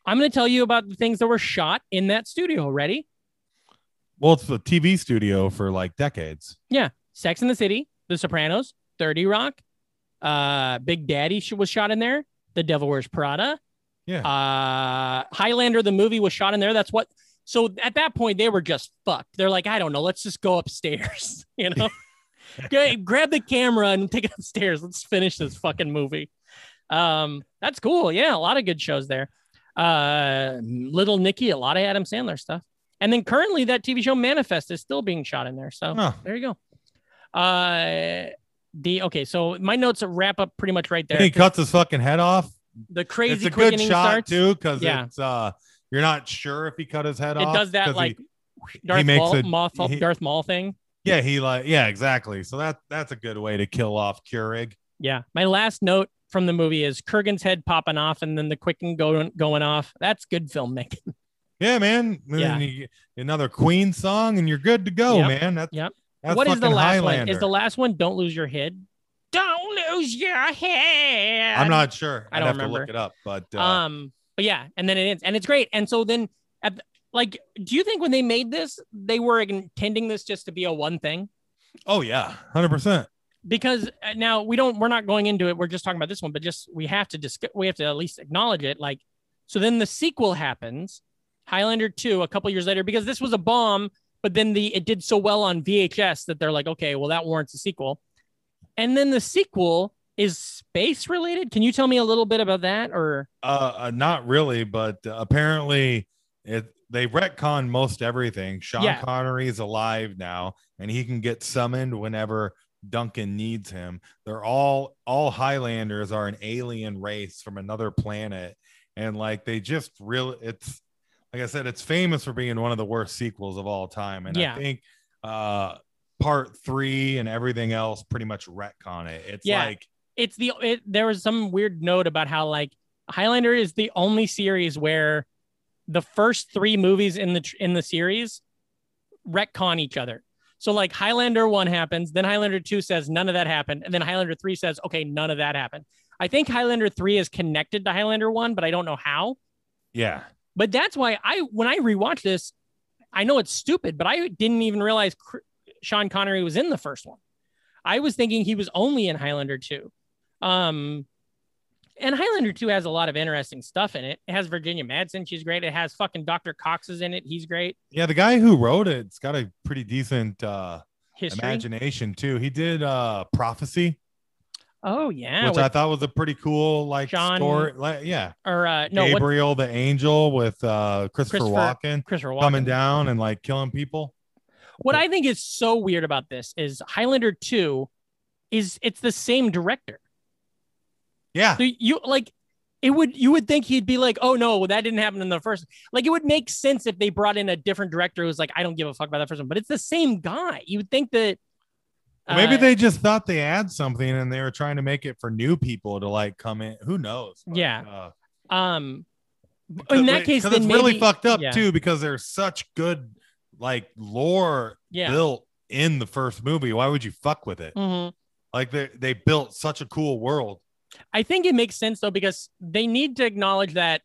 I'm going to tell you about the things that were shot in that studio, ready?
Well, it's the TV studio for like decades.
Sex in the City, The Sopranos, 30 Rock, uh Big Daddy sh- was shot in there, The Devil Wears Prada.
Yeah.
Uh Highlander the movie was shot in there. That's what so at that point they were just fucked. They're like, I don't know, let's just go upstairs, *laughs* you know. Gra- grab the camera and take it upstairs. Let's finish this fucking movie. Um that's cool. Yeah, a lot of good shows there. Uh Little Nicky, a lot of Adam Sandler stuff. And then currently that TV show Manifest is still being shot in there. So
Huh.
there you go. Uh, the okay, so my notes wrap up pretty much right there.
And he cuts his fucking head off.
the crazy
it's a good
quickening
shot
starts.
too, because
Yeah.
it's uh, you're not sure if he cut his head
It
off.
does that
'cause he-
like Darth
makes
Maul,
a-
Moth-
he-
Darth Maul thing.
yeah, he like yeah, exactly. So that that's a good way to kill off Keurig.
Yeah. My last note from the movie is Kurgan's head popping off and then the quicken going going off. That's good filmmaking.
Yeah, man. And
Yeah.
then you get another Queen song, and you're good to go,
Yep.
man. That's
Yep.
*laughs* That's
what is the
fucking
last one?
Highlander.
Is the last one "Don't Lose Your Head"? Don't lose your head.
I'm not sure.
I
I'd
don't
have
remember.
to look it up, but uh,
Um, but yeah, and then it ends, and it's great. And so then, at the, like, do you think when they made this, they were intending this just to be a one thing?
oh yeah, hundred percent.
because uh, now we don't we're not going into it we're just talking about this one but just we have to discuss we have to at least acknowledge it like so then the sequel happens highlander 2 a couple years later because this was a bomb but then the it did so well on vhs that they're like okay well that warrants a sequel and then the sequel is space related can you tell me a little bit about that or
Uh, uh, not really, but uh, apparently it they retcon most everything. Sean
Yeah.
Connery is alive now, and he can get summoned whenever Duncan needs him. They're all all Highlanders are an alien race from another planet, and like they just really it's like I said, it's famous for being one of the worst sequels of all time, and
Yeah.
I think uh part three and everything else pretty much retcon it. It's
Yeah.
like
it's the it, there was some weird note about how like Highlander is the only series where the first three movies in the tr- in the series retcon each other. So like Highlander one happens, then Highlander two says none of that happened, and then Highlander three says okay none of that happened. I think Highlander three is connected to Highlander one, but I don't know how.
yeah,
But that's why I, when I rewatched this, I know it's stupid, but I didn't even realize Cr- Sean Connery was in the first one. I was thinking he was only in Highlander 2. Um, and Highlander 2 has a lot of interesting stuff in it. It has Virginia Madsen. She's great. It has fucking Dr. Cox's in it. He's great.
yeah. The guy who wrote it's got a pretty decent uh
History.
imagination too. He did uh prophecy,
Oh, yeah.
which
with-
I thought was a pretty cool like
John-
story. Like, yeah,
or uh, no, what,
Gabriel the angel with uh Christopher,
Christopher
Walken
Christopher Walken.
coming down and like killing people.
What I think is so weird about this is Highlander 2 is it's the same director.
Yeah,
So you like it would you would think he'd be like, oh no, well, that didn't happen in the first. Like it would make sense if they brought in a different director who's like, I don't give a fuck about that first one, but it's the same guy. You would think that
maybe
uh,
they just thought they had something and they were trying to make it for new people to like come in. Who knows?
Yeah.
uh,
um b-
because-
in that case
because
then
it's really
maybe-
fucked up
yeah.
too because there's such good like lore
yeah.
built in the first movie. Why would you fuck with it?
Mhm.
Like they they built such a cool world.
I think it makes sense though because they need to acknowledge that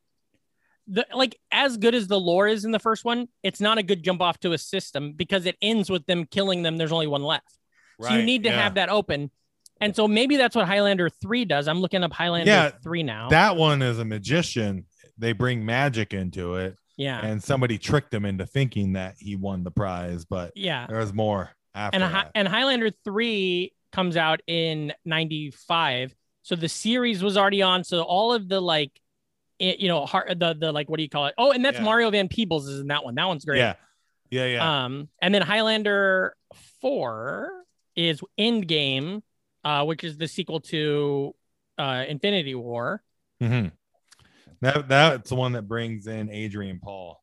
the like as good as the lore is in the first one, it's not a good jump off to a system because it ends with them killing them. There's only one left. So you
Right,
need to
yeah.
have that open. And so maybe that's what Highlander 3 does. I'm looking up Highlander
Yeah,
3 now.
That one is a magician. They bring magic into it,
yeah.
and somebody tricked him into thinking that he won the prize, but
Yeah.
there was more after
And Hi-
that.
and Highlander 3 comes out in 95. So the series was already on so all of the like it, you know heart, the the like what do you call it? Oh, and that's
Yeah.
Mario Van Peebles is in that one. That one's great.
Yeah, yeah, yeah.
Um, and then Highlander four is Endgame, uh, which is the sequel to uh, Infinity War.
Mhm. That that's the one that brings in Adrian Paul.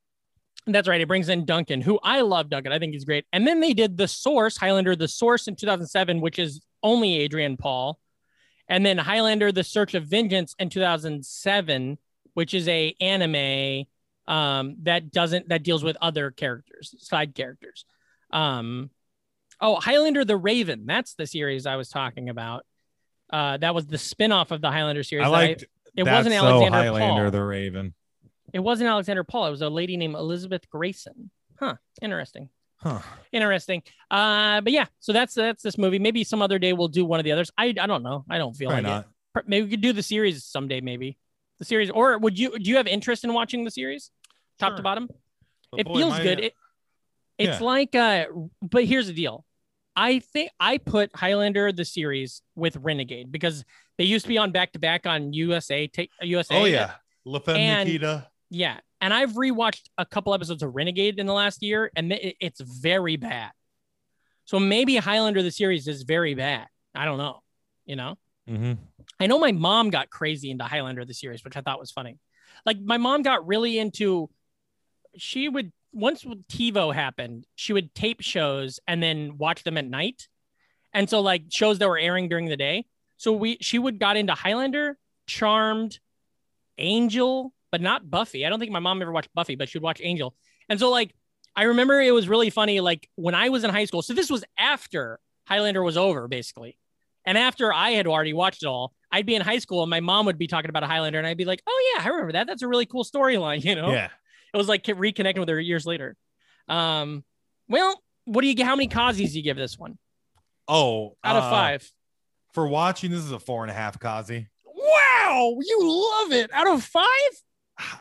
That's right. It brings in Duncan, who I love. Duncan, I think he's great. And then they did the Source Highlander, the Source in 2007, which is only Adrian Paul, and then Highlander: The Search of Vengeance in 2007, which is a anime um, that doesn't that deals with other characters, side characters. Um, oh, Highlander: The Raven. That's the series I was talking about. Uh, that was the spin-off of the Highlander series.
I
that
liked.
it
That's
wasn't
So
Alexander
Highlander
Paul.
the Raven.
It wasn't Alexander Paul. It was a lady named Elizabeth Grayson. Huh. Interesting.
Huh.
Interesting. Uh, but yeah, so that's that's this movie. Maybe some other day we'll do one of the others. I I don't know. I don't feel
Why
like it.
not?
Per- Maybe we could do the series someday. Maybe the series, or would you? Do you have interest in watching the series, top to
Sure.
bottom?
But
it
boy,
feels
my- uh,
good. It, it's like uh, but here's the deal. I think I put Highlander the series with Renegade because they used to be on back to back on USA. Take USA.
oh yeah, La Femme
And-
Nikita.
Yeah, and I've rewatched a couple episodes of Renegade in the last year, and it- it's very bad. So maybe Highlander the series is very bad. I don't know. You know,
Mhm.
I know my mom got crazy into Highlander the series, which I thought was funny. Like my mom got really into. She would once when TiVo happened, she would tape shows and then watch them at night, and so like shows that were airing during the day. So we she would got into Highlander, Charmed, Angel, but not Buffy. I don't think my mom ever watched Buffy, but she would watch Angel. And so like I remember it was really funny. Like when I was in high school, so this was after Highlander was over, basically. And after I had already watched it all, I'd be in high school and my mom would be talking about a Highlander, and I'd be like, "Oh yeah, I remember that. That's a really cool storyline." *laughs* You know,
Yeah.
it was like reconnecting with her years later. Um, well, what do you? How many Kazis do you give this one
Oh,
out of
uh,
five?
for watching. This is a four and a half, Kazi.
Wow, you love it. Out of five,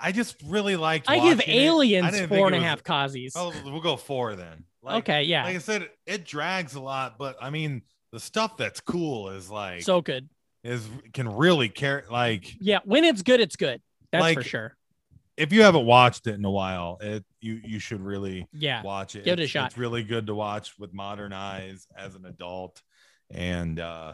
I just really liked.
I give
watching it. I
Aliens
didn't
four
think
and
it
a
was-
half Kazis.
Oh, we'll go four then. Like-
okay, yeah,
Like I said, it drags a lot, but I mean, the stuff that's cool is like
so good.
is can really care. Like
Yeah, when it's good, it's good. That's
Like-
for sure.
if you haven't watched it in a while, it you you should really
Yeah,
watch it.
Give it a
It's-
shot.
It's really good to watch with modern eyes as an adult, and uh,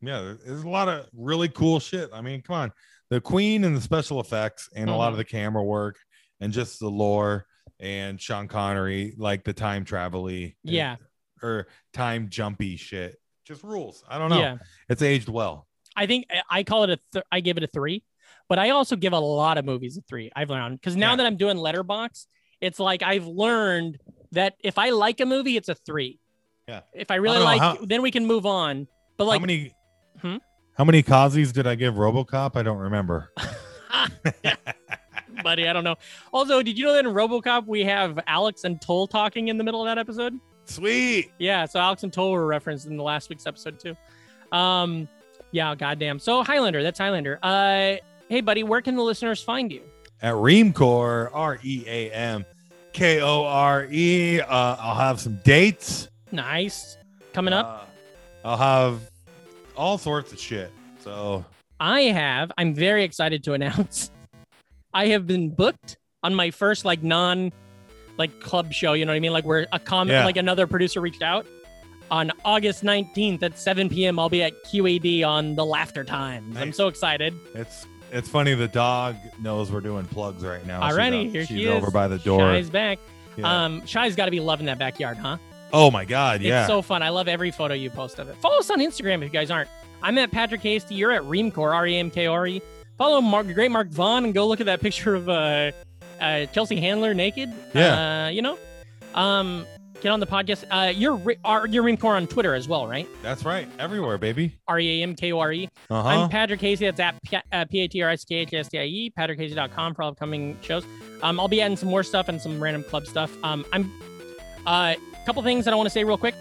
yeah, there- there's a lot of really cool shit. I mean, come on, the Queen and the special effects, and a lot
Mhm.
of the camera work, and just the lore, and Sean Connery, like the time travel
yeah,
or time jumpy shit, just rules. I don't know.
yeah.
It's aged well.
I think I- I call it a. Th- I give it a three, but I also give a lot of movies a three. I've learned because now
Yeah.
that I'm doing Letterbox, it's like I've learned that if I like a movie, it's a three.
Yeah.
If I really
know
like,
how-
then we can move on. But
how
like,
many?
Hmm?
How many Kazis did I give RoboCop? I don't
*laughs*
remember. *laughs*
buddy, I don't know. Also, did you know that in RoboCop we have Alex and Toll talking in the middle of that episode?
Sweet.
Yeah, so Alex and Toll were referenced in the last week's episode too. Um, yeah, goddamn. So Highlander, that's Highlander. Uh, hey buddy, where can the listeners find you?
at Reamcore, R E A M K O R E. Uh, I'll have some dates
Nice, coming up.
Uh, I'll have all sorts of shit. So
I have. I'm very excited to *laughs* announce. I have been booked on my first like non, like club show. You know what I mean? Like where a comment,
Yeah.
like another producer reached out on August 19th at 7 p.m. I'll be at QAD on the Laughter Times. I'm
Nice.
so excited.
it's it's funny the dog knows we're doing plugs right now. She's
Alrighty,
out-
here
she's
she is.
over by the door.
Shy's back.
Yeah.
Um, Shy's got to be loving that backyard, huh?
oh my god,
It's
yeah.
so fun. I love every photo you post of it. Follow us on Instagram if you guys aren't. I'm at Patrick Hasty. You're at Reamcore, R E M K R E. Follow Mark, the great Mark Vaughn, and go look at that picture of uh, uh, Chelsea Handler naked.
Yeah.
Uh, you know, um, get on the podcast. Uh, you're Re- are, you're Reamcore on Twitter as well, right?
That's right. Everywhere, baby.
R E A M K O R E.
Uh
I'm
huh.
Patrick Casey. That's at P- uh, P-A-T-R-I-C-K-H-S-T-I-E, patrickcasey.com for all upcoming shows. Um, I'll be adding some more stuff and some random club stuff. Um, I'm a uh, couple things that I want to say real quick.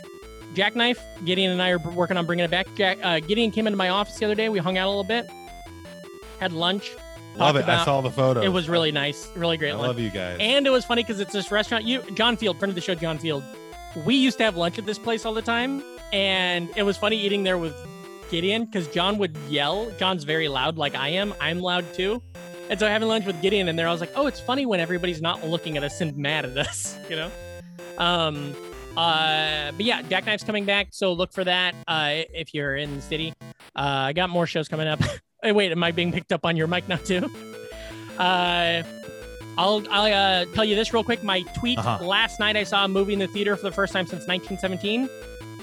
Jackknife, Gideon and I are b- working on bringing it back. Jack, uh, Gideon came into my office the other day. We hung out a little bit, had lunch.
Love it. I
about-
saw the photo.
It was really nice, really
I
great lunch.
love you guys.
And it was funny because it's this restaurant. You, John Field, friend of the show, John Field. We used to have lunch at this place all the time, and it was funny eating there with Gideon because John would yell. John's very loud, like I am. I'm loud too, and so having lunch with Gideon in there, I was like, oh, it's funny when everybody's not looking at us and mad at us, *laughs* you know. Um, uh, but yeah, Jackknife's coming back, so look for that uh, if you're in the city. Uh, I got more shows coming up. *laughs* Hey, wait, am I being picked up on your mic now too? Uh, I'll I'll uh, tell you this real quick. My tweet
Uh-huh.
last night I saw a movie in the theater for the first time since 1917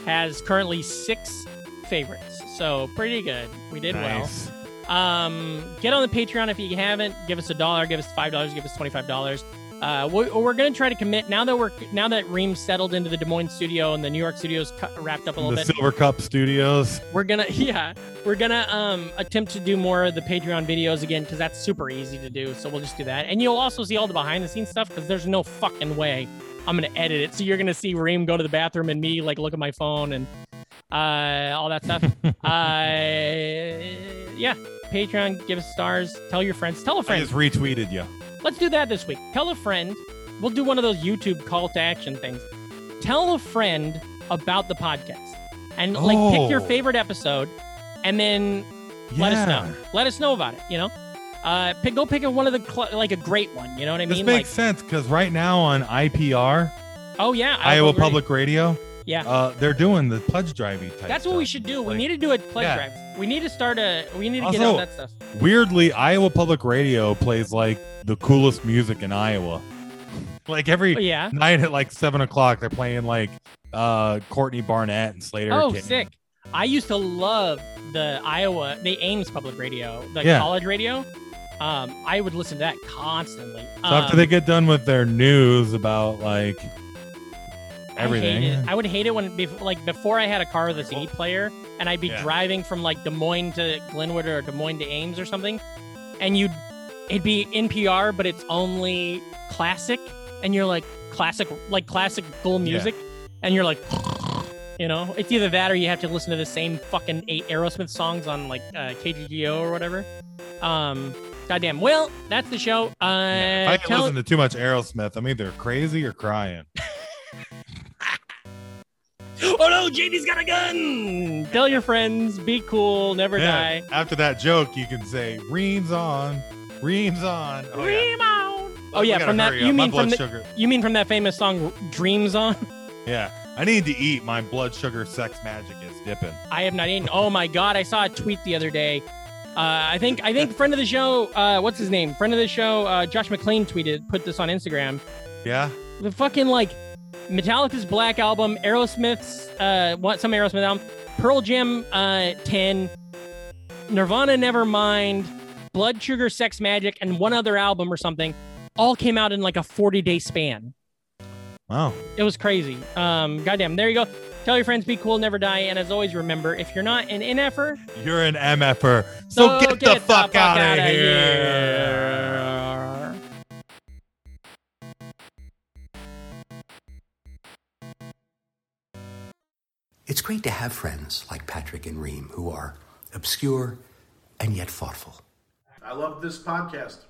has currently six favorites. So pretty good. We did well.
nice.
Um, get on the Patreon if you haven't. Give us a dollar. Give us five dollars. Give us twenty five dollars. Uh, we're, we're going to try to commit now that we're now that Reem settled into the Des Moines studio and the New York studios cu- wrapped up a little bit
The Silver Cup Studios.
we're gonna *laughs* yeah we're gonna um attempt to do more of the patreon videos again because that's super easy to do so we'll just do that and you'll also see all the behind the scenes stuff because there's no fucking way i'm gonna edit it so you're gonna see reem go to the bathroom and me like look at my phone and uh all that stuff uh yeah patreon give us stars tell your friends tell a
I
friend
just retweeted you.
Let's do that this week. Tell a friend. We'll do one of those YouTube call to action things. Tell a friend about the podcast and like pick your
Oh.
favorite episode and then let us
Yeah.
know. Let us know about it, you know? Uh, pick, go pick a, one of the, cl- like a great one. You know what I
This
mean?
makes sense because right now on IPR,
like, oh yeah.
Iowa
agree.
Public Radio,
Yeah.
uh, they're doing the pledge driving type.
That's what we
stuff.
should do. We
Like,
need to do a pledge
Yeah.
drive. We need to start a, we need to get
Also,
on that stuff.
Weirdly, Iowa Public Radio plays like the coolest music in Iowa. *laughs* Like every
Oh, yeah.
night at like seven o'clock, they're playing like uh, Courtney Barnett and Slater.
Oh,
Kinney.
sick. I used to love the Iowa, the Ames Public Radio, the
Yeah.
college radio. Um, I would listen to that constantly.
So after
Um,
they get done with their news about like
I hate
everything,
it. I would hate it when, bef- like, before I had a car with a CD player, and I'd be
Yeah.
driving from like Des Moines to Glenwood or Des Moines to Ames or something, and you'd, it'd be NPR, but it's only classic, and you're like classic, like classic cool
Yeah.
music, and you're like, *laughs* You know, it's either that or you have to listen to the same fucking eight Aerosmith songs on like uh, KGGO or whatever. Um, goddamn. Well, that's the show.
Yeah,
Uh,
if I
tell-
listen to too much Aerosmith, I'm either crazy or crying.
oh no, JD's got a gun. Tell your friends. Be cool.
*laughs*
Never
Yeah,
die.
After that joke, you can say "Reams on, Reams on." Oh yeah,
Dream on. Oh
We
yeah,
gotta
from that.
hurry
You
up. My
mean from
blood
the,
sugar?
you mean from that famous song "Dreams On." *laughs*
Yeah, I need to eat. My blood sugar, sex magic is dipping.
I have not eaten. Oh my god! I saw a tweet the other day. Uh, I think I think friend of the show. Uh, what's his name? Friend of the show. Uh, Josh McLean tweeted put this on Instagram.
Yeah,
The fucking like Metallica's Black Album, Aerosmith's uh, what some Aerosmith album, Pearl Jam uh, Ten, Nirvana Nevermind, Blood Sugar Sex Magic, and one other album or something, all came out in like a forty day span.
wow.
It was crazy. Um, goddamn. There you go. Tell your friends, be cool, never die, and as always, remember if you're not an NFer.
You're an mf'er, so, get, the fuck, out of
outta
here.
here.
It's great to have friends like Patrick and Reem who are obscure and yet thoughtful.
I love this podcast.